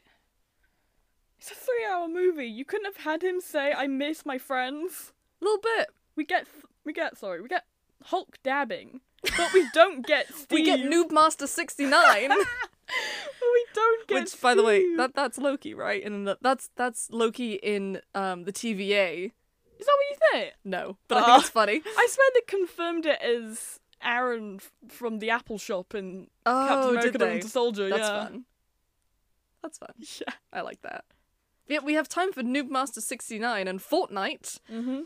Speaker 1: It's a three-hour movie. You couldn't have had him say, "I miss my friends."
Speaker 2: A little bit.
Speaker 1: We get th- we get sorry we get Hulk dabbing, but we don't get Steve.
Speaker 2: We get Noob Master 69,
Speaker 1: we don't get.
Speaker 2: which by the way,
Speaker 1: Steve.
Speaker 2: that that's Loki, right? And that- that's that's Loki in um the TVA.
Speaker 1: is that what you think?
Speaker 2: No, but I
Speaker 1: Oh.
Speaker 2: think it's funny.
Speaker 1: I swear they confirmed it as Aaron f- from the Apple Shop in Captain
Speaker 2: Oh,
Speaker 1: America:
Speaker 2: did
Speaker 1: The
Speaker 2: they?
Speaker 1: Winter Soldier.
Speaker 2: That's
Speaker 1: yeah.
Speaker 2: fun. That's fun.
Speaker 1: Yeah.
Speaker 2: I like that. Yeah, we have time for Noob Master 69 and Fortnite,
Speaker 1: Mm-hmm.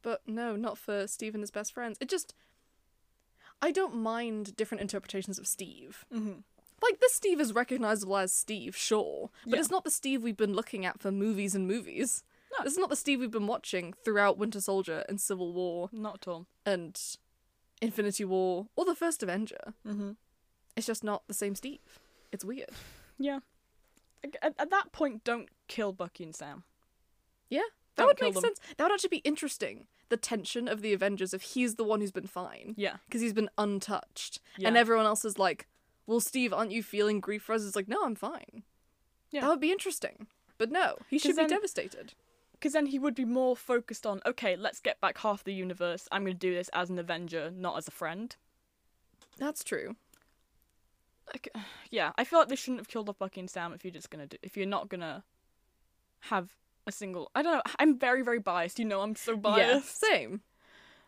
Speaker 2: but no, not for Steve and his best friends. It just. I don't mind different interpretations of Steve.
Speaker 1: Mhm.
Speaker 2: Like, this Steve is recognizable as Steve, sure, but
Speaker 1: Yeah.
Speaker 2: it's not the Steve we've been looking at for movies and movies.
Speaker 1: No.
Speaker 2: This is not the Steve we've been watching throughout Winter Soldier and Civil War
Speaker 1: Not at all.
Speaker 2: and Infinity War or the first Avenger.
Speaker 1: Mm-hmm.
Speaker 2: It's just not the same Steve. It's weird.
Speaker 1: Yeah. Like, At, at that point, don't kill Bucky and Sam.
Speaker 2: Yeah, that
Speaker 1: Don't
Speaker 2: would
Speaker 1: kill
Speaker 2: make
Speaker 1: them.
Speaker 2: sense. That would actually be interesting. The tension of the Avengers if he's the one who's been fine
Speaker 1: Yeah.
Speaker 2: because he's been untouched, and
Speaker 1: Yeah.
Speaker 2: everyone else is like, "Well, Steve, aren't you feeling grief for us?" It's like, "No, I'm fine."
Speaker 1: Yeah.
Speaker 2: that would be interesting. But no, he should be
Speaker 1: then-
Speaker 2: devastated.
Speaker 1: Because then he would be more focused on, okay, let's get back half the universe. I'm going to do this as an Avenger, not as a friend.
Speaker 2: That's true.
Speaker 1: Like, yeah, I feel like they shouldn't have killed off Bucky and Sam if you're just going to do. If you're not going to have a single. I don't know. I'm very, very biased. You know, I'm so
Speaker 2: Yeah,
Speaker 1: biased.
Speaker 2: same.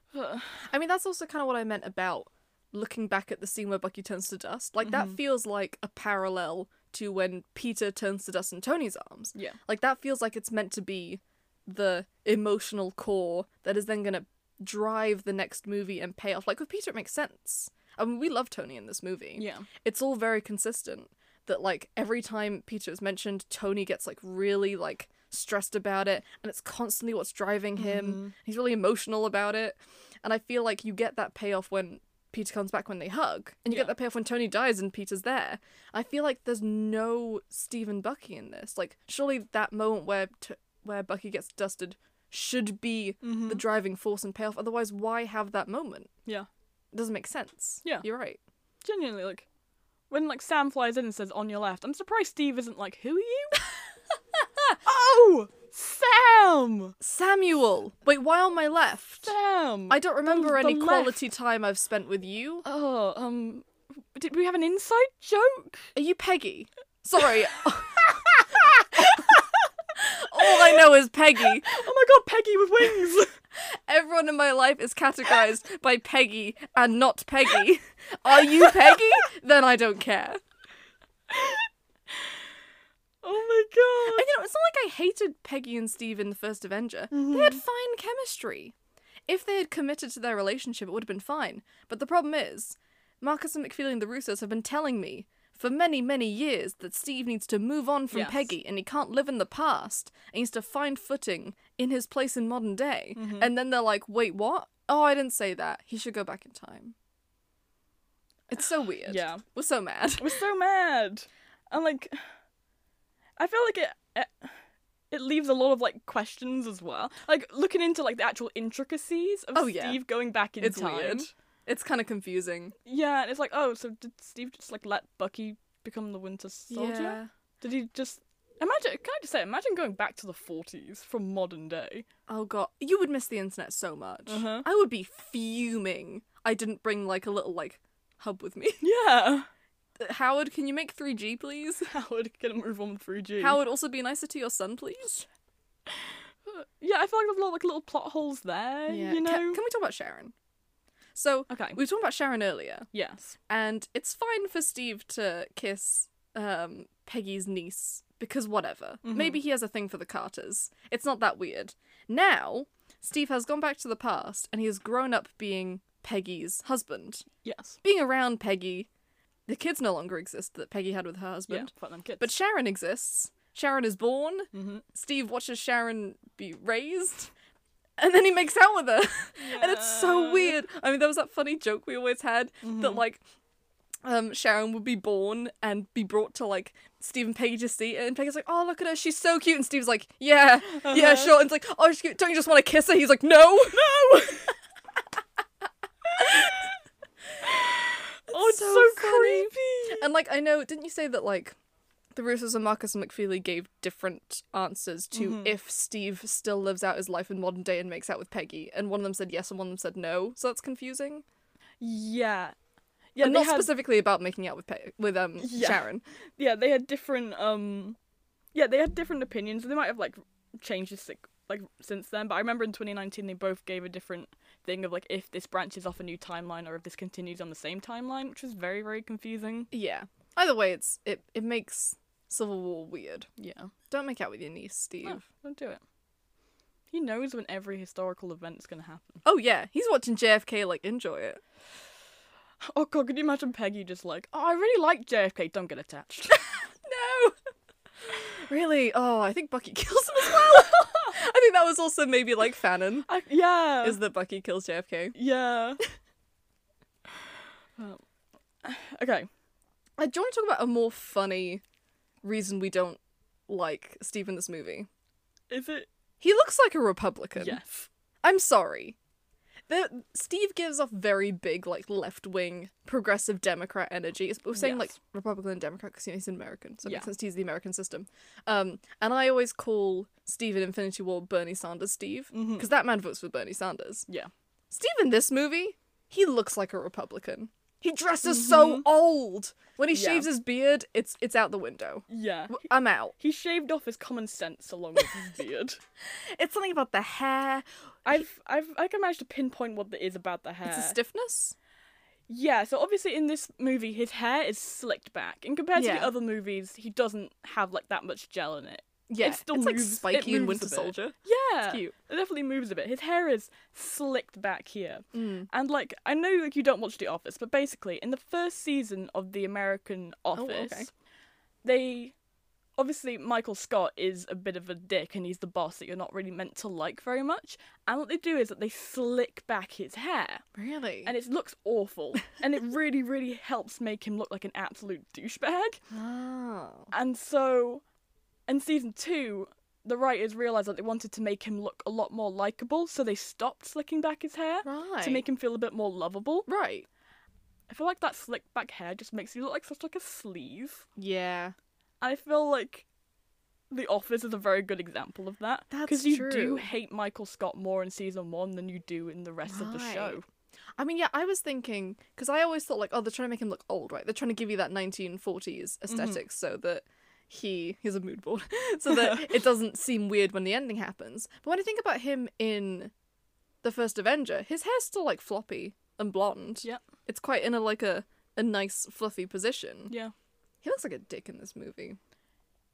Speaker 2: I mean, that's also kind of what I meant about looking back at the scene where Bucky turns to dust. Like that
Speaker 1: Mm-hmm.
Speaker 2: feels like a parallel to when Peter turns to dust in Tony's arms.
Speaker 1: yeah.
Speaker 2: Like that feels like it's meant to be the emotional core that is then going to drive the next movie and pay off. Like with Peter, it makes sense. I mean, we love Tony in this movie.
Speaker 1: Yeah.
Speaker 2: It's all very consistent that like every time Peter is mentioned, Tony gets like really like stressed about it and it's constantly what's driving him.
Speaker 1: Mm-hmm.
Speaker 2: He's really emotional about it. And I feel like you get that payoff when Peter comes back when they hug. And you
Speaker 1: Yeah.
Speaker 2: get that payoff when Tony dies and Peter's there. I feel like there's no Stephen Bucky in this. Like surely that moment where t- where Bucky gets
Speaker 1: Mm-hmm.
Speaker 2: dusted should be the driving force and payoff. Otherwise, why have that moment?
Speaker 1: Yeah.
Speaker 2: doesn't make sense.
Speaker 1: Yeah.
Speaker 2: You're right.
Speaker 1: Genuinely, like when like Sam flies in and says on your left, I'm surprised Steve isn't like, Who are you? oh Sam
Speaker 2: Samuel! Wait, why on my left?
Speaker 1: Sam
Speaker 2: I don't remember
Speaker 1: the
Speaker 2: any
Speaker 1: left.
Speaker 2: quality time I've spent with you.
Speaker 1: Oh, um did we have an inside joke?
Speaker 2: Are you Peggy? Sorry. All I know is Peggy.
Speaker 1: Oh my god, Peggy with wings!
Speaker 2: Everyone in my life is categorized by Peggy and not Peggy. Are you Peggy? Then I don't care.
Speaker 1: oh my god.
Speaker 2: And you know, it's not like I hated Peggy and Steve in the first Avenger. They
Speaker 1: Mm-hmm.
Speaker 2: had fine chemistry. If they had committed to their relationship, it would have been fine. But the problem is, Marcus and McFeely and the Russos have been telling me for many, many years that Steve needs to move on from
Speaker 1: Yes.
Speaker 2: Peggy and he can't live in the past and he needs to find footing in his place in modern day.
Speaker 1: Mm-hmm.
Speaker 2: And then they're like, wait, what? Oh, I didn't say that. He should go back in time. It's so weird.
Speaker 1: Yeah.
Speaker 2: We're so mad.
Speaker 1: was so mad. And like, I feel like it, it it leaves a lot of like questions as well. Like looking into like the actual intricacies of
Speaker 2: Oh,
Speaker 1: Steve
Speaker 2: yeah.
Speaker 1: going back in
Speaker 2: It's
Speaker 1: time.
Speaker 2: weird. It's kind of confusing.
Speaker 1: Yeah, and it's like, oh, so did Steve just like let Bucky become the Winter Soldier? Did he just imagine? Can I just say, imagine going back to the forties from modern day.
Speaker 2: Oh god, you would miss the internet so much.
Speaker 1: Uh-huh.
Speaker 2: I would be fuming. I didn't bring like a little like hub with me. Uh,
Speaker 1: Yeah,
Speaker 2: Howard, can you make 3G please?
Speaker 1: Howard get a move on through G.
Speaker 2: Howard, also be nicer to your son, please.
Speaker 1: Yeah, I feel like there's a lot of like little plot holes there. You
Speaker 2: Can-
Speaker 1: know.
Speaker 2: Can, we talk about Sharon? So
Speaker 1: okay.
Speaker 2: we were talking about Sharon earlier,
Speaker 1: Yes.
Speaker 2: and it's fine for Steve to kiss um, Peggy's niece because whatever.
Speaker 1: Mm-hmm.
Speaker 2: Maybe he has a thing for the Carters. It's not that weird. Now Steve has gone back to the past, and he has grown up being Peggy's husband.
Speaker 1: Yes.
Speaker 2: being around Peggy, the kids no longer exist that Peggy had with her
Speaker 1: Yeah.
Speaker 2: husband.
Speaker 1: Fuck them kids.
Speaker 2: But Sharon exists. Sharon is born.
Speaker 1: Mhm.
Speaker 2: Steve watches Sharon be raised. And then he makes out with her. and it's so
Speaker 1: Yeah. Mm-hmm.
Speaker 2: weird. I mean, there was that funny joke we always had that, like, um, Sharon would be born and be brought to, like, Steve and Peggy to see it. And Peggy's like, oh, look at her. She's so cute. And Steve's like, yeah, yeah,
Speaker 1: Uh-huh.
Speaker 2: sure. And it's like, oh, she's cute. don't you just want to kiss her? He's like, no, no.
Speaker 1: oh, it's
Speaker 2: so
Speaker 1: so,
Speaker 2: funny.
Speaker 1: creepy.
Speaker 2: And like I know, didn't you say that like the Russos and Marcus and McFeely gave different answers to
Speaker 1: Mm-hmm.
Speaker 2: if Steve still lives out his life in modern day and makes out with Peggy, and one of them said yes and one of them said no, so that's confusing.
Speaker 1: Yeah.
Speaker 2: Yeah,
Speaker 1: Yeah,
Speaker 2: and
Speaker 1: they
Speaker 2: not
Speaker 1: had,
Speaker 2: specifically about making out with Pe- with um
Speaker 1: Yeah.
Speaker 2: Sharon.
Speaker 1: yeah, they had different um yeah, they had different opinions. They might have like changed this like, like since then, but I remember in 2019 they both gave a different thing of like if this branches off a new timeline or if this continues on the same timeline, which was very very confusing.
Speaker 2: Yeah. Either way, it's it it makes Civil War weird.
Speaker 1: Yeah.
Speaker 2: Don't make out with your niece, Steve.
Speaker 1: No, Ah, don't do it. He knows when every historical event's going to happen.
Speaker 2: Oh yeah, he's watching JFK. Like enjoy it.
Speaker 1: Oh god, could you imagine Peggy just like, "Oh, I really like JFK, don't get attached."
Speaker 2: No. really? Oh, I think Bucky kills him as well. I think that was also maybe like Fanon.
Speaker 1: I, yeah.
Speaker 2: is that Bucky kills JFK.
Speaker 1: Yeah. um, okay.
Speaker 2: I do want to talk about a more funny reason we don't like Steve in this movie.
Speaker 1: Is it?
Speaker 2: He looks like a Republican.
Speaker 1: Yes.
Speaker 2: I'm sorry. The, Steve gives off very big, like, left wing, progressive Democrat energy. It's- We're saying, like,
Speaker 1: Yes.
Speaker 2: Republican and Democrat because you know, he's an American, so it
Speaker 1: Yeah.
Speaker 2: makes sense to use the American system. Um, and I always call Steve in Infinity War Bernie Sanders Steve because
Speaker 1: Mhm.
Speaker 2: that man votes for Bernie Sanders.
Speaker 1: Yeah.
Speaker 2: Steve in this movie, he looks like a Republican. He dresses so old. When he
Speaker 1: Mm-hmm. Yeah.
Speaker 2: shaves his beard, it's it's out the window.
Speaker 1: Yeah.
Speaker 2: W- I'm out.
Speaker 1: He shaved off his common sense along with his beard.
Speaker 2: It's something about the hair.
Speaker 1: I've, I've, I can manage to pinpoint what it is about the hair.
Speaker 2: It's a stiffness.
Speaker 1: yeah. So obviously in this movie, his hair is slicked back, and compared to
Speaker 2: Yeah.
Speaker 1: the other movies, he doesn't have like that much gel in it.
Speaker 2: Yeah,
Speaker 1: It still
Speaker 2: it's like
Speaker 1: moves- it
Speaker 2: spiky in
Speaker 1: moves a
Speaker 2: Winter
Speaker 1: bit. Uh,
Speaker 2: Soldier.
Speaker 1: Yeah.
Speaker 2: cute.
Speaker 1: It definitely moves a bit. His hair is slicked back here.
Speaker 2: Mm.
Speaker 1: And like I know like you don't watch The Office, but basically in the first season of The American Office,
Speaker 2: Oh, okay.
Speaker 1: they obviously Michael Scott is a bit of a dick and he's the boss that you're not really meant to like very much. And what they do is that they slick back his hair.
Speaker 2: Really?
Speaker 1: And it looks awful. and it really, really helps make him look like an absolute douchebag.
Speaker 2: oh.
Speaker 1: And so in season two, the writers realized that they wanted to make him look a lot more likable, so they stopped slicking back his hair
Speaker 2: Right.
Speaker 1: to make him feel a bit more lovable.
Speaker 2: Right.
Speaker 1: I feel like that slicked back hair just makes you look like such like a sleaze.
Speaker 2: Yeah.
Speaker 1: And I feel like The Office is a very good example of that.
Speaker 2: That's
Speaker 1: you
Speaker 2: true.
Speaker 1: do hate Michael Scott more in season one than you do in the rest of the
Speaker 2: Right.
Speaker 1: show.
Speaker 2: I mean, yeah, I was thinking because I always thought like, oh, they're trying to make him look old, right? They're trying to give you that 1940s
Speaker 1: Mm-hmm.
Speaker 2: aesthetic so that he he's a mood board, so that it doesn't seem weird when the ending happens. But when I think about him in the first Avenger, his hair's still like floppy and blonde.
Speaker 1: Yep.
Speaker 2: it's quite in a like a a nice fluffy position.
Speaker 1: Yeah.
Speaker 2: He looks like a dick in this movie.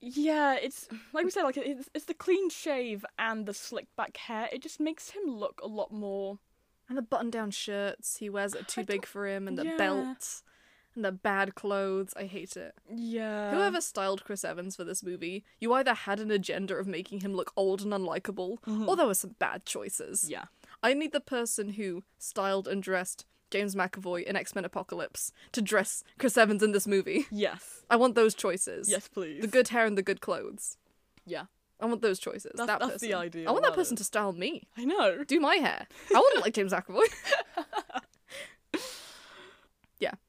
Speaker 1: Yeah, it's like we said, like it's, it's the clean shave and the slicked back hair. It just makes him look a lot more.
Speaker 2: And the button-down shirts he wears are too big for him, and the
Speaker 1: yeah.
Speaker 2: belt, and the bad clothes. I hate it.
Speaker 1: Yeah.
Speaker 2: Whoever styled Chris Evans for this movie, you either had an agenda of making him look old and unlikable, or there were some bad choices.
Speaker 1: Mm-hmm. Yeah.
Speaker 2: I need the person who styled and dressed James McAvoy in X Men Apocalypse to dress Chris Evans in this movie.
Speaker 1: Yes.
Speaker 2: I want those choices.
Speaker 1: Yes, please.
Speaker 2: The good hair and the good clothes.
Speaker 1: Yeah.
Speaker 2: I want those choices.
Speaker 1: That's-
Speaker 2: that
Speaker 1: that's
Speaker 2: person.
Speaker 1: the idea,
Speaker 2: I want that
Speaker 1: that
Speaker 2: person to style me.
Speaker 1: I know.
Speaker 2: Do my hair. I want to look like James McAvoy.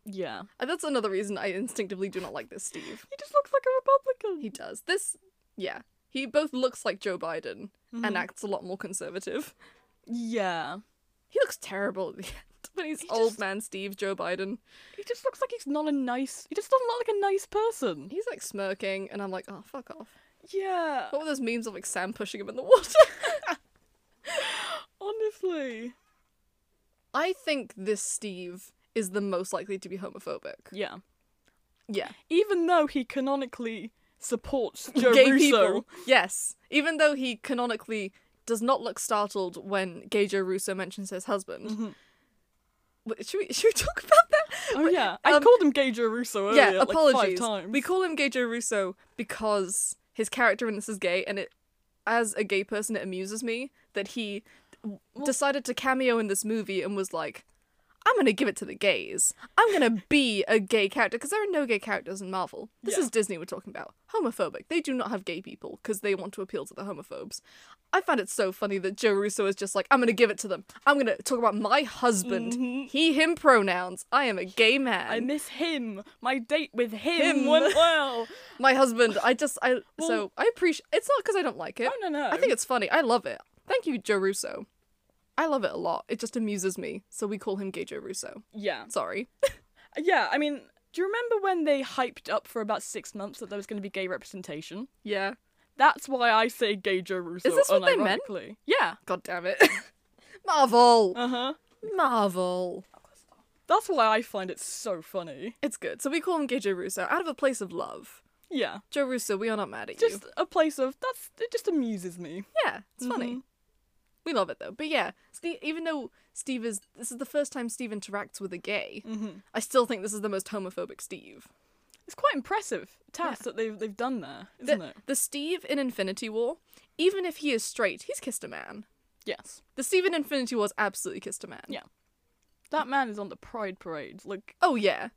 Speaker 1: Yeah.
Speaker 2: And Uh, that's another reason I instinctively do not like this Steve.
Speaker 1: He just looks like a Republican.
Speaker 2: He does. This, yeah. He both looks like Joe Biden
Speaker 1: Mm.
Speaker 2: and acts a lot more conservative.
Speaker 1: Yeah.
Speaker 2: He looks terrible at the end when he's
Speaker 1: He
Speaker 2: old
Speaker 1: just-
Speaker 2: man Steve Joe Biden.
Speaker 1: He just looks like he's not a nice. He just doesn't look like a nice person.
Speaker 2: He's like smirking, and I'm like, oh, fuck off.
Speaker 1: Yeah.
Speaker 2: What were those memes of like Sam pushing him in the water?
Speaker 1: Honestly.
Speaker 2: I think this Steve is the most likely to be homophobic.
Speaker 1: Yeah.
Speaker 2: Yeah.
Speaker 1: Even though he canonically supports Joe
Speaker 2: gay
Speaker 1: Russo.
Speaker 2: people. Yes. Even though he canonically does not look startled when gay Joe Russo mentions his husband. Wait, should, we, should we talk about that?
Speaker 1: Mm-hmm. Oh yeah. I
Speaker 2: Um,
Speaker 1: called him Gay Joe Russo earlier.
Speaker 2: yeah, apologies.
Speaker 1: Like five times.
Speaker 2: We call him Gay Joe Russo because his character in this is gay, and it, as a gay person, it amuses me that he decided to cameo in this movie and was like, "I'm gonna give it to the gays. I'm gonna be a gay character because there are no gay characters in Marvel. This
Speaker 1: Yeah.
Speaker 2: is Disney we're talking about. Homophobic. They do not have gay people because they want to appeal to the homophobes." I found it so funny that Joe Russo is just like, "I'm gonna give it to them. I'm gonna talk about my husband,
Speaker 1: Mm-hmm.
Speaker 2: he/him pronouns. I am a gay man."
Speaker 1: I miss him. My date with him,
Speaker 2: Him.
Speaker 1: went well.
Speaker 2: my husband. I just I so
Speaker 1: Well-
Speaker 2: I appreciate. It's not because I don't like it.
Speaker 1: No, no, no.
Speaker 2: I think it's funny. I love it. Thank you, Joe Russo. I love it a lot. It just amuses me. So we call him Gay Joe Russo.
Speaker 1: yeah.
Speaker 2: Sorry.
Speaker 1: Yeah. I mean, do you remember when they hyped up for about six months that there was going to be gay representation?
Speaker 2: Yeah.
Speaker 1: That's why I say Gay Joe Russo.
Speaker 2: this what they meant?
Speaker 1: unironically. Yeah.
Speaker 2: God damn it. Marvel.
Speaker 1: Uh huh.
Speaker 2: Marvel.
Speaker 1: That's why I find it so funny.
Speaker 2: It's good. So we call him Gay Joe Russo out of a place of love.
Speaker 1: Yeah.
Speaker 2: Joe Russo, we are not mad at you.
Speaker 1: Just a place of that's it just amuses me. Mm-hmm.
Speaker 2: Yeah, it's funny. We love it though. But yeah, Steve, even though Steve is this is the first time Steve interacts with a gay, I still think this is the most homophobic Steve.
Speaker 1: It's quite impressive task that they've they've done there,
Speaker 2: the,
Speaker 1: isn't it?
Speaker 2: the Steve in Infinity War, even if he is straight, he's kissed a man.
Speaker 1: Yes.
Speaker 2: The Steve in Infinity War's absolutely kissed a man.
Speaker 1: Yeah. That man is on the pride parade. Like
Speaker 2: Oh yeah.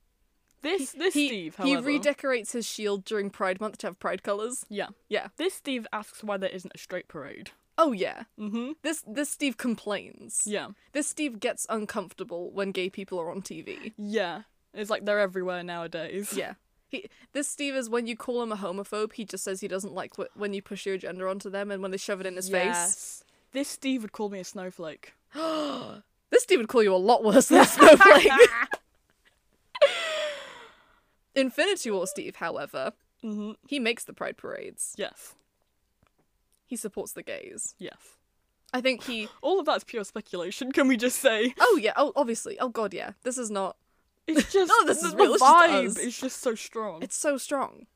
Speaker 1: this this
Speaker 2: He,
Speaker 1: Steve,
Speaker 2: he
Speaker 1: however.
Speaker 2: redecorates his shield during Pride Month to have pride colours.
Speaker 1: yeah.
Speaker 2: Yeah.
Speaker 1: This Steve asks why there isn't a straight parade.
Speaker 2: Oh yeah.
Speaker 1: Mm-hmm.
Speaker 2: This this Steve complains.
Speaker 1: Yeah.
Speaker 2: This Steve gets uncomfortable when gay people are on TV.
Speaker 1: Yeah. It's like they're everywhere nowadays.
Speaker 2: Yeah. He, this Steve is when you call him a homophobe, he just says he doesn't like wh- when you push your gender onto them and when they shove it in his face.
Speaker 1: Yes. This Steve would call me a snowflake.
Speaker 2: This Steve would call you a lot worse than a snowflake. Infinity War Steve, however,
Speaker 1: Mm-hmm.
Speaker 2: he makes the pride parades.
Speaker 1: Yes.
Speaker 2: He supports the gays.
Speaker 1: Yes.
Speaker 2: I think he.
Speaker 1: All of that's pure speculation, can we just say?
Speaker 2: Oh yeah. Oh, obviously. Oh god, yeah. This is not.
Speaker 1: It's just
Speaker 2: No, this is
Speaker 1: the
Speaker 2: real, it's just
Speaker 1: vibe
Speaker 2: us.
Speaker 1: is just so strong.
Speaker 2: It's so strong.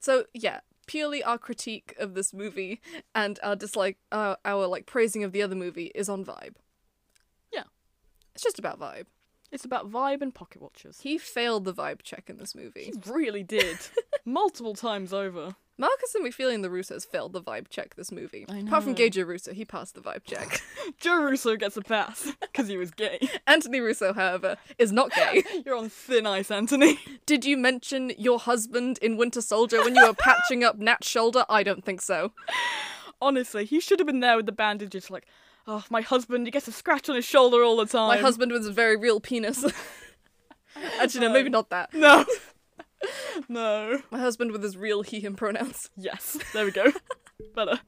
Speaker 2: So yeah, purely our critique of this movie and our dislike, uh, our like praising of the other movie is on vibe.
Speaker 1: Yeah.
Speaker 2: It's just about vibe.
Speaker 1: It's about vibe and pocket watches.
Speaker 2: He failed the vibe check in this
Speaker 1: He
Speaker 2: movie.
Speaker 1: really did. Multiple times over.
Speaker 2: Marcus and McFeely and the Russos failed the vibe check this movie.
Speaker 1: I
Speaker 2: Apart from
Speaker 1: know.
Speaker 2: Gage Russo, he passed the vibe check.
Speaker 1: Joe Russo gets a pass because he was gay.
Speaker 2: Anthony Russo, however, is not gay.
Speaker 1: You're on thin ice, Anthony.
Speaker 2: Did you mention your husband in Winter Soldier when you were patching up Nat's shoulder? I don't think so.
Speaker 1: Honestly, he should have been there with the bandages, like, oh, my husband, he gets a scratch on his shoulder all the time.
Speaker 2: My husband was a very real penis. Actually, no, maybe not that.
Speaker 1: No. no.
Speaker 2: My husband with his real he, him pronouns.
Speaker 1: Yes, there we go. Better.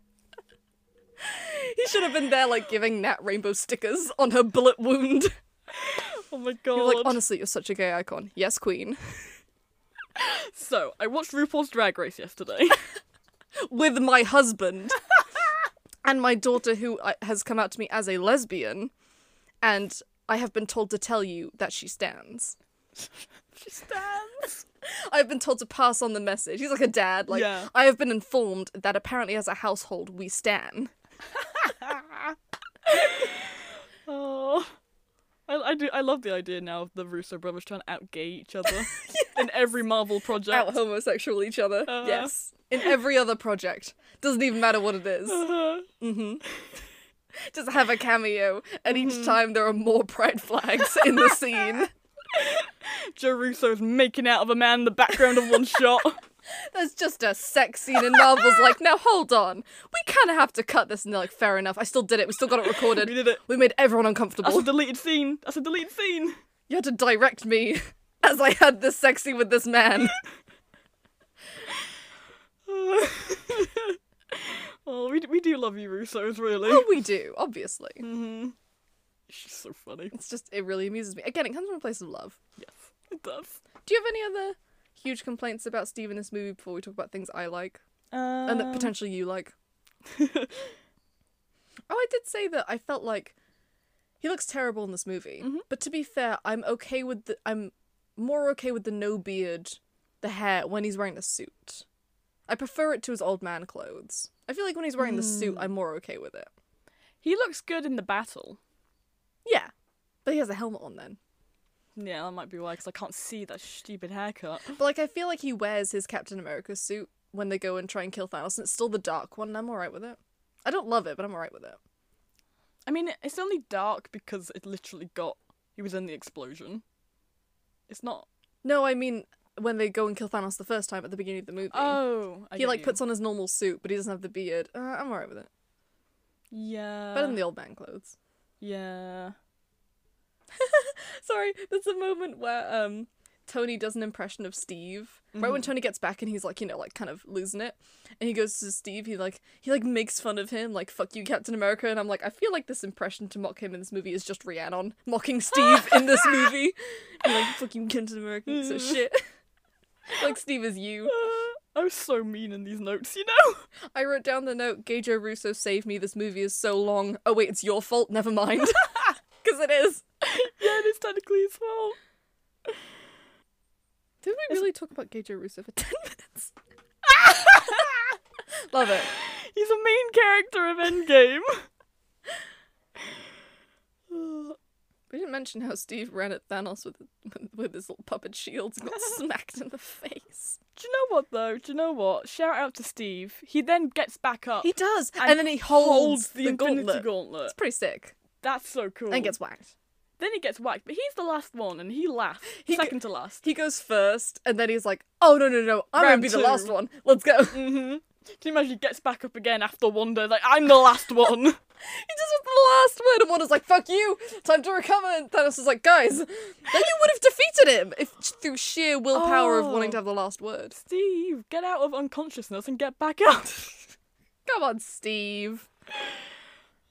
Speaker 2: He should have been there, like, giving Nat rainbow stickers on her bullet wound.
Speaker 1: Oh my god.
Speaker 2: He was like, honestly, you're such a gay icon. Yes, queen.
Speaker 1: so, I watched RuPaul's Drag Race yesterday.
Speaker 2: With my husband. and my daughter, who I- has come out to me as a lesbian. And I have been told to tell you that she stands.
Speaker 1: she stands.
Speaker 2: I've been told to pass on the message. He's like a dad. Like
Speaker 1: Yeah.
Speaker 2: I have been informed that apparently as a household we stan.
Speaker 1: Oh. I, I do. I love the idea now of the Russo brothers trying to out gay each other in every Marvel project.
Speaker 2: Out homosexual each other.
Speaker 1: Uh-huh.
Speaker 2: Yes. In every other project. Doesn't even matter what it is.
Speaker 1: Uh-huh.
Speaker 2: Just have a cameo and
Speaker 1: Mm-hmm.
Speaker 2: each time there are more pride flags in the scene.
Speaker 1: Joe Russo is making out of a man in the background of one shot.
Speaker 2: There's just a sex scene in Marvel's like, now hold on. We kinda have to cut this and they're like, fair enough. I still did it. We still got it recorded.
Speaker 1: We did it.
Speaker 2: We made everyone
Speaker 1: That's
Speaker 2: uncomfortable.
Speaker 1: a deleted scene. That's a deleted scene.
Speaker 2: You had to direct me as I had this sexy with this man.
Speaker 1: oh, we, d- we do love you, Russos, really.
Speaker 2: Oh, we do, obviously.
Speaker 1: Mhm. She's so funny.
Speaker 2: It's just it really amuses me. Again, it comes from a place of love.
Speaker 1: Yes, it does.
Speaker 2: Do you have any other huge complaints about Steve in this movie before we talk about things I like and
Speaker 1: Um,
Speaker 2: that potentially you like? Oh, I did say that I felt like he looks terrible in this movie. But to be fair, I'm okay with the I'm more okay with the no beard, the hair when he's wearing a suit. I prefer it to his old man clothes. I feel like when he's wearing the suit, I'm more okay with it.
Speaker 1: he looks good in the battle.
Speaker 2: Yeah. But he has a helmet on then.
Speaker 1: Yeah, that might be why, because I can't see that stupid haircut.
Speaker 2: But like I feel like he wears his Captain America suit when they go and try and kill Thanos, and it's still the dark one, and I'm alright with it. I don't love it, but I'm alright with it.
Speaker 1: I mean, it's only dark because it literally got. He was in the explosion. It's not.
Speaker 2: No, I mean when they go and kill Thanos the first time at the beginning of the movie.
Speaker 1: Oh, I
Speaker 2: he like puts on his normal suit, but he doesn't have the beard. Uh, I'm alright with it.
Speaker 1: Yeah.
Speaker 2: Better than the old man clothes.
Speaker 1: Yeah.
Speaker 2: Sorry, there's a moment where um Tony does an impression of Steve. Right when Tony gets back and he's like, you know, like kind of losing it. And he goes to Steve, he like he like makes fun of him, like, fuck you, Captain America, and I'm like, I feel like this impression to mock him in this movie is just Rhiannon mocking Steve in this movie. And like, fucking Captain America, it's so shit. like Steve is you.
Speaker 1: I was so mean in these notes, you know?
Speaker 2: I wrote down the note, Gajo Russo saved me, this movie is so long. Oh wait, it's your fault, never mind. Cause it is.
Speaker 1: yeah, it is technically his fault.
Speaker 2: Did we really talk about Gajo Russo for 10 minutes? Love it.
Speaker 1: He's a main character of Endgame. Uh,
Speaker 2: We didn't mention how Steve ran at Thanos with with his little puppet shields and got smacked in the face.
Speaker 1: Do you know what though? Do you know what? Shout out to Steve. He then gets back up,
Speaker 2: He does, and,
Speaker 1: And
Speaker 2: then he holds, the,
Speaker 1: Infinity
Speaker 2: gauntlet. Mm.
Speaker 1: gauntlet.
Speaker 2: It's pretty sick,
Speaker 1: That's so cool.
Speaker 2: and gets whacked.
Speaker 1: then he gets whacked, but he's the last one, and he laughs.
Speaker 2: He g-
Speaker 1: Second to last.
Speaker 2: He goes first, and then he's like, "Oh no no no! I'm gonna
Speaker 1: Round
Speaker 2: be
Speaker 1: two.
Speaker 2: the last one. Let's go." He just
Speaker 1: Mm-hmm. Can you imagine he gets back up again after Wanda? Like I'm the last one.
Speaker 2: was the last one, and Wanda's like, "Fuck you! Time to recover." And Thanos is like, "Guys, then you would have defeated him if through sheer willpower of wanting
Speaker 1: Oh.
Speaker 2: to have the last word."
Speaker 1: Steve, get out of unconsciousness and get back up.
Speaker 2: Come on, Steve.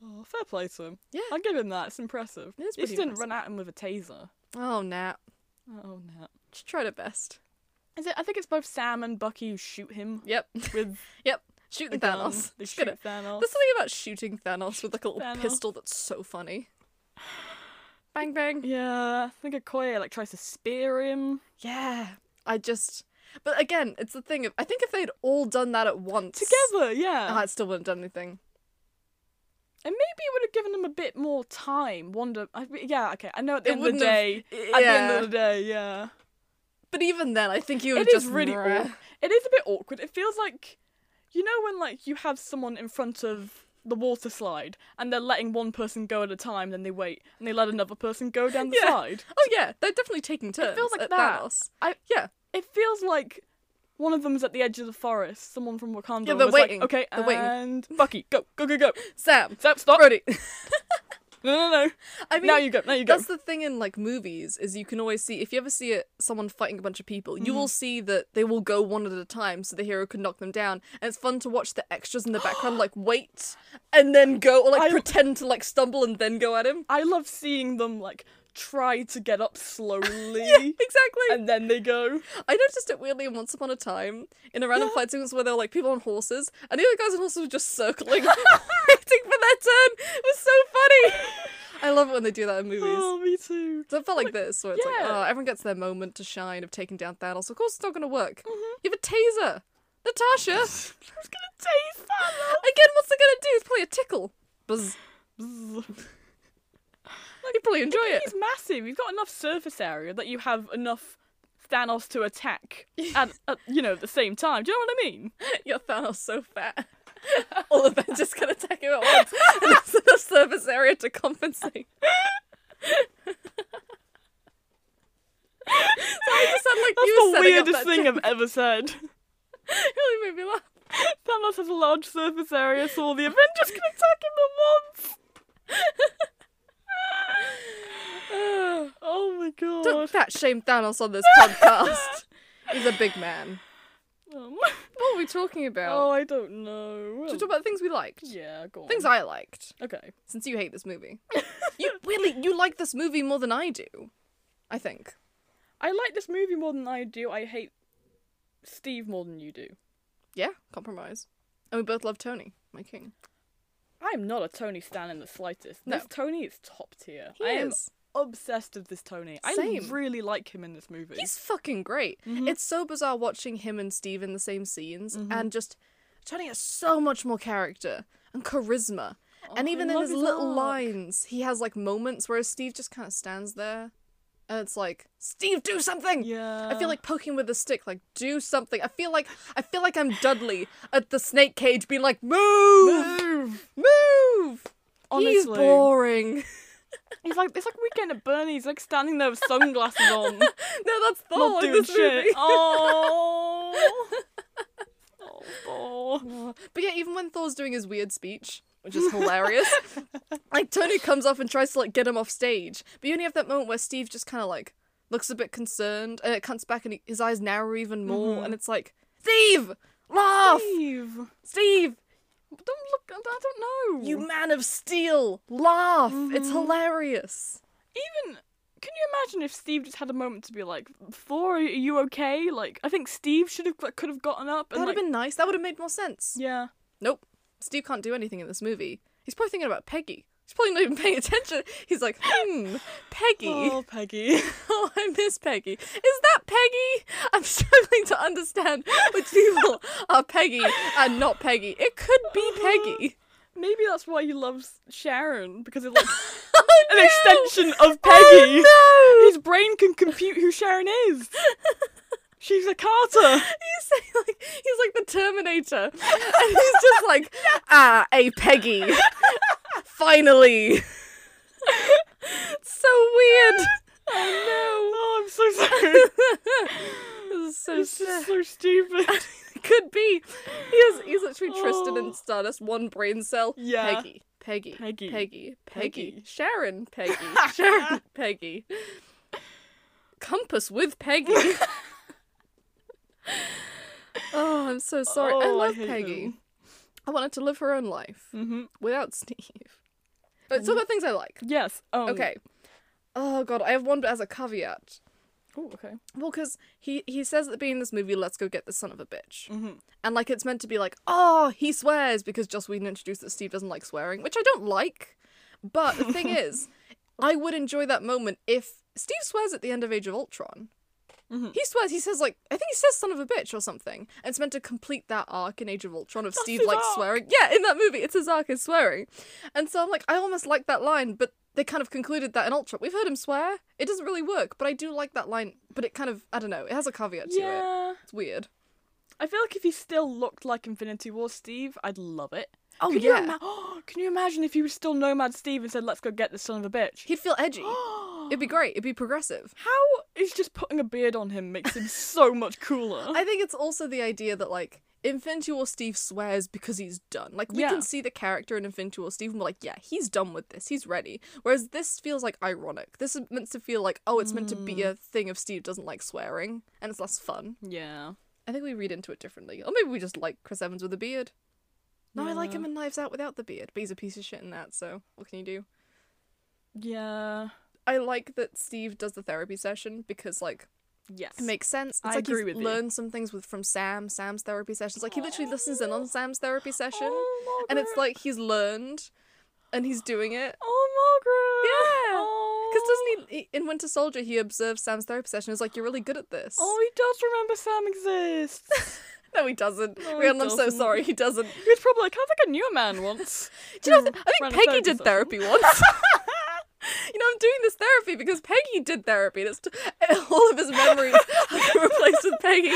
Speaker 1: Oh, fair play to him.
Speaker 2: Yeah.
Speaker 1: I'll give him that. It's impressive.
Speaker 2: It is
Speaker 1: he just
Speaker 2: pretty
Speaker 1: didn't run at him with a taser.
Speaker 2: Oh, Nat.
Speaker 1: Oh no.
Speaker 2: She tried her best.
Speaker 1: Is it? I think it's both Sam and Bucky who shoot him
Speaker 2: Yep.
Speaker 1: with um,
Speaker 2: Yep.
Speaker 1: the
Speaker 2: Shooting
Speaker 1: gun.
Speaker 2: Thanos.
Speaker 1: They
Speaker 2: She's
Speaker 1: shoot
Speaker 2: gonna-
Speaker 1: Thanos.
Speaker 2: There's something about shooting Thanos with like a little
Speaker 1: Thanos.
Speaker 2: pistol that's so funny. Bang bang.
Speaker 1: Yeah, I think Okoye like tries to spear him.
Speaker 2: Yeah. I just. But again, it's the thing. Of, I think if they'd all done that at once
Speaker 1: Together, yeah.
Speaker 2: ah, it still wouldn't have done anything.
Speaker 1: and maybe it would have given him a bit more time. Wonder, I, yeah, okay. I know at the
Speaker 2: It
Speaker 1: end of the
Speaker 2: wouldn't
Speaker 1: day,
Speaker 2: have-
Speaker 1: at the end
Speaker 2: yeah.
Speaker 1: of the day, yeah.
Speaker 2: But even then, I think you would
Speaker 1: It
Speaker 2: have
Speaker 1: is
Speaker 2: just
Speaker 1: really
Speaker 2: Meh.
Speaker 1: awkward. It is a bit awkward. It feels like You know when like you have someone in front of the water slide and they're letting one person go at a time, then they wait and they let another person go down the
Speaker 2: Yeah.
Speaker 1: slide.
Speaker 2: Oh yeah, they're definitely taking turns.
Speaker 1: feels like
Speaker 2: at
Speaker 1: that.
Speaker 2: Thanos.
Speaker 1: I
Speaker 2: Yeah,
Speaker 1: it feels like one of them's at the edge of the forest. Someone from Wakanda
Speaker 2: Yeah, they're
Speaker 1: was
Speaker 2: waiting.
Speaker 1: like, okay,
Speaker 2: They're waiting.
Speaker 1: and Bucky, go, go, go, go.
Speaker 2: Sam,
Speaker 1: Stop, stop.
Speaker 2: Brody.
Speaker 1: No, no, no.
Speaker 2: I mean,
Speaker 1: now you go. Now you go.
Speaker 2: That's the thing in like movies is you can always see if you ever see it, someone fighting a bunch of people, you
Speaker 1: Mm.
Speaker 2: will see that they will go one at a time so the hero can knock them down. And it's fun to watch the extras in the background like wait and then go or like
Speaker 1: I-
Speaker 2: pretend to like stumble and then go at him.
Speaker 1: I love seeing them like try to get up slowly
Speaker 2: Exactly.
Speaker 1: and then they go.
Speaker 2: I noticed it weirdly in Once Upon a Time in a random fight sequence where there were like people on horses and the other guys on horses were just circling, waiting for their turn. It was so funny. I love it when they do that in movies.
Speaker 1: Oh, me too.
Speaker 2: So it felt like this, where it's like,
Speaker 1: yeah.
Speaker 2: oh, everyone gets their moment to shine of taking down Thanos. Of course, it's not going to work. You have a taser, Natasha.
Speaker 1: Who's gonna taste that?
Speaker 2: Again, what's it going to do? It's probably a tickle. Buzz. You probably enjoy it.
Speaker 1: He's massive. You've got enough surface area that you have enough Thanos to attack at, at you know at the same time. Do you know what I mean?
Speaker 2: Your Thanos so fat. All of them just going to attack him at once. and that's enough surface area to compensate. so I just sound like
Speaker 1: That's
Speaker 2: you
Speaker 1: the
Speaker 2: setting up
Speaker 1: weirdest
Speaker 2: that
Speaker 1: thing
Speaker 2: joke.
Speaker 1: I've ever said.
Speaker 2: It really made me laugh.
Speaker 1: Thanos has a large surface area, so all the Avengers can attack him at once. oh my
Speaker 2: Don't
Speaker 1: god.
Speaker 2: fat shame Thanos on this podcast. He's a big man.
Speaker 1: Um,
Speaker 2: What were we talking about?
Speaker 1: oh, I don't know.
Speaker 2: Should we talk about things we liked?
Speaker 1: yeah, go on.
Speaker 2: Things I liked.
Speaker 1: okay.
Speaker 2: Since you hate this movie, you really you like this movie more than I do. I think.
Speaker 1: I like this movie more than I do. I hate Steve more than you do.
Speaker 2: Yeah, compromise. And we both love Tony, my king.
Speaker 1: I'm not a Tony stan in the slightest.
Speaker 2: No.
Speaker 1: This Tony is top tier.
Speaker 2: He
Speaker 1: I
Speaker 2: is.
Speaker 1: am obsessed with this Tony.
Speaker 2: Same.
Speaker 1: I really like him in this movie.
Speaker 2: He's fucking great.
Speaker 1: Mm-hmm.
Speaker 2: It's so bizarre watching him and Steve in the same scenes, and just Tony has so much more character and charisma. and
Speaker 1: Oh, I
Speaker 2: even in
Speaker 1: love
Speaker 2: his
Speaker 1: his
Speaker 2: little
Speaker 1: arc.
Speaker 2: lines, he has like moments, whereas Steve just kind of stands there, and it's like, Steve, do something.
Speaker 1: yeah.
Speaker 2: I feel like poking with a stick, like do something. I feel like I feel like I'm Dudley at the snake cage, being like, move,
Speaker 1: move.
Speaker 2: move.
Speaker 1: Honestly,
Speaker 2: He's boring.
Speaker 1: He's like it's like weekend at Bernie's, like standing there with sunglasses on,
Speaker 2: no, that's the whole
Speaker 1: not
Speaker 2: of
Speaker 1: doing
Speaker 2: this
Speaker 1: shit.
Speaker 2: movie.
Speaker 1: Oh. oh, oh.
Speaker 2: But yeah, even when Thor's doing his weird speech, which is hilarious, like Tony comes off and tries to like get him off stage. But you only have that moment where Steve just kind of like looks a bit concerned, and it cuts back, and he, his eyes narrow even more,
Speaker 1: Mm-hmm.
Speaker 2: and it's like, Steve, laugh,
Speaker 1: Steve, don't
Speaker 2: Steve,
Speaker 1: look. I don't know.
Speaker 2: you man of steel, laugh.
Speaker 1: Mm-hmm.
Speaker 2: It's hilarious.
Speaker 1: even can you imagine if Steve just had a moment to be like, Thor, are you okay? Like, I think Steve should have could have gotten up
Speaker 2: That
Speaker 1: and
Speaker 2: would
Speaker 1: like,
Speaker 2: have been nice. That would have made more sense.
Speaker 1: yeah.
Speaker 2: Nope. Steve can't do anything in this movie. He's probably thinking about Peggy. He's probably not even paying attention. He's like, hmm, Peggy.
Speaker 1: Oh, Peggy.
Speaker 2: Oh, I miss Peggy. Is that Peggy? I'm struggling to understand which people are Peggy and not Peggy. It could be Peggy.
Speaker 1: Maybe that's why he loves Sharon because it's like
Speaker 2: Oh,
Speaker 1: an
Speaker 2: no!
Speaker 1: extension of Peggy.
Speaker 2: Oh,
Speaker 1: His brain can compute who Sharon is. She's a Carter.
Speaker 2: no! He's like, he's like the Terminator. And he's just like, ah, a Peggy. Finally. so weird.
Speaker 1: Oh no. Oh, I'm so sorry.
Speaker 2: this is so
Speaker 1: this
Speaker 2: sad.
Speaker 1: is so stupid.
Speaker 2: Could be. He is, he's literally Tristan
Speaker 1: Oh.
Speaker 2: and Stardust, one brain cell.
Speaker 1: Yeah.
Speaker 2: Peggy. Peggy.
Speaker 1: Peggy.
Speaker 2: Peggy. Peggy.
Speaker 1: Peggy.
Speaker 2: Sharon. Peggy. Sharon. Peggy. Compass with Peggy. oh, I'm so sorry. I
Speaker 1: Oh, I
Speaker 2: love
Speaker 1: hate
Speaker 2: Peggy.
Speaker 1: him.
Speaker 2: I wanted to live her own life
Speaker 1: hmm
Speaker 2: without Steve. But it's all about things I like.
Speaker 1: Yes. Um,
Speaker 2: Okay. Oh god, I have one but as a caveat.
Speaker 1: Oh, okay.
Speaker 2: Well, because he, he says at the beginning of this movie, let's go get the son of a bitch.
Speaker 1: Mhm.
Speaker 2: And, like, it's meant to be like, oh, he swears because Joss Whedon introduced that Steve doesn't like swearing, which I don't like. But the thing is, I would enjoy that moment if Steve swears at the end of Age of Ultron.
Speaker 1: Mhm.
Speaker 2: He swears, he says, like, I think he says son of a bitch or something. And it's meant to complete that arc in Age of Ultron of Steve,
Speaker 1: his
Speaker 2: like,
Speaker 1: arc.
Speaker 2: swearing. Yeah, in that movie, it's his arc is swearing. And so I'm like, I almost like that line, but they kind of concluded that in Ultron. We've heard him swear. It doesn't really work, but I do like that line. But it kind of, I don't know, it has a caveat to it.
Speaker 1: Yeah.
Speaker 2: It's weird.
Speaker 1: I feel like if he still looked like Infinity War Steve, I'd love it.
Speaker 2: Oh
Speaker 1: Can
Speaker 2: yeah,
Speaker 1: You ima- can you imagine if he was still Nomad Steve and said, "Let's go get this son of a bitch"?
Speaker 2: he'd feel edgy. It'd
Speaker 1: How
Speaker 2: be great. It'd be progressive.
Speaker 1: is just putting a beard on him makes him so much cooler.
Speaker 2: I think it's also the idea that like Infinity War Steve swears because he's done. Like we
Speaker 1: Yeah.
Speaker 2: can see the character in Infinity War Steve and we're like, yeah, he's done with this. He's ready. Whereas this feels like ironic. This is meant to feel like, oh, it's meant to be
Speaker 1: Mm.
Speaker 2: a thing if Steve doesn't like swearing and it's less fun.
Speaker 1: yeah.
Speaker 2: I think we read into it differently. Or maybe we just like Chris Evans with a beard. No, I like
Speaker 1: Yeah.
Speaker 2: him in Knives Out without the beard, but he's a piece of shit in that, so what can you do?
Speaker 1: Yeah.
Speaker 2: I like that Steve does the therapy session because like
Speaker 1: Yes.
Speaker 2: It makes sense. It's
Speaker 1: I
Speaker 2: like
Speaker 1: agree
Speaker 2: he's
Speaker 1: with you.
Speaker 2: learned some things with from Sam, Sam's therapy sessions. Like he literally
Speaker 1: Aw.
Speaker 2: listens in on Sam's therapy session
Speaker 1: Oh,
Speaker 2: and it's
Speaker 1: Margaret.
Speaker 2: like he's learned and he's doing it.
Speaker 1: Oh, Margaret.
Speaker 2: Yeah.
Speaker 1: Oh.
Speaker 2: Cuz doesn't he in Winter Soldier he observes Sam's therapy session is like you're really good at this.
Speaker 1: Oh, he does remember Sam exists.
Speaker 2: no he doesn't.
Speaker 1: No, he
Speaker 2: Rhiannon, I'm so
Speaker 1: doesn't.
Speaker 2: sorry. He doesn't.
Speaker 1: He was probably like, I think I knew a man once.
Speaker 2: Do you know I
Speaker 1: Ran a
Speaker 2: think Peggy
Speaker 1: therapy
Speaker 2: did
Speaker 1: session.
Speaker 2: therapy once. You know, I'm doing this therapy because Peggy did therapy. And it's t- all of his memories have been replaced with Peggy.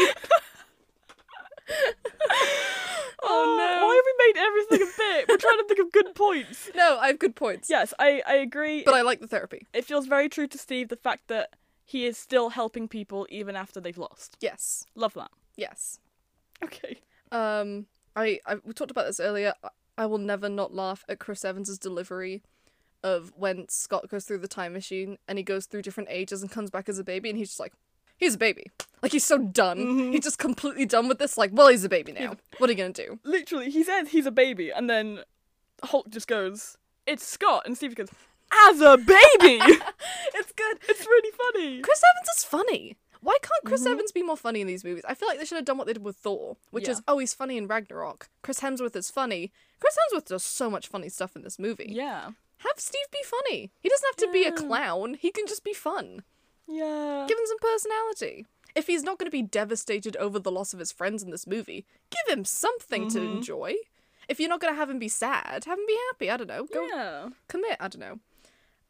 Speaker 2: oh no!
Speaker 1: Why have we made everything a bit? We're trying to think of good points.
Speaker 2: No, I have good points.
Speaker 1: Yes, I, I agree.
Speaker 2: But I like the therapy.
Speaker 1: it feels very true to Steve the fact that he is still helping people even after they've lost.
Speaker 2: Yes.
Speaker 1: Love that.
Speaker 2: Yes.
Speaker 1: Okay.
Speaker 2: Um I, I we talked about this earlier. I- I will never not laugh at Chris Evans's delivery of when Scott goes through the time machine and he goes through different ages and comes back as a baby and he's just like he's a baby. Like he's so done. He's just completely done with this like well he's a baby now. What are you going to do?
Speaker 1: Literally, he says he's a baby, and then Hulk just goes, It's Scott. And Steve goes, As a baby!
Speaker 2: It's good.
Speaker 1: it's really funny.
Speaker 2: Chris Evans is funny. Why can't Chris Evans be more funny in these movies? I feel like they should have done what they did with Thor, which
Speaker 1: Yeah.
Speaker 2: is oh he's funny in Ragnarok. Chris Hemsworth is funny. Chris Hemsworth does so much funny stuff in this movie.
Speaker 1: Yeah.
Speaker 2: Have Steve be funny. He doesn't have to be a
Speaker 1: Yeah.
Speaker 2: clown. He can just be fun.
Speaker 1: Yeah.
Speaker 2: Give him some personality. If he's not going to be devastated over the loss of his friends in this movie, give him something to
Speaker 1: Mm-hmm.
Speaker 2: enjoy. If you're not going to have him be sad, have him be happy. I don't know. Go
Speaker 1: yeah.
Speaker 2: commit. I don't know.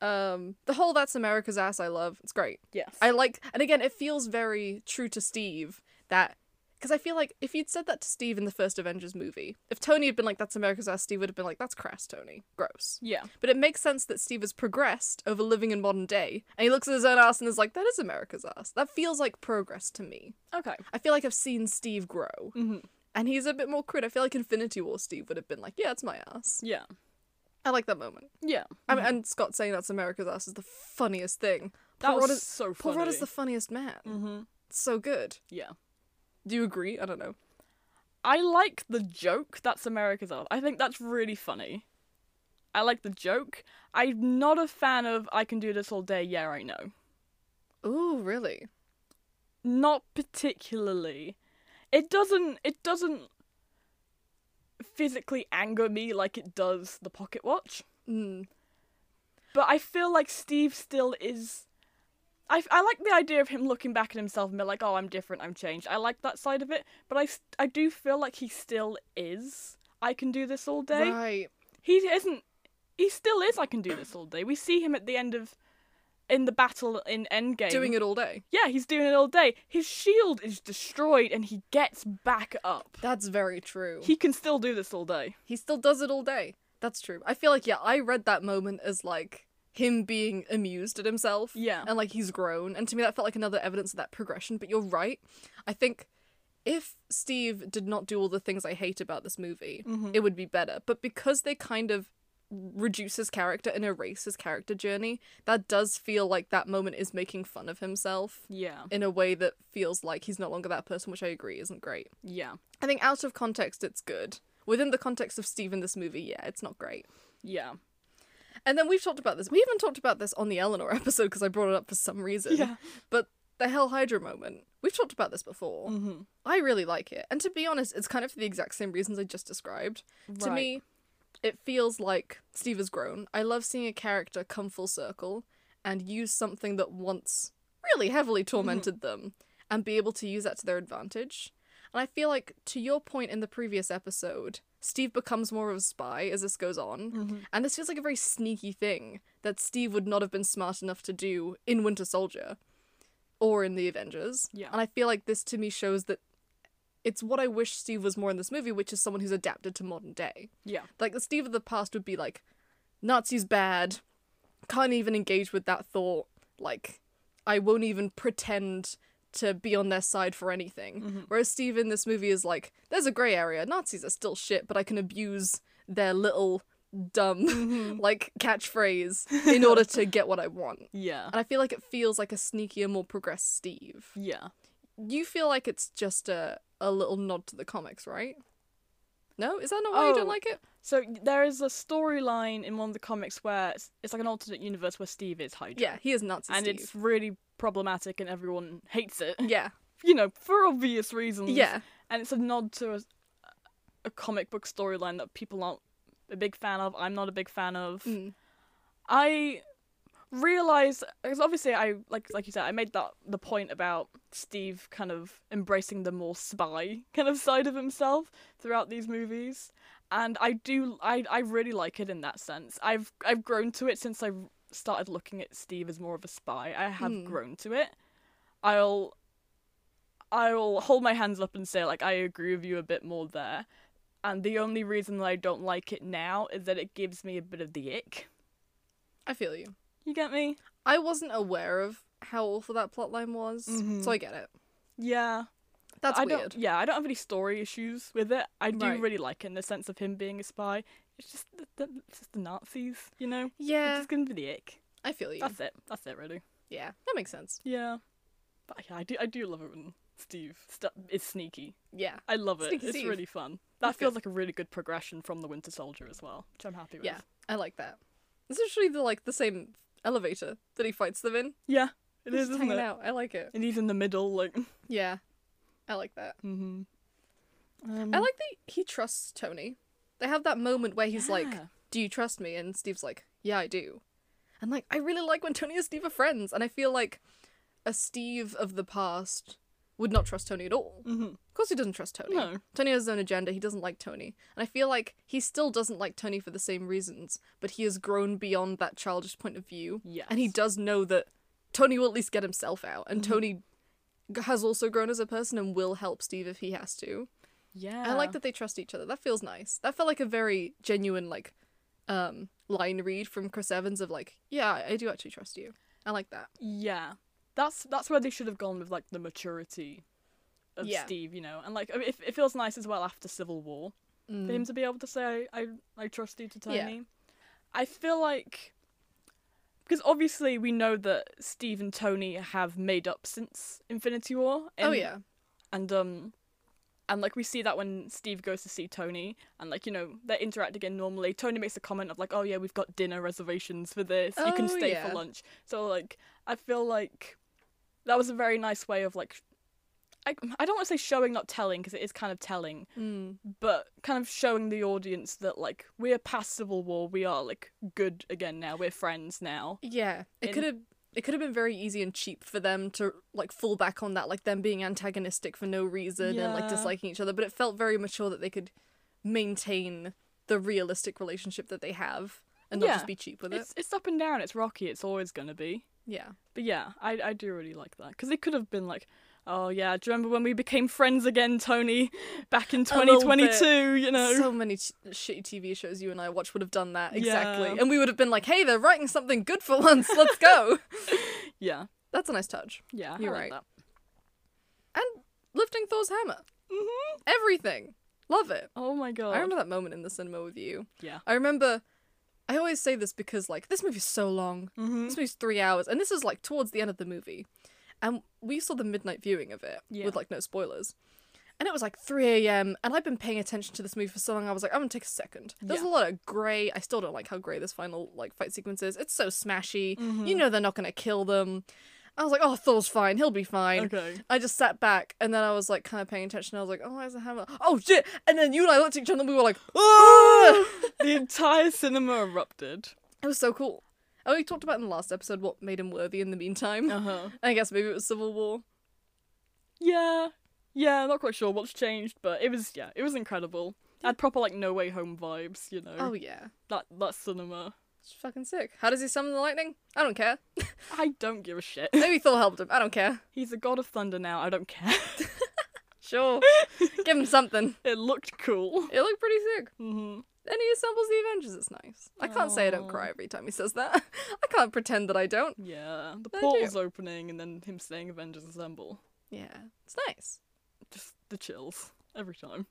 Speaker 2: Um, the whole "That's America's Ass" I love. It's great.
Speaker 1: Yes.
Speaker 2: I like, and again, it feels very true to Steve that because I feel like if you'd said that to Steve in the first Avengers movie, if Tony had been like, "That's America's Ass," Steve would have been like, "That's crass, Tony. Gross."
Speaker 1: yeah.
Speaker 2: But it makes sense that Steve has progressed over living in modern day, and he looks at his own ass and is like, that is America's ass. That feels like progress to me.
Speaker 1: Okay.
Speaker 2: I feel like I've seen Steve grow,
Speaker 1: Mm-hmm.
Speaker 2: and he's a bit more crude. I feel like Infinity War Steve would have been like, yeah, it's my ass.
Speaker 1: Yeah.
Speaker 2: I like that moment.
Speaker 1: Yeah.
Speaker 2: I mean, and Scott saying that's America's ass is the funniest thing.
Speaker 1: That
Speaker 2: Paul
Speaker 1: was
Speaker 2: Rudd is,
Speaker 1: so
Speaker 2: Paul
Speaker 1: funny.
Speaker 2: Rudd is the funniest man.
Speaker 1: mm-hmm.
Speaker 2: It's so good.
Speaker 1: Yeah.
Speaker 2: Do you agree? I don't know.
Speaker 1: I like the joke that's America's art. I think that's really funny. I like the joke. I'm not a fan of I can do this all day, yeah, I know.
Speaker 2: Ooh, really?
Speaker 1: Not particularly. It doesn't it doesn't physically anger me like it does the pocket watch.
Speaker 2: Mm.
Speaker 1: But I feel like Steve still is I, I like the idea of him looking back at himself and be like, oh, I'm different, I'm changed. I like that side of it, but I, s- I do feel like he still is. I can do this all day.
Speaker 2: Right.
Speaker 1: he isn't he still is i can do this all day we see him at the end of in the battle in endgame
Speaker 2: Doing it all day.
Speaker 1: yeah he's doing it all day his shield is destroyed and he gets back up
Speaker 2: That's very true.
Speaker 1: he can still do this all day
Speaker 2: He still does it all day. That's true. I feel like yeah, I read that moment as like him being amused at himself.
Speaker 1: Yeah.
Speaker 2: And like he's grown. And to me that felt like another evidence of that progression. But you're right. I think if Steve did not do all the things I hate about this movie,
Speaker 1: Mm-hmm.
Speaker 2: it would be better. But because they kind of reduce his character and erase his character journey, that does feel like that moment is making fun of himself
Speaker 1: yeah
Speaker 2: in a way that feels like he's no longer that person, which I agree isn't great.
Speaker 1: yeah
Speaker 2: I think out of context, it's good. Within the context of Steve in this movie, yeah, it's not great.
Speaker 1: yeah
Speaker 2: And then we've talked about this. We even talked about this on the Eleanor episode because I brought it up for some reason.
Speaker 1: Yeah.
Speaker 2: But the Hell Hydra moment, we've talked about this before.
Speaker 1: Mhm.
Speaker 2: I really like it. And to be honest, it's kind of for the exact same reasons I just described. To
Speaker 1: Right.
Speaker 2: me, it feels like Steve has grown. I love seeing a character come full circle and use something that once really heavily
Speaker 1: Mm-hmm.
Speaker 2: tormented them and be able to use that to their advantage. And I feel like, to your point in the previous episode, Steve becomes more of a spy as this goes
Speaker 1: Mm.
Speaker 2: on.
Speaker 1: Mm-hmm.
Speaker 2: And this feels like a very sneaky thing that Steve would not have been smart enough to do in Winter Soldier or in the Avengers.
Speaker 1: Yeah.
Speaker 2: And I feel like this to me shows that it's what I wish Steve was more in this movie, which is someone who's adapted to modern day.
Speaker 1: Yeah.
Speaker 2: Like the Steve of the past would be like, Nazis bad, can't even engage with that thought. Like, I won't even pretend to be on their side for anything. Whereas Steve in this movie is like, there's a grey area. Nazis are still shit, but I can abuse their little dumb like catchphrase in order to get what I want.
Speaker 1: Yeah.
Speaker 2: And I feel like it feels like a sneakier, more progressed Steve.
Speaker 1: Yeah.
Speaker 2: You feel like it's just a, a little nod to the comics, right? No? Is that not why you
Speaker 1: Oh.
Speaker 2: don't like it?
Speaker 1: So there is a storyline in one of the comics where it's, it's like an alternate universe where Steve is Hydra.
Speaker 2: Yeah, he is Nazi
Speaker 1: And
Speaker 2: Steve.
Speaker 1: it's really problematic and everyone hates it.
Speaker 2: yeah,
Speaker 1: You know, for obvious reasons.
Speaker 2: yeah,
Speaker 1: And it's a nod to a, a comic book storyline that people aren't a big fan of. I'm not a big fan of.
Speaker 2: Mm.
Speaker 1: I realized because obviously I like like you said I made that the point about Steve kind of embracing the more spy kind of side of himself throughout these movies and I do I I really like it in that sense. I've I've grown to it since I started looking at Steve as more of a spy. I have
Speaker 2: Mm.
Speaker 1: grown to it. I'll I'll hold my hands up and say like I agree with you a bit more there. And the only reason that I don't like it now is that it gives me a bit of the ick.
Speaker 2: I feel you.
Speaker 1: You get me?
Speaker 2: I wasn't aware of how awful that plotline was,
Speaker 1: Mhm.
Speaker 2: so I get it.
Speaker 1: Yeah.
Speaker 2: That's
Speaker 1: I
Speaker 2: weird.
Speaker 1: don't yeah, I don't have any story issues with it. I do
Speaker 2: Right.
Speaker 1: really like it in the sense of him being a spy. It's just the, the, it's just the Nazis, you know? It's
Speaker 2: Yeah,
Speaker 1: just gonna be the ick.
Speaker 2: I feel you.
Speaker 1: That's it. That's it really.
Speaker 2: Yeah, that makes sense.
Speaker 1: Yeah. But yeah, I do I do love it when Steve st- is sneaky.
Speaker 2: Yeah,
Speaker 1: I love it.
Speaker 2: Sneaky
Speaker 1: it's
Speaker 2: Steve.
Speaker 1: really fun. That
Speaker 2: That's
Speaker 1: feels
Speaker 2: good.
Speaker 1: like a really good progression from the Winter Soldier as well, which I'm happy with.
Speaker 2: yeah, I like that. It's actually the like the same elevator that he fights them in.
Speaker 1: Yeah. It
Speaker 2: He's
Speaker 1: is,
Speaker 2: just
Speaker 1: isn't
Speaker 2: hanging
Speaker 1: it?
Speaker 2: out. I like it.
Speaker 1: And he's in the middle, like
Speaker 2: Yeah, I like that.
Speaker 1: mm-hmm. um,
Speaker 2: I like that he trusts Tony. They have that moment where he's like,
Speaker 1: Yeah.
Speaker 2: "Do you trust me?" And Steve's like, "Yeah, I do." And like, I really like when Tony and Steve are friends, and I feel like a Steve of the past would not trust Tony at all.
Speaker 1: Mhm.
Speaker 2: Of course, he doesn't trust Tony.
Speaker 1: No.
Speaker 2: Tony has his own agenda. He doesn't like Tony, and I feel like he still doesn't like Tony for the same reasons. But he has grown beyond that childish point of view,
Speaker 1: Yes. Mm-hmm.
Speaker 2: and he does know that Tony will at least get himself out, and Tony g- has also grown as a person and will help Steve if he has to.
Speaker 1: Yeah.
Speaker 2: I like that they trust each other. That feels nice. That felt like a very genuine like um line read from Chris Evans of like, yeah, I- I do actually trust you. I like that.
Speaker 1: Yeah, that's that's where they should have gone with like the maturity of
Speaker 2: Yeah.
Speaker 1: Steve, you know, and like I mean, it, it feels nice as well after Civil War for him to be able to say I I, I trust you to Tony.
Speaker 2: Mm. Yeah.
Speaker 1: I feel like because obviously we know that Steve and Tony have made up since Infinity War.
Speaker 2: oh
Speaker 1: and-
Speaker 2: yeah.
Speaker 1: and um and like we see that when Steve goes to see Tony and like you know they interact again normally Tony makes a comment of like oh yeah we've got dinner reservations for this you can
Speaker 2: Oh,
Speaker 1: stay
Speaker 2: yeah.
Speaker 1: for lunch so like I feel like that was a very nice way of like I, I don't want to say showing not telling because it is kind of telling
Speaker 2: Mm.
Speaker 1: but kind of showing the audience that like we're past civil war we are like good again now we're friends now
Speaker 2: Yeah. It
Speaker 1: In-
Speaker 2: could have it could have been very easy and cheap for them to like fall back on that, like them being antagonistic for no reason and like
Speaker 1: Yeah.
Speaker 2: disliking each other, but it felt very mature that they could maintain the realistic relationship that they have and not
Speaker 1: Yeah.
Speaker 2: just be cheap with it.
Speaker 1: it's it's up and down it's rocky it's always going to be
Speaker 2: Yeah.
Speaker 1: But yeah, I I do really like that because it could have been like, oh yeah, do you remember when we became friends again, Tony, back in
Speaker 2: A little bit.
Speaker 1: 2022? You know,
Speaker 2: So many t- shitty TV shows you and I watch would have done that exactly,
Speaker 1: Yeah.
Speaker 2: and we would have been like, "Hey, they're writing something good for once. Let's go."
Speaker 1: yeah,
Speaker 2: That's a nice touch.
Speaker 1: yeah,
Speaker 2: You're
Speaker 1: I like
Speaker 2: right.
Speaker 1: That.
Speaker 2: And lifting Thor's hammer,
Speaker 1: hmm
Speaker 2: everything, love it.
Speaker 1: Oh my god,
Speaker 2: I remember that moment in the cinema with you.
Speaker 1: Yeah.
Speaker 2: I remember. I always say this because like this movie's so long.
Speaker 1: hmm
Speaker 2: This movie's three hours, and this is like towards the end of the movie, and we saw the midnight viewing of it
Speaker 1: Yeah.
Speaker 2: with like no spoilers. And it was like 3 a.m. and I've been paying attention to this movie for so long. I was like, I'm gonna take a second. There's
Speaker 1: Yeah.
Speaker 2: a lot of grey. I still don't like how grey this final like fight sequence is. It's so smashy.
Speaker 1: Mm-hmm.
Speaker 2: You know they're not gonna kill them. I was like, oh, Thor's fine. He'll be fine.
Speaker 1: Okay.
Speaker 2: I just sat back and then I was like kind of paying attention. I was like, oh, why is the hammer? Oh shit! And then you and I looked at each other. and We were like, oh!
Speaker 1: Ah! the entire cinema erupted.
Speaker 2: it was so cool. Oh, we talked about in the last episode what made him worthy in the meantime.
Speaker 1: Uh huh.
Speaker 2: I guess maybe it was Civil War.
Speaker 1: Yeah, yeah. Not quite sure what's changed, but it was yeah, it was incredible. Had proper like No Way Home vibes, you know.
Speaker 2: Oh yeah,
Speaker 1: That that cinema.
Speaker 2: it's fucking sick. How does he summon the lightning? I don't care.
Speaker 1: I don't give a shit.
Speaker 2: Maybe Thor helped him. I don't care.
Speaker 1: He's the god of thunder now. I don't care.
Speaker 2: Sure. Give him something.
Speaker 1: It looked cool.
Speaker 2: It looked pretty sick.
Speaker 1: hmm
Speaker 2: And he assembles the Avengers. It's nice. I can't say I don't
Speaker 1: Aw.
Speaker 2: cry every time he says that. I can't pretend that I don't.
Speaker 1: Yeah, the
Speaker 2: I do.
Speaker 1: portal's opening and then him saying Avengers Assemble.
Speaker 2: Yeah, it's nice.
Speaker 1: Just the chills every time.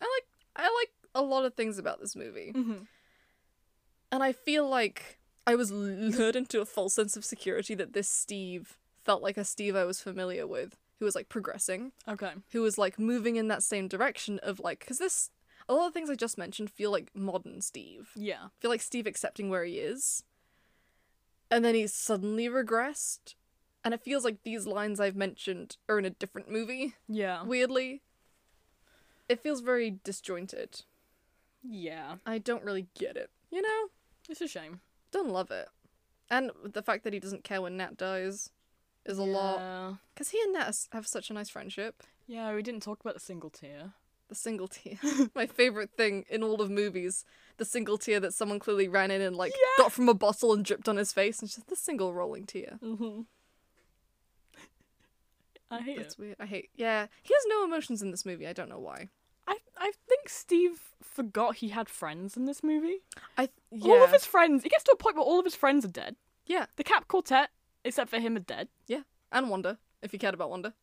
Speaker 2: I like I like a lot of things about this movie,
Speaker 1: Mm-hmm.
Speaker 2: and I feel like I was lured into a false sense of security that this Steve felt like a Steve I was familiar with, who was like progressing,
Speaker 1: Okay.
Speaker 2: who was like moving in that same direction of like because this a lot of things I just mentioned feel like modern Steve.
Speaker 1: Yeah.
Speaker 2: feel like Steve accepting where he is. And then he suddenly regressed. And it feels like these lines I've mentioned are in a different movie,
Speaker 1: Yeah.
Speaker 2: weirdly. It feels very disjointed.
Speaker 1: Yeah.
Speaker 2: I don't really get it, you know?
Speaker 1: It's a shame.
Speaker 2: Don't love it. And the fact that he doesn't care when Nat dies is a lot.
Speaker 1: Yeah.
Speaker 2: Because he and Nat s- have such a nice friendship.
Speaker 1: Yeah, we didn't talk about the single tier.
Speaker 2: The single tier. My favourite thing in all of movies. The single tear that someone clearly ran in and, like, got from a bottle and dripped on his face. And just the single rolling tear.
Speaker 1: Mm-hmm. I hate
Speaker 2: That's
Speaker 1: it.
Speaker 2: weird. I hate. Yeah, he has no emotions in this movie. I don't know why.
Speaker 1: I, I think Steve forgot he had friends in this movie.
Speaker 2: I yeah.
Speaker 1: All of his friends. It gets to a point where all of his friends are dead.
Speaker 2: Yeah.
Speaker 1: The Cap Quartet, except for him, are dead.
Speaker 2: and Wonder, if you cared about Wonder,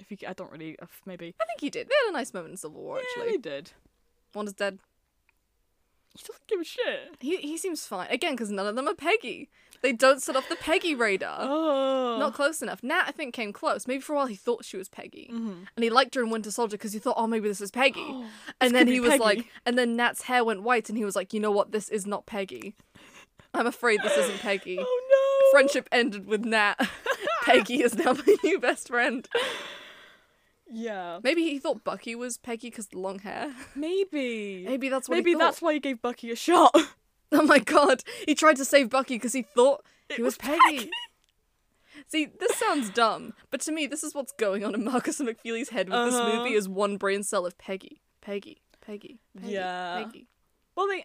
Speaker 1: If you, I don't really, if maybe.
Speaker 2: I think he did. They had a nice moment in Civil War.
Speaker 1: Yeah,
Speaker 2: Actually,
Speaker 1: they did.
Speaker 2: Wanda's dead.
Speaker 1: He doesn't give a shit.
Speaker 2: He he seems fine again because none of them are Peggy. They don't set off the Peggy radar.
Speaker 1: Oh.
Speaker 2: Not close enough. Nat, I think, came close. Maybe for a while he thought she was Peggy,
Speaker 1: Mhm.
Speaker 2: and he liked her in Winter Soldier because he thought, oh, maybe this is Peggy. and then
Speaker 1: could
Speaker 2: he
Speaker 1: be
Speaker 2: was
Speaker 1: Peggy.
Speaker 2: like, and then Nat's hair went white, and he was like, you know what? This is not Peggy. I'm afraid this isn't Peggy.
Speaker 1: Oh no.
Speaker 2: friendship ended with Nat. Peggy is now my new best friend.
Speaker 1: Yeah.
Speaker 2: Maybe he thought Bucky was Peggy because the long hair.
Speaker 1: Maybe.
Speaker 2: Maybe that's what
Speaker 1: Maybe
Speaker 2: he thought.
Speaker 1: that's why he gave Bucky a shot.
Speaker 2: Oh my god, he tried to save Bucky because he thought
Speaker 1: It
Speaker 2: he was,
Speaker 1: was
Speaker 2: Peggy. See, this sounds dumb, but to me, this is what's going on in Marcus and McFeely's head with this
Speaker 1: Uh-huh.
Speaker 2: movie is one brain cell of Peggy, Peggy, Peggy, Peggy,
Speaker 1: Yeah.
Speaker 2: Peggy.
Speaker 1: well, they.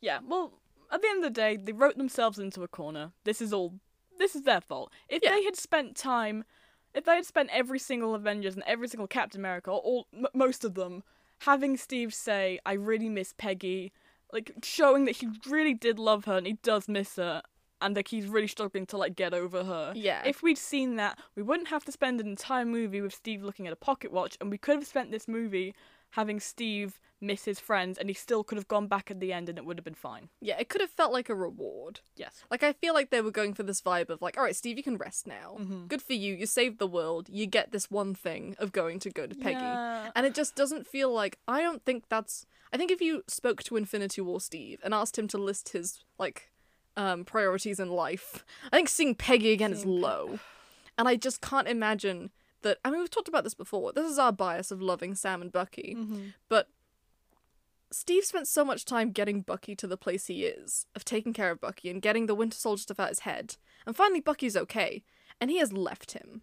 Speaker 1: Yeah. Well, at the end of the day, they wrote themselves into a corner. This is all. This is their fault. If
Speaker 2: Yeah.
Speaker 1: they had spent time, if they had spent every single Avengers and every single Captain America, or all m- most of them, having Steve say, "I really miss Peggy," like showing that he really did love her and he does miss her, and like he's really struggling to like get over her.
Speaker 2: Yeah.
Speaker 1: If we'd seen that, we wouldn't have to spend an entire movie with Steve looking at a pocket watch, and we could have spent this movie having Steve miss his friends, and he still could have gone back at the end, and it would have been fine.
Speaker 2: yeah, it could have felt like a reward.
Speaker 1: Yes.
Speaker 2: Like I feel like they were going for this vibe of like, all right, Steve, you can rest now.
Speaker 1: Mm-hmm.
Speaker 2: Good for you. You saved the world. You get this one thing of going to go to Peggy.
Speaker 1: Yeah.
Speaker 2: And it just doesn't feel like I don't think that's I think if you spoke to Infinity War Steve and asked him to list his like um priorities in life, I think seeing Peggy again is
Speaker 1: Seeing Pe-
Speaker 2: low. And I just can't imagine that I mean we've talked about this before. This is our bias of loving Sam and Bucky.
Speaker 1: Mm-hmm.
Speaker 2: But Steve spent so much time getting Bucky to the place he is, of taking care of Bucky and getting the Winter Soldier stuff out his head. And finally, Bucky's okay, and he has left him.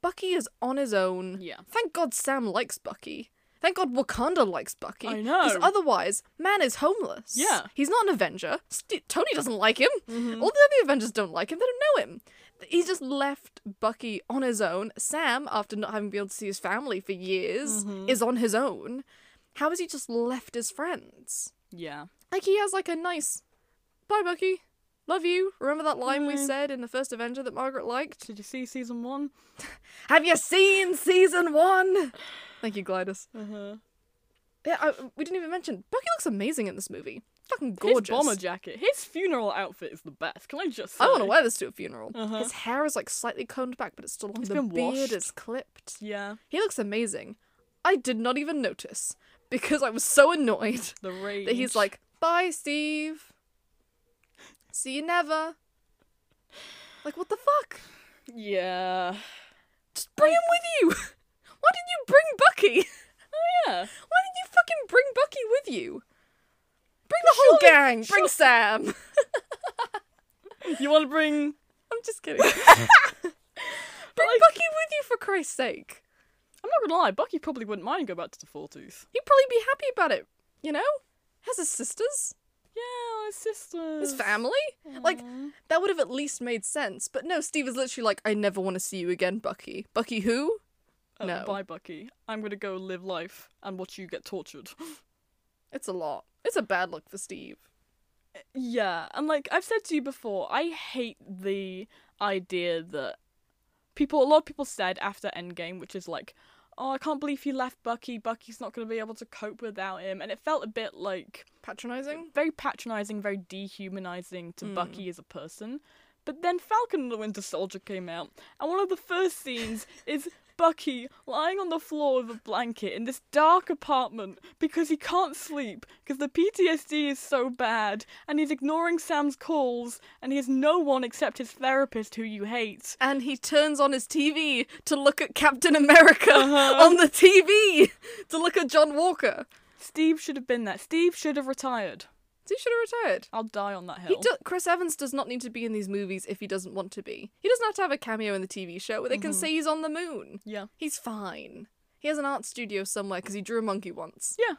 Speaker 2: Bucky is on his own.
Speaker 1: Yeah.
Speaker 2: Thank God Sam likes Bucky. Thank God Wakanda likes Bucky.
Speaker 1: I know.
Speaker 2: Because otherwise, man is homeless.
Speaker 1: Yeah. Mm-hmm.
Speaker 2: He's not an Avenger. St- Tony doesn't like him. All the other Avengers don't like him. They don't know him. He's just left Bucky on his own. Sam, after not having been able to see his family for years,
Speaker 1: Mm-hmm.
Speaker 2: is on his own. How has he just left his friends?
Speaker 1: Yeah.
Speaker 2: Like, he has, like, a nice, bye, Bucky. Love you. Remember that line we
Speaker 1: Mm.
Speaker 2: said in the first Avenger that Margaret liked?
Speaker 1: Did you see season one?
Speaker 2: Have you seen season one? Thank you, Glidus.
Speaker 1: Uh huh.
Speaker 2: Yeah, I, we didn't even mention Bucky looks amazing in this movie. Fucking
Speaker 1: His
Speaker 2: gorgeous.
Speaker 1: bomber jacket, his funeral outfit is the best. Can I just? Say?
Speaker 2: I want to wear this to a funeral.
Speaker 1: Uh-huh.
Speaker 2: His hair is like slightly combed back, but it's still long.
Speaker 1: It's
Speaker 2: the
Speaker 1: been
Speaker 2: beard
Speaker 1: washed.
Speaker 2: is clipped.
Speaker 1: Yeah.
Speaker 2: He looks amazing. I did not even notice because I was so annoyed
Speaker 1: The rage.
Speaker 2: that he's like, "Bye, Steve. See you never." Like, what the fuck?
Speaker 1: Yeah.
Speaker 2: Just bring him with you. Why did you bring Bucky?
Speaker 1: Yeah.
Speaker 2: Why did you fucking bring Bucky with you? Bring the whole
Speaker 1: Surely-
Speaker 2: gang. Bring Sam.
Speaker 1: You want to bring?
Speaker 2: I'm just kidding. bring Bucky with you for Christ's sake.
Speaker 1: I'm not gonna lie, Bucky probably wouldn't mind go back to the Four Tooth.
Speaker 2: He'd probably be happy about it. You know, has his sisters,
Speaker 1: Yeah, his sister.
Speaker 2: his family. Like that would have at least made sense. But no, Steve is literally like, I never want to see you again, Bucky. Bucky who?
Speaker 1: Um,
Speaker 2: No.
Speaker 1: Bye, Bucky. I'm gonna go live life and watch you get tortured.
Speaker 2: It's a lot. It's a bad look for Steve.
Speaker 1: yeah, and like I've said to you before, I hate the idea that people, a lot of people said after Endgame, which is like, oh, I can't believe he left Bucky. Bucky's not gonna be able to cope without him. And it felt a bit like
Speaker 2: Patronizing?
Speaker 1: very patronizing, very dehumanizing to
Speaker 2: Mm.
Speaker 1: Bucky as a person. But then Falcon and the Winter Soldier came out, and one of the first scenes is Bucky lying on the floor with a blanket in this dark apartment because he can't sleep because the PTSD is so bad, and he's ignoring Sam's calls, and he has no one except his therapist who you hate.
Speaker 2: And he turns on his TV to look at Captain America
Speaker 1: Uh-huh.
Speaker 2: on the TV to look at John Walker.
Speaker 1: Steve should have been there. Steve should have retired.
Speaker 2: Steve should have retired.
Speaker 1: I'll die on that hill.
Speaker 2: He do- Chris Evans does not need to be in these movies if he doesn't want to be. He doesn't have to have a cameo in the TV show where they
Speaker 1: Mm-hmm.
Speaker 2: can say he's on the moon.
Speaker 1: yeah.
Speaker 2: He's fine. He has an art studio somewhere because he drew a monkey once.
Speaker 1: Yeah.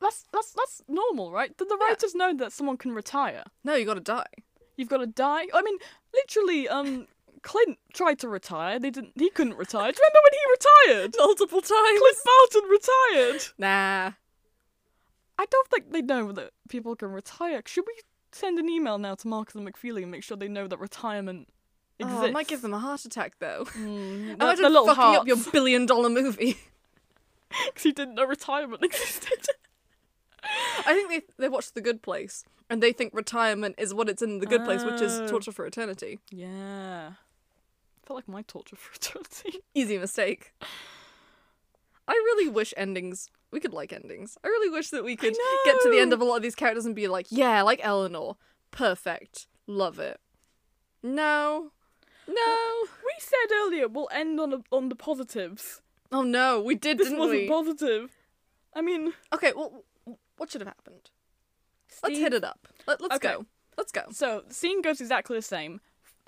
Speaker 1: That's that's that's normal, right? The, the writers know that someone can retire.
Speaker 2: No, you gotta die.
Speaker 1: You've got to die. I mean, literally, um, Clint tried to retire. They didn't. He couldn't retire. Do you remember when he retired?
Speaker 2: Multiple times.
Speaker 1: Clint Barton retired.
Speaker 2: Nah.
Speaker 1: I don't think they know that people can retire. Should we send an email now to Marcus and McFeely and make sure they know that retirement exists?
Speaker 2: Oh, it might give them a heart attack though.
Speaker 1: Mm, the,
Speaker 2: Imagine
Speaker 1: the little
Speaker 2: fucking
Speaker 1: heart
Speaker 2: up your billion dollar movie.
Speaker 1: because he didn't know retirement existed.
Speaker 2: I think they they watched The Good Place and they think retirement is what it's in The Good Place, which
Speaker 1: Oh.
Speaker 2: is torture for eternity.
Speaker 1: yeah, felt like my torture for eternity.
Speaker 2: Easy mistake. I really wish endings. We could like endings. I really wish that we could get to the end
Speaker 1: know.
Speaker 2: of a lot of these characters and be like, yeah, like Eleanor, perfect, love it. No, no.
Speaker 1: We said earlier we'll end on a, on the positives.
Speaker 2: Oh no, we did,
Speaker 1: This
Speaker 2: didn't
Speaker 1: wasn't
Speaker 2: we?
Speaker 1: positive. I mean,
Speaker 2: okay, well, what should have happened? Let's
Speaker 1: Steve-
Speaker 2: hit it up. Let, let's
Speaker 1: Okay.
Speaker 2: go. Let's go.
Speaker 1: So the scene goes exactly the same.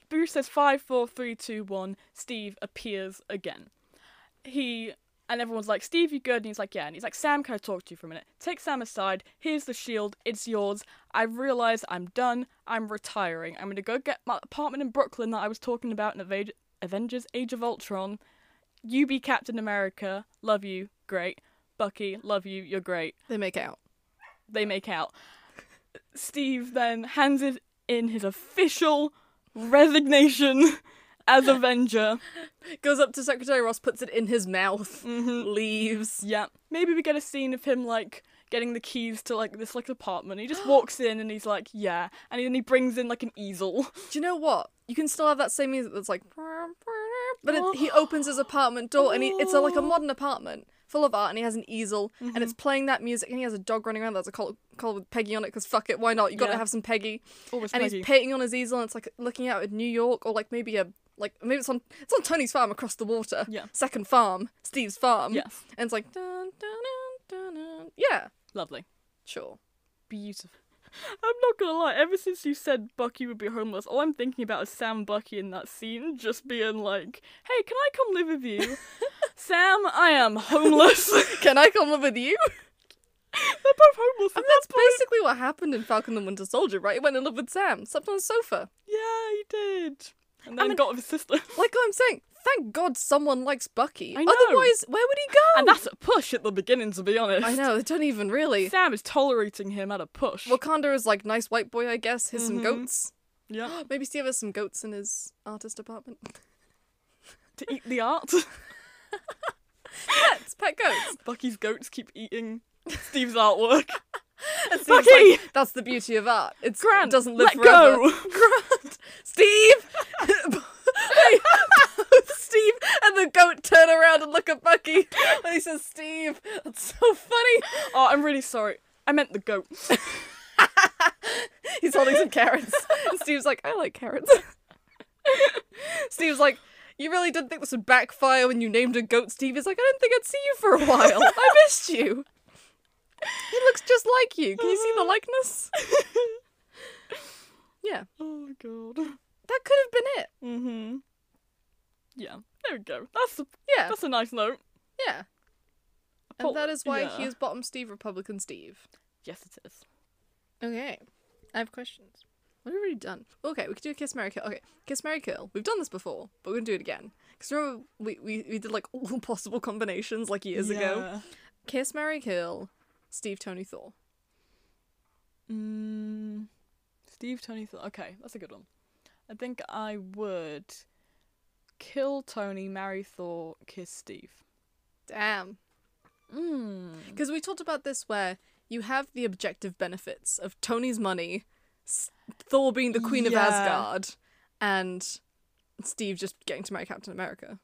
Speaker 1: Bruce says five, four, three, two, one. Steve appears again. He and everyone's like, Steve, you good? And he's like, yeah. And he's like, Sam, can I talk to you for a minute? Take Sam aside. Here's the shield. It's yours. I realize I'm done. I'm retiring. I'm gonna go get my apartment in Brooklyn that I was talking about in Ava- Avengers: Age of Ultron. You be Captain America. Love you. Great. Bucky, love you. You're great
Speaker 2: They make out.
Speaker 1: they make out. Steve then hands it in his official resignation as Avenger.
Speaker 2: Goes up to Secretary Ross, puts it in his mouth,
Speaker 1: Mm-hmm.
Speaker 2: leaves.
Speaker 1: Yeah. Maybe we get a scene of him like getting the keys to like this like apartment. He just walks in and he's like, yeah. And then he brings in like an easel.
Speaker 2: Do you know what? You can still have that same music that's like, but it, he opens his apartment door and he, it's a, like a modern apartment full of art and he has an easel and
Speaker 1: Mm-hmm.
Speaker 2: it's playing that music and he has a dog running around that's a collar collar with Peggy on it because fuck it, why not? You gotta
Speaker 1: Yeah.
Speaker 2: have some Peggy.
Speaker 1: Always
Speaker 2: and
Speaker 1: Peggy.
Speaker 2: he's painting on his easel and it's like looking out at New York or like maybe a like maybe it's on it's on Tony's farm across the water.
Speaker 1: Yeah.
Speaker 2: Second farm, Steve's farm.
Speaker 1: Yes.
Speaker 2: And it's like dun, dun, dun, dun, dun. yeah,
Speaker 1: Lovely.
Speaker 2: sure.
Speaker 1: Beautiful. I'm not gonna lie, ever since you said Bucky would be homeless, all I'm thinking about is Sam Bucky in that scene just being like, hey, can I come live with you? Sam, I am homeless.
Speaker 2: Can I come live with you?
Speaker 1: They're both homeless. at
Speaker 2: That's
Speaker 1: that point.
Speaker 2: basically what happened in Falcon and Winter Soldier, right? He went in love with Sam, slept on a sofa.
Speaker 1: Yeah, he did. And then
Speaker 2: mean- Oh.
Speaker 1: got his sister.
Speaker 2: Like I'm saying, thank God someone likes Bucky.
Speaker 1: I know.
Speaker 2: Otherwise, where would he go?
Speaker 1: and that's a push at the beginning, to be honest.
Speaker 2: I know, they don't even really.
Speaker 1: Sam is tolerating him at a push.
Speaker 2: Wakanda is like nice white boy, I guess. Here's some
Speaker 1: Mhm.
Speaker 2: goats.
Speaker 1: yeah,
Speaker 2: Maybe Steve has some goats in his artist department.
Speaker 1: to eat the art.
Speaker 2: Pets, pet goats.
Speaker 1: Bucky's goats keep eating Steve's artwork.
Speaker 2: And Steve's
Speaker 1: Bucky!
Speaker 2: like, that's the beauty of art. It's
Speaker 1: Grant,
Speaker 2: it doesn't live
Speaker 1: let
Speaker 2: forever.
Speaker 1: go.
Speaker 2: Grant, Steve. They- both Steve and the goat turn around and look at Bucky. And he says, "Steve, that's so funny."
Speaker 1: Oh, I'm really sorry. I meant the goat.
Speaker 2: He's holding some carrots. And Steve's like, I like carrots. Steve's like, You really didn't think this would backfire when you named a goat Steve? He's like, I didn't think I'd see you for a while. I missed you. He looks just like you. Can you see the likeness? yeah.
Speaker 1: oh god.
Speaker 2: That could have been it.
Speaker 1: Mhm. Yeah. There we go. That's a,
Speaker 2: Yeah.
Speaker 1: that's a nice note.
Speaker 2: Yeah. And that is why
Speaker 1: Yeah.
Speaker 2: he is bottom Steve, Republican Steve.
Speaker 1: Yes, it is.
Speaker 2: Okay. I have questions. What have we already done? Okay, we could do a Kiss Mary Kill. Okay, Kiss Mary Kill. We've done this before, but we're gonna do it again. Because remember, we, we, we did like all possible combinations like years ago. Kiss, Mary, Kill, Steve, Tony, Thor.
Speaker 1: Mm, Steve Tony. Th- okay, that's a good one. I think I would kill Tony, marry Thor, kiss Steve.
Speaker 2: Damn.
Speaker 1: Mm.
Speaker 2: Because we talked about this where you have the objective benefits of Tony's money, S- Thor being the queen of
Speaker 1: Yeah.
Speaker 2: Asgard, and Steve just getting to marry Captain America.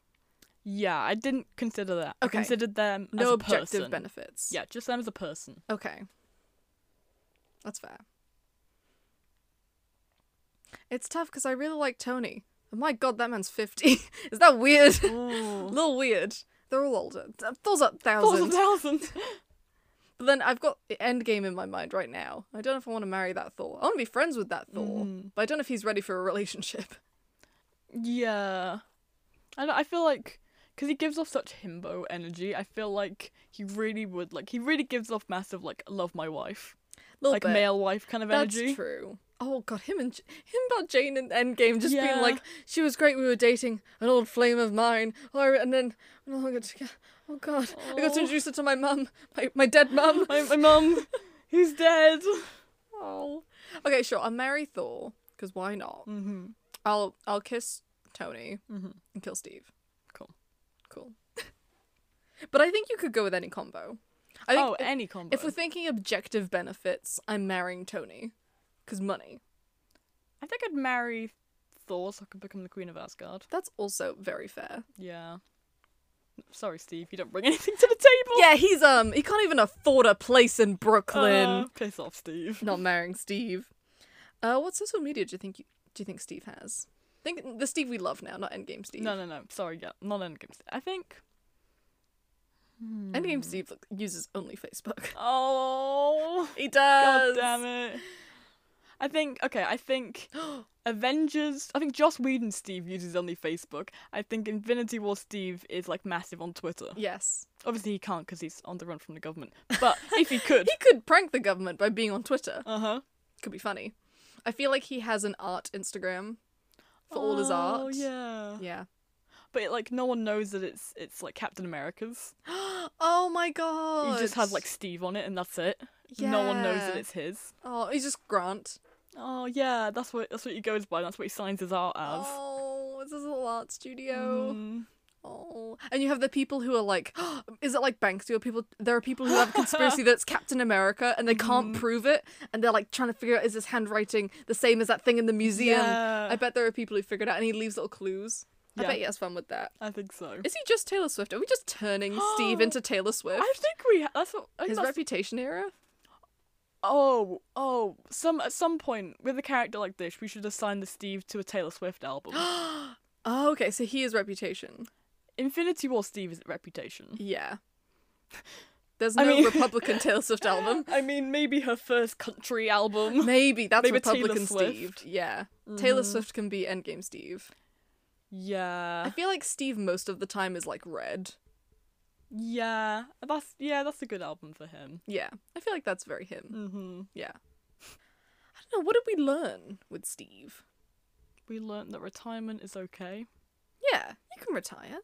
Speaker 1: Yeah, I didn't consider that.
Speaker 2: Okay.
Speaker 1: I considered them as
Speaker 2: No
Speaker 1: a
Speaker 2: objective
Speaker 1: person.
Speaker 2: benefits.
Speaker 1: Yeah, just them as a person.
Speaker 2: Okay. That's fair. It's tough because I really like Tony. And my god, that man's 50. Is that weird? a
Speaker 1: Ooh.
Speaker 2: little weird. They're all older. Th- Thor's a
Speaker 1: Thousand,
Speaker 2: thousand.
Speaker 1: thousand.
Speaker 2: But then I've got the end game in my mind right now. I don't know if I want to marry that Thor. I want to be friends with that Thor,
Speaker 1: Mm.
Speaker 2: but I don't know if he's ready for a relationship.
Speaker 1: Yeah. I, don't- I feel like because he gives off such himbo energy, I feel like he really would like he really gives off massive like love my wife,
Speaker 2: Little
Speaker 1: like
Speaker 2: bit.
Speaker 1: male wife kind of
Speaker 2: That's
Speaker 1: energy.
Speaker 2: true. Oh god, him and J- him about Jane and Endgame just being
Speaker 1: Yeah.
Speaker 2: like, she was great. We were dating an old flame of mine. Oh, I- and then we no longer together. Oh god, I got to
Speaker 1: Oh.
Speaker 2: introduce her to my mum, my, my dead mum.
Speaker 1: my my mum, he's dead.
Speaker 2: Oh. Okay, sure. I'll marry Thor because why not?
Speaker 1: Mm-hmm.
Speaker 2: I'll I'll kiss Tony
Speaker 1: Mhm.
Speaker 2: and kill Steve.
Speaker 1: Cool.
Speaker 2: Cool. but I think you could go with any combo. I think
Speaker 1: Oh,
Speaker 2: if,
Speaker 1: any combo.
Speaker 2: if we're thinking objective benefits, I'm marrying Tony because money.
Speaker 1: I think I'd marry Thor so I could become the queen of Asgard.
Speaker 2: That's also very fair.
Speaker 1: Yeah. Sorry, Steve, you don't bring anything to the table.
Speaker 2: Yeah, he's um he can't even afford a place in Brooklyn.
Speaker 1: Uh, piss off, Steve.
Speaker 2: Not marrying Steve. Uh, what social media do you think you, do you think Steve has? think the Steve we love now, not Endgame Steve.
Speaker 1: No, no, no. Sorry, yeah, not Endgame. Steve. I think.
Speaker 2: Endgame Steve look, uses only Facebook.
Speaker 1: Oh,
Speaker 2: He
Speaker 1: god
Speaker 2: does.
Speaker 1: damn it! I think okay. I think Avengers. I think Joss Whedon Steve uses only Facebook. I think Infinity War Steve is like massive on Twitter.
Speaker 2: Yes.
Speaker 1: Obviously, he can't because he's on the run from the government. But if he could,
Speaker 2: He could prank the government by being on Twitter.
Speaker 1: uh huh.
Speaker 2: Could be funny. I feel like he has an art Instagram for all his art.
Speaker 1: Oh yeah.
Speaker 2: Yeah.
Speaker 1: But like, no one knows that it's it's like Captain America's.
Speaker 2: Oh my god.
Speaker 1: He just has like Steve on it, and that's it. No one knows that
Speaker 2: Yeah.
Speaker 1: it's his.
Speaker 2: Oh, he's just Grant.
Speaker 1: Oh yeah, that's what that's what he goes by. That's what he signs his art as.
Speaker 2: Oh, it's his little art studio.
Speaker 1: Mm.
Speaker 2: Oh, and you have the people who are like, is it like Banksy or people? There are people who have a conspiracy that's Captain America and they can't
Speaker 1: Mm-hmm.
Speaker 2: prove it, and they're like trying to figure out is his handwriting the same as that thing in the museum?
Speaker 1: Yeah.
Speaker 2: I bet there are people who figured out, and he leaves little clues. I
Speaker 1: Yeah.
Speaker 2: bet he has fun with that.
Speaker 1: I think so.
Speaker 2: Is he just Taylor Swift? Are we just turning Steve into Taylor Swift?
Speaker 1: I think we. Ha- that's what. I think
Speaker 2: His
Speaker 1: that's-
Speaker 2: reputation era?
Speaker 1: oh, oh. Some at some point with a character like this, we should assign the Steve to a Taylor Swift album.
Speaker 2: Oh, okay, so he is reputation.
Speaker 1: Infinity War Steve is reputation.
Speaker 2: Yeah. There's no
Speaker 1: I mean-
Speaker 2: Republican Taylor Swift album.
Speaker 1: I mean, maybe her first country album.
Speaker 2: Maybe Mm-hmm. that's
Speaker 1: Maybe Taylor
Speaker 2: Republican Steve.
Speaker 1: Swift.
Speaker 2: Yeah. Taylor Swift can be Endgame Steve. I
Speaker 1: yeah,
Speaker 2: feel like Steve most of the time is like red.
Speaker 1: yeah. That's yeah. That's a good album for him.
Speaker 2: Yeah. I feel like that's very him.
Speaker 1: Mm-hmm.
Speaker 2: Yeah. I don't know. What did we learn with Steve?
Speaker 1: We learnt that retirement is okay.
Speaker 2: Yeah. You can retire.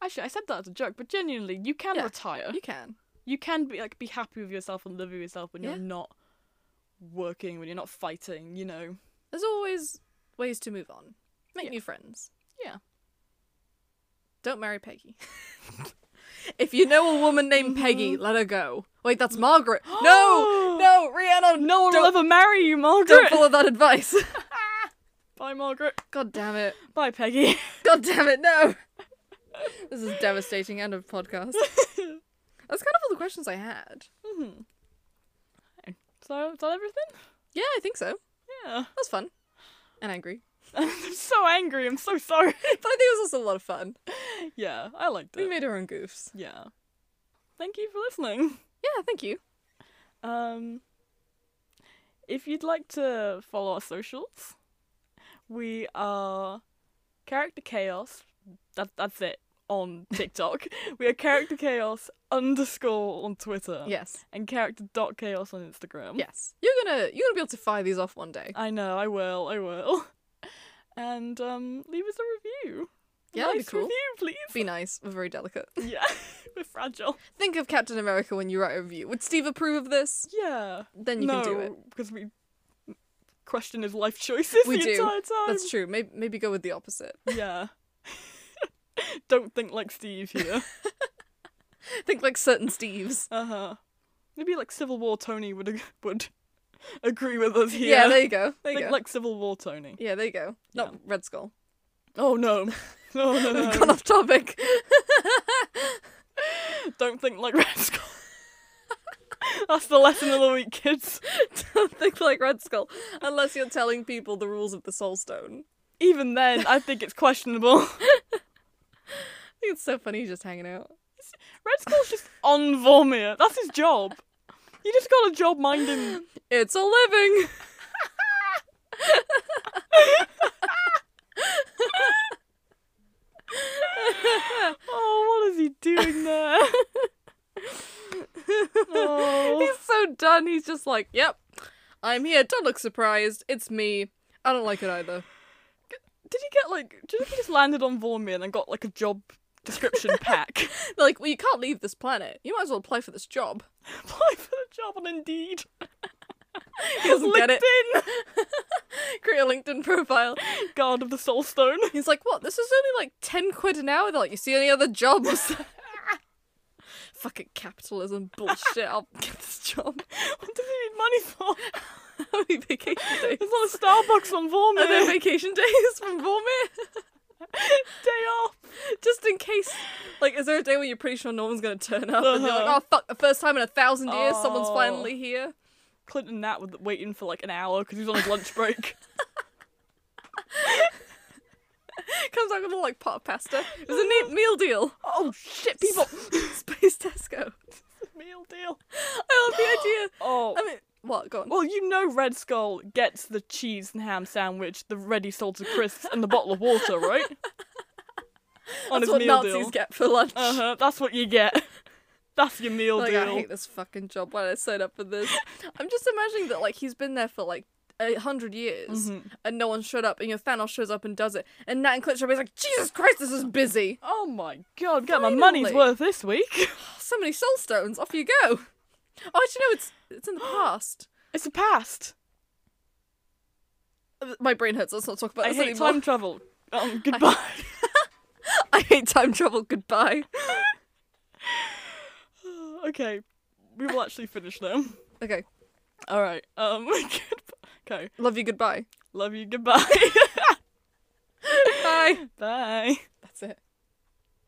Speaker 1: Actually, I said that as a joke, but genuinely, you can
Speaker 2: Yeah.
Speaker 1: retire.
Speaker 2: You can.
Speaker 1: You can be like be happy with yourself and live with yourself when
Speaker 2: Yeah.
Speaker 1: you're not working, when you're not fighting. You know.
Speaker 2: There's always ways to move on. Make
Speaker 1: Yeah.
Speaker 2: new friends.
Speaker 1: Yeah.
Speaker 2: Don't marry Peggy. if you know a woman named Peggy, let her go. Wait, that's Margaret. No! No, Rihanna,
Speaker 1: No one will
Speaker 2: don't,
Speaker 1: ever marry you,
Speaker 2: don't
Speaker 1: Margaret.
Speaker 2: follow that advice.
Speaker 1: Bye, Margaret.
Speaker 2: God damn it.
Speaker 1: Bye, Peggy.
Speaker 2: God damn it, no! This is devastating end of podcast. That's kind of all the questions I had.
Speaker 1: so is that everything?
Speaker 2: Yeah, I think so. That
Speaker 1: Yeah.
Speaker 2: was fun. And angry.
Speaker 1: I'm so angry. I'm so sorry.
Speaker 2: But I think it was also a lot of fun.
Speaker 1: yeah, I liked
Speaker 2: We
Speaker 1: it.
Speaker 2: made our own goofs.
Speaker 1: yeah. Thank you for listening.
Speaker 2: Yeah, thank you.
Speaker 1: Um, if you'd like to follow our socials, we are Character Chaos. That, that's it on TikTok. we are Character Chaos underscore on Twitter.
Speaker 2: Yes.
Speaker 1: And Character dot Chaos on Instagram.
Speaker 2: Yes. You're gonna you're gonna be able to fire these off one day.
Speaker 1: I know. I will. I will. And um, leave us a review.
Speaker 2: Yeah, that'd be
Speaker 1: nice
Speaker 2: cool.
Speaker 1: review, please.
Speaker 2: Be nice. We're very delicate.
Speaker 1: Yeah, we're fragile.
Speaker 2: Think of Captain America when you write a review. Would Steve approve of this?
Speaker 1: Yeah.
Speaker 2: Then you
Speaker 1: no,
Speaker 2: can do it.
Speaker 1: because we question his life choices
Speaker 2: We
Speaker 1: the
Speaker 2: do.
Speaker 1: entire time.
Speaker 2: That's true. Maybe, maybe go with the opposite.
Speaker 1: Yeah. Don't think like Steve here.
Speaker 2: Think like certain Steves.
Speaker 1: uh huh. Maybe like Civil War Tony would ag- would agree with us here.
Speaker 2: Yeah, there you go. There you
Speaker 1: think
Speaker 2: go.
Speaker 1: like Civil War Tony.
Speaker 2: yeah, Um, there you go. Not
Speaker 1: Yeah.
Speaker 2: Red Skull.
Speaker 1: Oh no. No, no,
Speaker 2: We've
Speaker 1: no.
Speaker 2: gone off topic.
Speaker 1: Don't think like Red Skull. That's the lesson of the week, kids.
Speaker 2: Don't think like Red Skull unless you're telling people the rules of the Soul Stone.
Speaker 1: Even then, I think it's questionable. Red
Speaker 2: I think it's so funny just hanging out.
Speaker 1: Skull's just on Vormir. That's his job. You just got a job minding.
Speaker 2: It's a living.
Speaker 1: Oh, what is he doing there? Oh.
Speaker 2: He's so done. He's just like, yep, I'm here. Don't look surprised. It's me. I don't like it either.
Speaker 1: Did he get like? Do you think he just landed on Vormir and got like a job description pack?
Speaker 2: They're like, well, you can't leave this planet. You might as well apply for this job.
Speaker 1: Apply for the job on Indeed.
Speaker 2: He doesn't get it.
Speaker 1: LinkedIn.
Speaker 2: Create a LinkedIn profile.
Speaker 1: Guard of the Soulstone.
Speaker 2: He's like, what? This is only like 10 quid an hour. They're like, you see any other jobs? Fucking capitalism bullshit. I'll get this job.
Speaker 1: What does he need money for?
Speaker 2: How many vacation days?
Speaker 1: There's not a Starbucks on
Speaker 2: Are there
Speaker 1: Vormir.
Speaker 2: vacation days from Vormir?
Speaker 1: Day off.
Speaker 2: Just in case. Like, is there a day when you're pretty sure no one's going to turn up and you're
Speaker 1: Uh-huh.
Speaker 2: like, oh, fuck, the first time in a thousand years someone's
Speaker 1: Oh.
Speaker 2: finally here?
Speaker 1: Clinton Nat was waiting for like an hour because he was on his lunch break.
Speaker 2: Comes out with a like pot of pasta. It was a neat meal deal.
Speaker 1: oh shit, people.
Speaker 2: Space Tesco.
Speaker 1: Meal deal.
Speaker 2: I love the idea.
Speaker 1: Oh.
Speaker 2: I mean, what? Go on.
Speaker 1: well, you know Red Skull gets the cheese and ham sandwich, the ready salted crisps, and the bottle of water, right? On
Speaker 2: That's
Speaker 1: his
Speaker 2: what
Speaker 1: meal
Speaker 2: Nazis
Speaker 1: deal.
Speaker 2: get for lunch.
Speaker 1: Uh huh. That's what you get. That's your meal
Speaker 2: Like,
Speaker 1: deal.
Speaker 2: I hate this fucking job. Why did I sign up for this? I'm just imagining that like he's been there for like a hundred years
Speaker 1: Mm-hmm.
Speaker 2: and no one showed up, and your Thanos shows up and does it, and Nat and Clint show up. He's like, Jesus Christ, this is busy.
Speaker 1: Oh my god, get my money's
Speaker 2: Finally.
Speaker 1: worth this week.
Speaker 2: So many soul stones. Off you go. Oh, do you know it's it's in the past.
Speaker 1: It's the past.
Speaker 2: My brain hurts. Let's not talk about
Speaker 1: I
Speaker 2: this
Speaker 1: hate
Speaker 2: anymore.
Speaker 1: time travel. Um, goodbye.
Speaker 2: I hate time travel. Goodbye.
Speaker 1: okay, we will actually finish now.
Speaker 2: Okay,
Speaker 1: All right. Um. goodbye. Okay.
Speaker 2: love you. Goodbye.
Speaker 1: Love you. Goodbye.
Speaker 2: Bye.
Speaker 1: Bye.
Speaker 2: That's it.